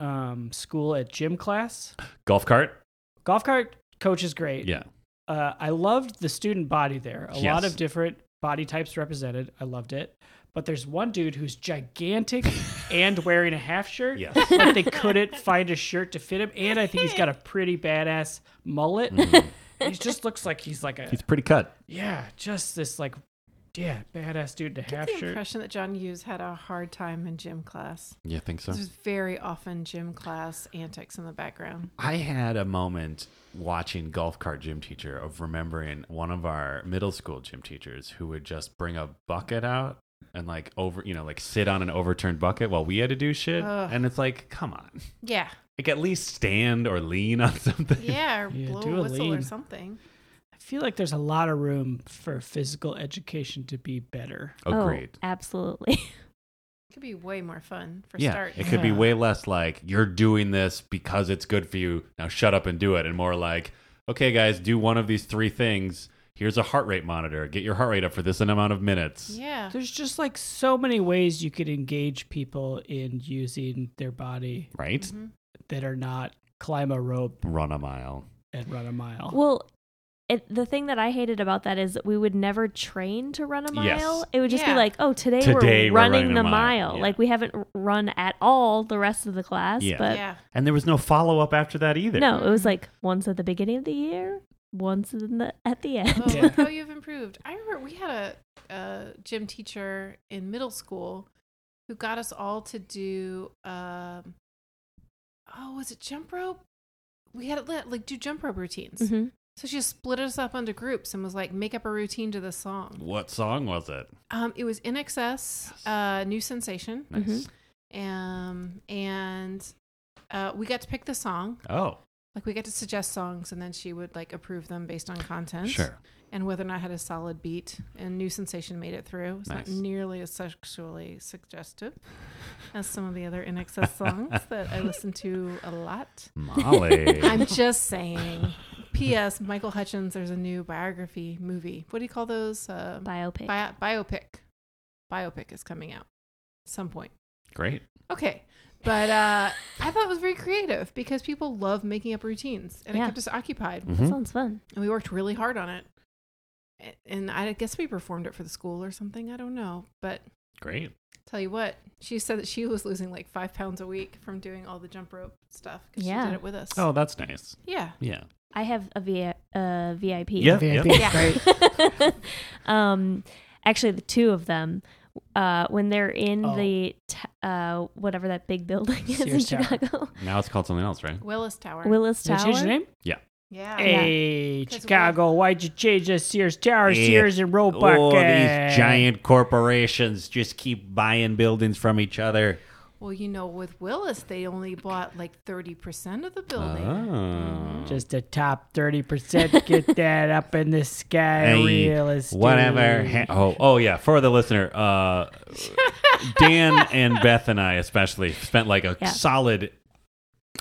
B: um, school at gym class.
A: Golf cart?
B: Golf cart coach is great.
A: Yeah.
B: uh, I loved the student body there. A lot
A: Yes.
B: of different body types represented. I loved it. But there's one dude who's gigantic and wearing a half shirt.
A: Yes.
B: But they couldn't find a shirt to fit him. And I think he's got a pretty badass mullet. he just looks like he's like a,
A: Mm-hmm. He's pretty cut.
B: yeah, just this like, yeah, badass dude in a half
D: The
B: shirt.
D: impression that John Hughes had a hard time in gym class.
A: You think so?
D: There's very often gym class antics in the background.
A: I had a moment watching Golf Cart Gym Teacher of remembering one of our middle school gym teachers who would just bring a bucket out and like over, you know, like sit on an overturned bucket while we had to do shit.
D: Ugh.
A: And it's like, come on.
D: Yeah.
A: Like at least stand or lean on something.
D: Yeah. Or
B: Yeah,
D: blow
B: do
D: a
B: a
D: whistle or
B: lean.
D: something.
B: I feel like there's a lot of room for physical education to be better.
A: Agreed.
C: Oh, absolutely.
D: could be way more fun for
A: yeah,
D: start.
A: it could be
B: Yeah.
A: way less like you're doing this because it's good for you. Now shut up and do it, and more like, okay, guys, do one of these three things. Here's a heart rate monitor. Get your heart rate up for this amount of minutes.
C: Uh.
D: yeah.
B: There's just like so many ways you could engage people in using their body
A: Right?
D: Mm-hmm.
B: that are not climb a rope
A: Run a mile.
B: and run a mile.
C: well, it, the thing that I hated about that is that we would never train to run a mile.
A: Yes.
C: It would just
D: Yeah.
C: be like, oh, today,
A: Today
C: we're,
A: we're
C: running
A: running a
C: the
A: mile.
C: mile.
A: Yeah.
C: Like we haven't r- run at all the rest of the class.
A: Yeah.
C: But
D: yeah.
A: And there was no follow up after that either.
C: no, it was like once at the beginning of the year, once in the, at the end.
D: Oh,
B: Yeah.
D: look how you've improved. I remember we had a, a gym teacher in middle school who got us all to do, um, oh, was it jump rope? We had it let, like do jump rope routines.
C: Mhm.
D: So she split us up into groups and was like, make up a routine to this song.
A: What song was it?
D: Um, it was In Excess, uh, New Sensation.
A: Nice.
C: Mhm.
D: Um, and uh, we got to pick the song.
A: Oh,
D: Like we got to suggest songs and then she would like approve them based on content.
A: sure.
D: and whether or not it had a solid beat. And New Sensation made it through. It's
A: Nice.
D: not nearly as sexually suggestive as some of the other NXS songs that I listen to a lot.
A: Molly.
D: I'm just saying. P.S. Michael Hutchins, there's a new biography movie. What do you call those? Uh,
C: Biopic.
D: bio- biopic. Biopic is coming out at some point.
A: Great.
D: Okay. But uh, I thought it was very creative because people love making up routines and it
C: Yeah.
D: kept us occupied
A: Mhm.
C: Sounds fun.
D: and we worked really hard on it. A- And I guess we performed it for the school or something. I don't know, but
A: Great.
D: Tell you what, she said that she was losing like five pounds a week from doing all the jump rope stuff because
C: Yeah.
D: she did it with us.
A: Oh, that's nice.
D: yeah.
A: Yeah.
C: I have a v- uh, VIP.
A: Yeah.
B: VIP
A: yeah.
B: is great.
C: um, actually, the two of them, uh, when they're in
B: Oh.
C: the t- uh, whatever that big building is in
B: Sears Tower.
C: Chicago,
A: Now it's called something else, right?
D: Willis Tower.
C: Willis
B: Did
C: Tower. Oh,
B: they change the name?
D: yeah.
B: Hey,
D: 'Cause
B: Chicago, why'd you change the Sears Tower,
A: Yeah.
B: Sears, and Roebuck?
A: Oh,
B: eh?
A: these giant corporations just keep buying buildings from each other.
D: Well, you know, with Willis, they only bought like 30% of the building.
A: Oh.
B: Just the top 30%. Get that up in the sky,
A: Hey,
B: real estate.
A: Whatever. ha- oh, oh yeah. For the listener, uh, Dan and Beth and I especially spent like a
C: Yeah.
A: solid.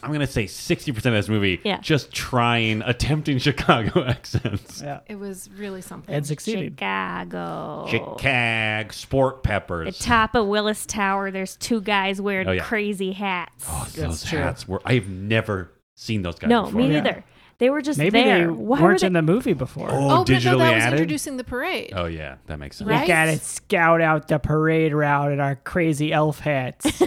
A: I'm gonna say 60 percent of this movie
C: Yeah.
A: just trying, attempting Chicago accents.
B: Yeah.
D: It was really something.
B: And succeeded.
C: Chicago.
A: Chicago sport
C: The
A: peppers.
C: top of Willis Tower, there's two guys wearing
A: Oh, yeah.
C: crazy hats.
A: Oh, those
B: That's true.
A: hats were. I've never seen those guys.
C: no,
A: before.
C: me
B: Yeah.
C: neither. They were just
B: Maybe
C: there.
B: they
C: Why were
B: weren't
C: they?
B: in the movie before.
A: Oh,
D: Oh, but
A: digitally
D: no, that was
A: added.
D: introducing the parade.
A: oh yeah, that makes sense.
D: Right.
B: We gotta scout out the parade route in our crazy elf hats.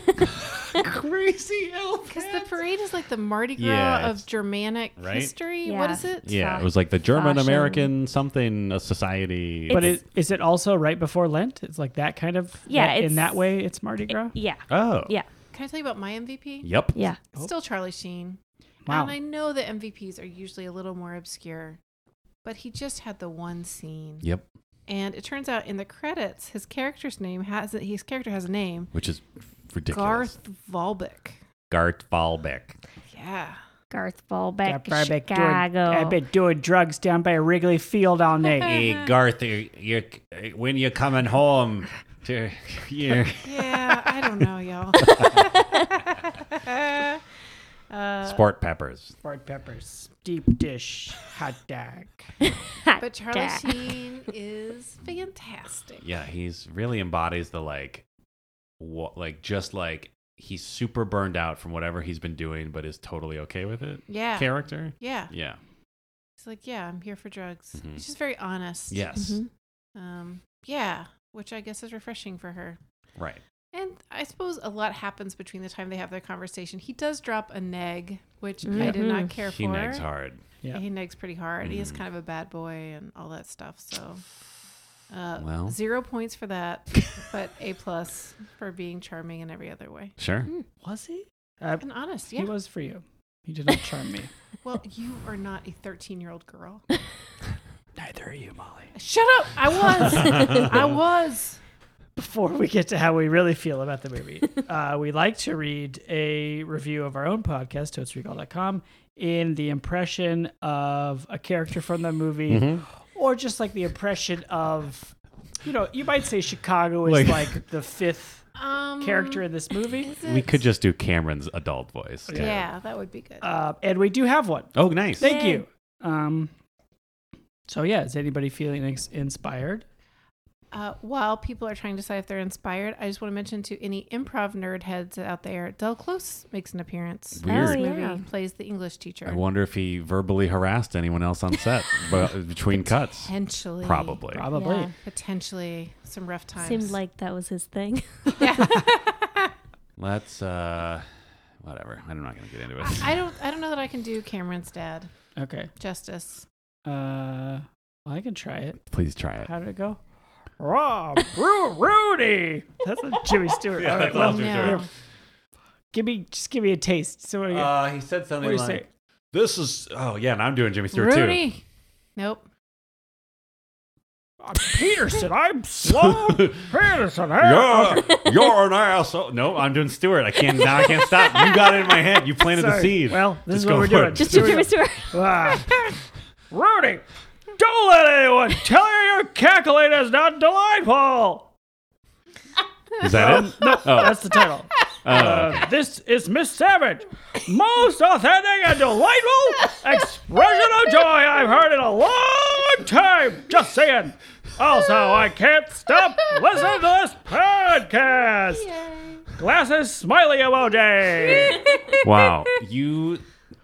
A: Crazy elf.
D: Because the parade is like the Mardi Gras
A: Yeah, it's-
D: of Germanic
A: Right?
D: history.
C: Yeah.
D: What is it?
A: Yeah,
C: Fa-
A: it was like the German American something a society.
B: but it, is it also right before Lent? It's like that kind of.
C: Yeah,
B: that-
C: it's-
B: in that way, it's Mardi Gras.
C: yeah,
A: oh,
C: yeah,
D: Can I tell you about my MVP?
A: yep.
C: yeah.
D: Still Charlie Sheen.
B: Wow.
D: And I know that MVPs are usually a little more obscure, but he just had the one scene.
A: Yep.
D: And it turns out in the credits, his character's name has his character has a name.
A: Which is ridiculous.
D: Garth Volbeck.
A: Garth Ballbeck.
D: Yeah.
C: Garth Ball back to
B: Got Barbeck doing-
C: Chicago.
B: I've been doing drugs down by Wrigley Field all night.
A: Hey, Garth, you, you, when you're coming home, to, you
D: Yeah, I don't know, y'all. uh,
A: sport peppers.
B: Bart peppers, deep dish, hot dog.
D: but Charlie
C: Dad.
D: Sheen is fantastic.
A: Yeah, he's really embodies the like, what, like just like he's super burned out from whatever he's been doing, but is totally okay with it.
D: Yeah.
A: Character.
D: Yeah.
A: Yeah.
D: He's like, yeah, I'm here for drugs.
A: Mhm.
D: She's very honest.
A: Yes.
C: Mhm.
D: Um, yeah, which I guess is refreshing for her.
A: Right.
D: And I suppose a lot happens between the time they have their conversation. He does drop a neg, which I did not care
A: He
D: for.
A: nags hard.
B: Yeah.
D: He negs pretty hard. He is
A: Mhm.
D: kind of a bad boy and all that stuff. So, uh,
A: Well.
D: zero points for that, but a plus for being charming in every other way
A: Sure.
B: Was he? Uh,
D: and honest.
B: He
D: Yeah.
B: was for you. He did not charm me.
D: Well, you are not a 13 year old girl.
B: Neither are you, Molly.
D: Shut up! I was. I was.
B: Before we get to how we really feel about the movie, uh, we like to read a review of our own podcast, toadsrecall.com, in the impression of a character from the movie,
A: Mm-hmm.
B: or just like the impression of, you know, you might say Chicago is
A: Like-
B: like, the fifth
D: Um,
B: character in this movie.
D: is
A: We
D: it-
A: could just do Cameron's adult voice.
D: Yeah,
A: too.
D: that would be good.
B: Uh, and we do have one.
A: Oh, nice.
B: Thank
C: Yay.
B: you. Um, so, yeah, is anybody feeling ex- inspired?
D: Uh, while people are trying to decide if they're inspired, I just want to mention to any improv nerd heads out there, Del Close makes an appearance. in
A: Weird.
D: this
C: Oh,
D: movie
C: yeah.
D: plays the English teacher.
A: I wonder if he verbally harassed anyone else on set bu- between cuts.
D: Potentially,
A: Probably.
B: Probably.
C: Yeah.
D: potentially some rough times.
C: Seemed like that was his thing.
A: Let's uh whatever. I'm not gonna get into it.
D: I don't. I don't know that I can do Cameron's dad
B: Okay.
D: justice.
B: Uh, well, I can try it.
A: Please try it.
B: How did it go? Raw Brew Rudy. That's a Jimmy Stewart. All right, well,
A: Jimmy
D: no.
B: give me just give me a taste. So what do you,
A: Uh, he said
B: what
A: something
B: do you say?
A: This is oh yeah, and I'm doing Jimmy Stewart
D: Rudy. Nope.
B: I'm uh, Peterson, I'm slow.
A: too.
B: Peterson, eh? hey.
A: you're, you're an asshole. No, I'm doing Stewart. I can't now I can't stop. You got it in my head. You planted the
B: Sorry.
A: seed.
B: Well, this
A: Just
B: is what
A: go
B: we're
A: for it.
B: doing.
C: Just
B: Here
C: to
B: we go.
C: Jimmy Stewart.
B: Ah. Rudy, don't let anyone tell you your calculator's not delightful.
A: is that it?
B: um, No, that's the title.
A: Oh,
B: Uh, this is Miss Savage. Most authentic and delightful expression of joy I've heard in a long time. Just saying. Also, I can't stop listening to this podcast. Glasses smiley emoji.
A: Wow. You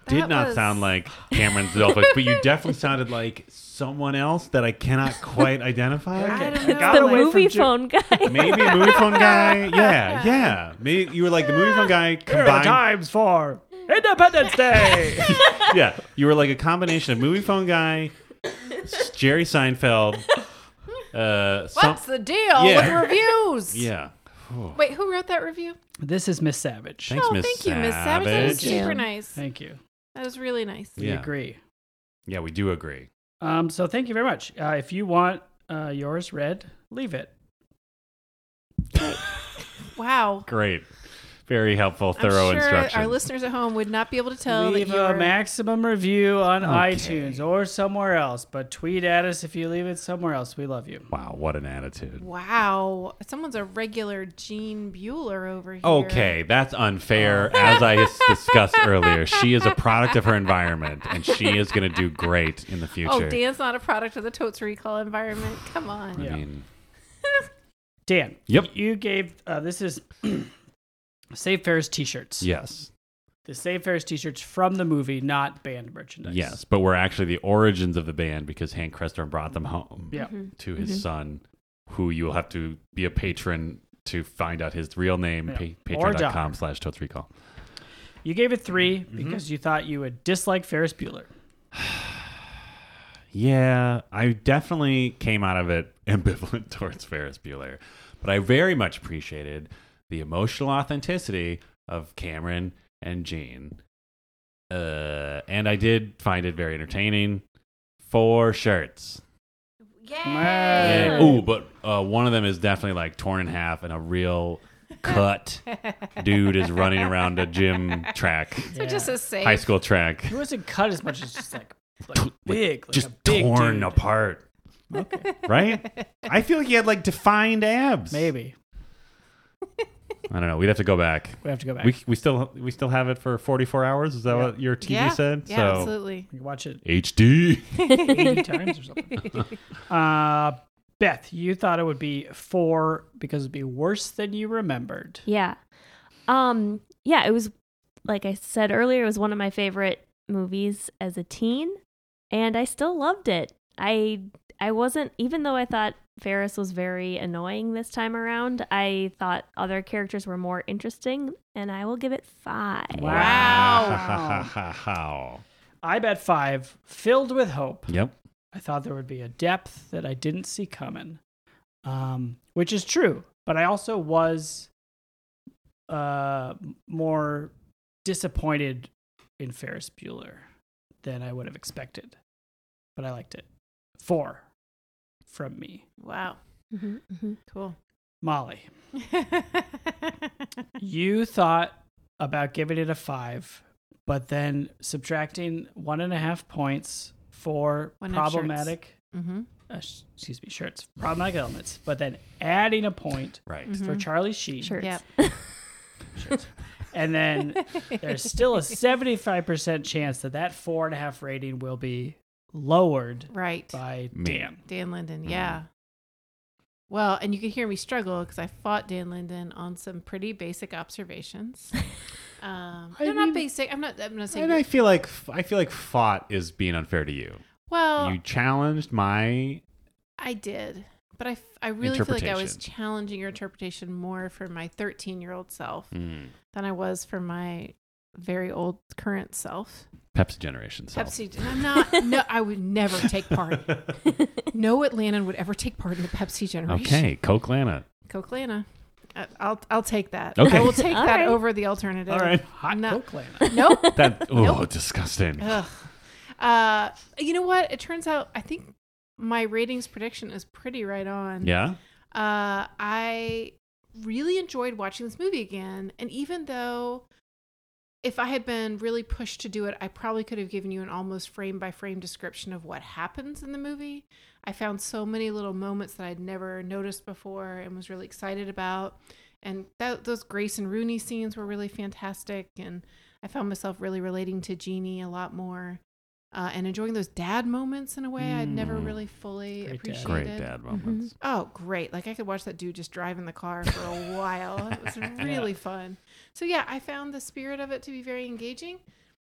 A: did
D: That
A: not
D: was-
A: sound like Cameron Zolfix, but you definitely sounded like someone else that I cannot quite identify.
D: I
B: Okay,
D: don't
B: I
D: know.
B: got
C: the
B: away from
C: movie
B: Ju-
C: phone guy.
A: Maybe movie phone guy. Yeah, yeah. Maybe you were like the movie phone guy
B: Here are the
A: combined.
B: times for Independence Day.
A: Yeah, you were like a combination of movie phone guy, s- Jerry Seinfeld. Uh, some,
D: What's the deal
A: Yeah.
D: with reviews?
A: yeah. Whew.
D: Wait, who wrote that review?
B: this is Miss Savage.
A: Thanks,
D: oh,
A: Miss
D: thank you, Miss Savage. That was
C: Savage.
D: super
C: Yeah.
D: nice.
B: Thank you.
D: That was really nice.
B: We
A: Yeah.
B: agree.
A: Yeah, we do agree.
B: Um, so thank you very much. Uh, if you want uh, yours read, leave it.
D: Wow.
A: Great. Very helpful,
D: I'm
A: thorough
D: sure
A: instruction.
D: Our listeners at home would not be able to tell
B: leave
D: that you
B: a
D: were-
B: maximum review on
A: Okay.
B: iTunes or somewhere else, but tweet at us if you leave it somewhere else. We love you.
A: wow, what an attitude.
D: Wow, someone's a regular Gene Bueller over here. Oh.
A: Okay, that's unfair. As I s- discussed earlier, she is a product of her environment, and she is going to do great in the future.
D: Oh, Dan's not a product of the totes recall environment. Come on.
A: I
B: Yeah.
A: mean,
B: Dan.
A: Yep.
B: You gave uh, this is Save Ferris T-shirts.
A: yes,
B: The Save Ferris T-shirts from the movie, not band merchandise.
A: yes, but we're actually the origins of the band because Hank Crestron brought them home
B: Yeah.
D: Mm-hmm.
A: to his son, who you'll have to be a patron to find out his real name.
B: Yeah.
A: Pa-
B: Or die.
A: Patreon.com slash Totes Recall.
B: You gave it 3
A: Mm-hmm.
B: because you thought you would dislike Ferris Bueller.
A: Yeah, I definitely came out of it ambivalent towards Ferris Bueller, but I very much appreciated the emotional authenticity of Cameron and Jean. Uh, and I did find it very entertaining. Four shirts.
B: Yeah.
A: And- ooh, but uh, one of them is definitely like torn in half, and a real cut dude is running around a gym track,
D: So just as safe.
A: high school track,
B: He wasn't cut as much as just like, like big, like
A: just
B: a big
A: torn
B: dude.
A: apart.
B: Okay,
A: Right? I feel like he had like defined abs.
B: maybe
A: I don't know. We'd have to go back.
B: we have to go back.
A: We, we still we still have it for 44 hours. Is that
B: Yeah.
A: what your TV
D: yeah.
A: said?
D: Yeah,
A: so
D: absolutely.
B: We can watch it
A: HD.
B: 80 times or something. Uh, Beth, you thought it would be four because it'd be worse than you remembered.
C: Yeah. Um yeah, it was like I said earlier, it was one of my favorite movies as a teen and I still loved it. I I wasn't even though I thought Ferris was very annoying this time around, I thought other characters were more interesting and I will give it 5.
D: Wow.
A: Wow.
B: I bet five, filled with hope.
A: yep.
B: I thought there would be a depth that I didn't see coming, um, which is true. But I also was uh, more disappointed in Ferris Bueller than I would have expected. But I liked it. Four from me.
D: Wow.
C: Mhm, mhm.
D: Cool.
B: Molly.
D: Mm-hmm.
B: you thought about giving it a five, but then subtracting one and a half points for
D: One of shirts.
B: problematic,
D: mm-hmm.
B: uh, sh- excuse me, shirts, problematic elements, but then adding a point
A: Right.
B: for Charlie Sheen.
C: Shirts.
D: Yep.
B: And then there's still a 75% chance that that four and a half rating will be lowered
D: Right.
B: by
A: Me.
B: Dan.
D: Dan Linden,
A: Mm.
D: yeah. Well, and you could hear me struggle because I fought Dan Linden on some pretty basic observations. Um,
A: I
D: they're not
A: mean-
D: basic. I'm not. I'm not saying.
A: And I feel like I feel like fought is being unfair to you.
D: well,
A: you challenged my
D: I did, but I, f- I really feel like I was
A: Interpretation.
D: challenging your interpretation more for my 13 year old self
A: Mm.
B: Hmm.
D: than I was for my very old current self.
A: Pepsi generation. So.
D: Pepsi. I'm not. No, I would never take part. no Atlantan would ever take part in the Pepsi generation.
A: Okay, Coke Lana.
D: Coke Lana. I- I'll I'll take that.
A: Okay.
D: I will take
C: All
D: that
C: right.
D: over the alternative.
A: All right.
B: Hot
D: No.
B: Coke Lana.
D: Nope.
A: That oh, disgusting.
D: Ugh. Uh, you know what? It turns out I think my ratings prediction is pretty right on.
A: Yeah.
D: Uh, I really enjoyed watching this movie again, and even though if I had been really pushed to do it, I probably could have given you an almost frame by frame description of what happens in the movie. I found so many little moments that I'd never noticed before and was really excited about. And that, those Grace and Rooney scenes were really fantastic. And I found myself really relating to Jeannie a lot more uh, and enjoying those dad moments in a way I'd never
A: Mm.
D: really fully
B: Great dad.
D: appreciated.
A: Great dad
B: Mm-hmm.
A: moments.
D: Oh, great. Like I could watch that dude just drive in the car for a while. It was really fun. So, yeah, I found the spirit of it to be very engaging.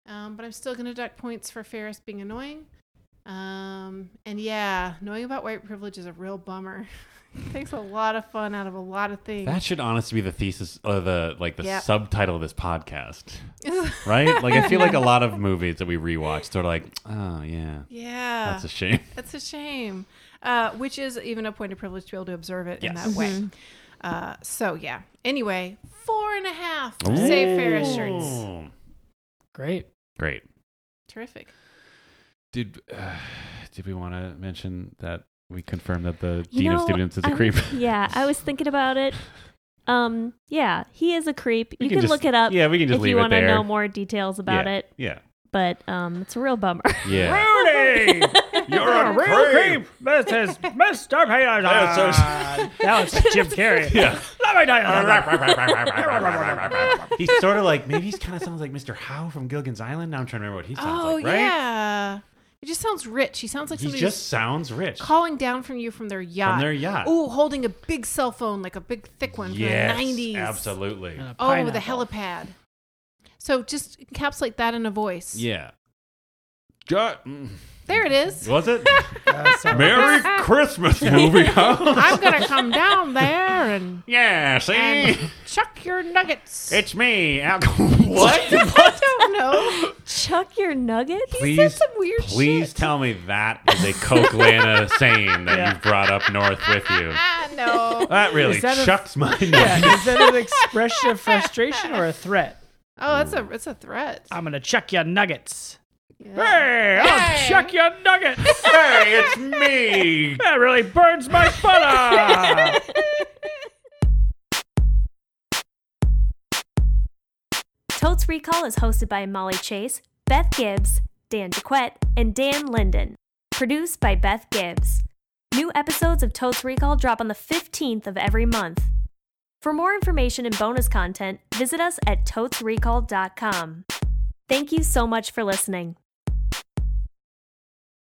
D: Um, but I'm still going to dock points for Ferris being annoying. Um, and yeah, knowing about white privilege is a real bummer. it takes a lot of fun out of a lot of things.
A: That should honestly be the thesis or the like the
D: Yeah.
A: subtitle of this podcast, right? like I feel like a lot of movies that we rewatch, sort of like, oh yeah,
C: Uh,
D: yeah,
A: that's a shame.
D: That's a shame. Uh, which is even a point of privilege to be able to observe it in
A: Yes. Mm-hmm.
D: that way. Uh, so yeah. Anyway, four and a half safe Ferris shirts.
A: Ooh.
B: Great.
A: Great.
D: Terrific.
A: Did uh, did we want to mention that we confirmed that the
C: You
A: dean of
C: know,
A: students is a
C: I
A: creep?
C: was- yeah, I was thinking about it. Um, yeah, he is a creep.
A: We
C: You can,
A: just-
C: look it up
A: Yeah, we can just
C: if
A: leave
C: you
A: it
C: want to
A: there.
C: know more details about
A: yeah.
C: it.
A: Yeah.
C: But um, it's a real bummer.
A: Yeah.
B: Rudy, you're
A: a real creep.
B: This is Mr. Peterson.
A: That's
B: Now it's Jim Carrey.
A: Yeah.
B: Let me tell you
A: he's sort of like maybe he's kind of sounds like Mr. Howe from Gilligan's Island. Now I'm trying to remember what he sounds
D: oh
A: like, right?
D: yeah. He just sounds rich. He sounds like
A: He
D: somebody
A: just sounds rich.
D: who's calling down from you from their yacht.
A: their yacht.
D: Ooh, holding a big cell phone, like a big thick one
A: yes,
D: from the nineties.
A: absolutely.
B: And a
D: Oh, the
B: pineapple.
D: helipad. So just encapsulate that in a voice.
A: Yeah. Jo- mm.
D: There it is.
A: was it?
B: Uh, so-
A: Merry Christmas, movie house.
D: I'm gonna come down there and
A: yeah, see,
D: and chuck your nuggets.
A: it's me. Al- what?
D: I don't know.
C: Chuck your nugget?
A: Please,
D: some weird
A: please
D: shit.
A: tell me that is a Coquelana saying that
B: Yeah.
A: you've brought up north with you.
D: Ah, no.
A: That really
B: Is that a-
A: chucks my
B: Yeah,
A: nugget.
B: is that an expression of frustration or a threat?
D: Oh, that's a it's a threat.
B: I'm gonna chuck your nuggets.
D: Yeah.
B: Hey, I'll
D: Hey.
B: chuck your nuggets.
A: hey, it's me. Ah.
B: that really burns my butt off.
C: Totes Recall is hosted by Molly Chase, Beth Gibbs, Dan DeQuette, and Dan Linden. Produced by Beth Gibbs. New episodes of Totes Recall drop on the 15th of every month. For more information and bonus content, visit us at totesrecall.com. Thank you so much for listening.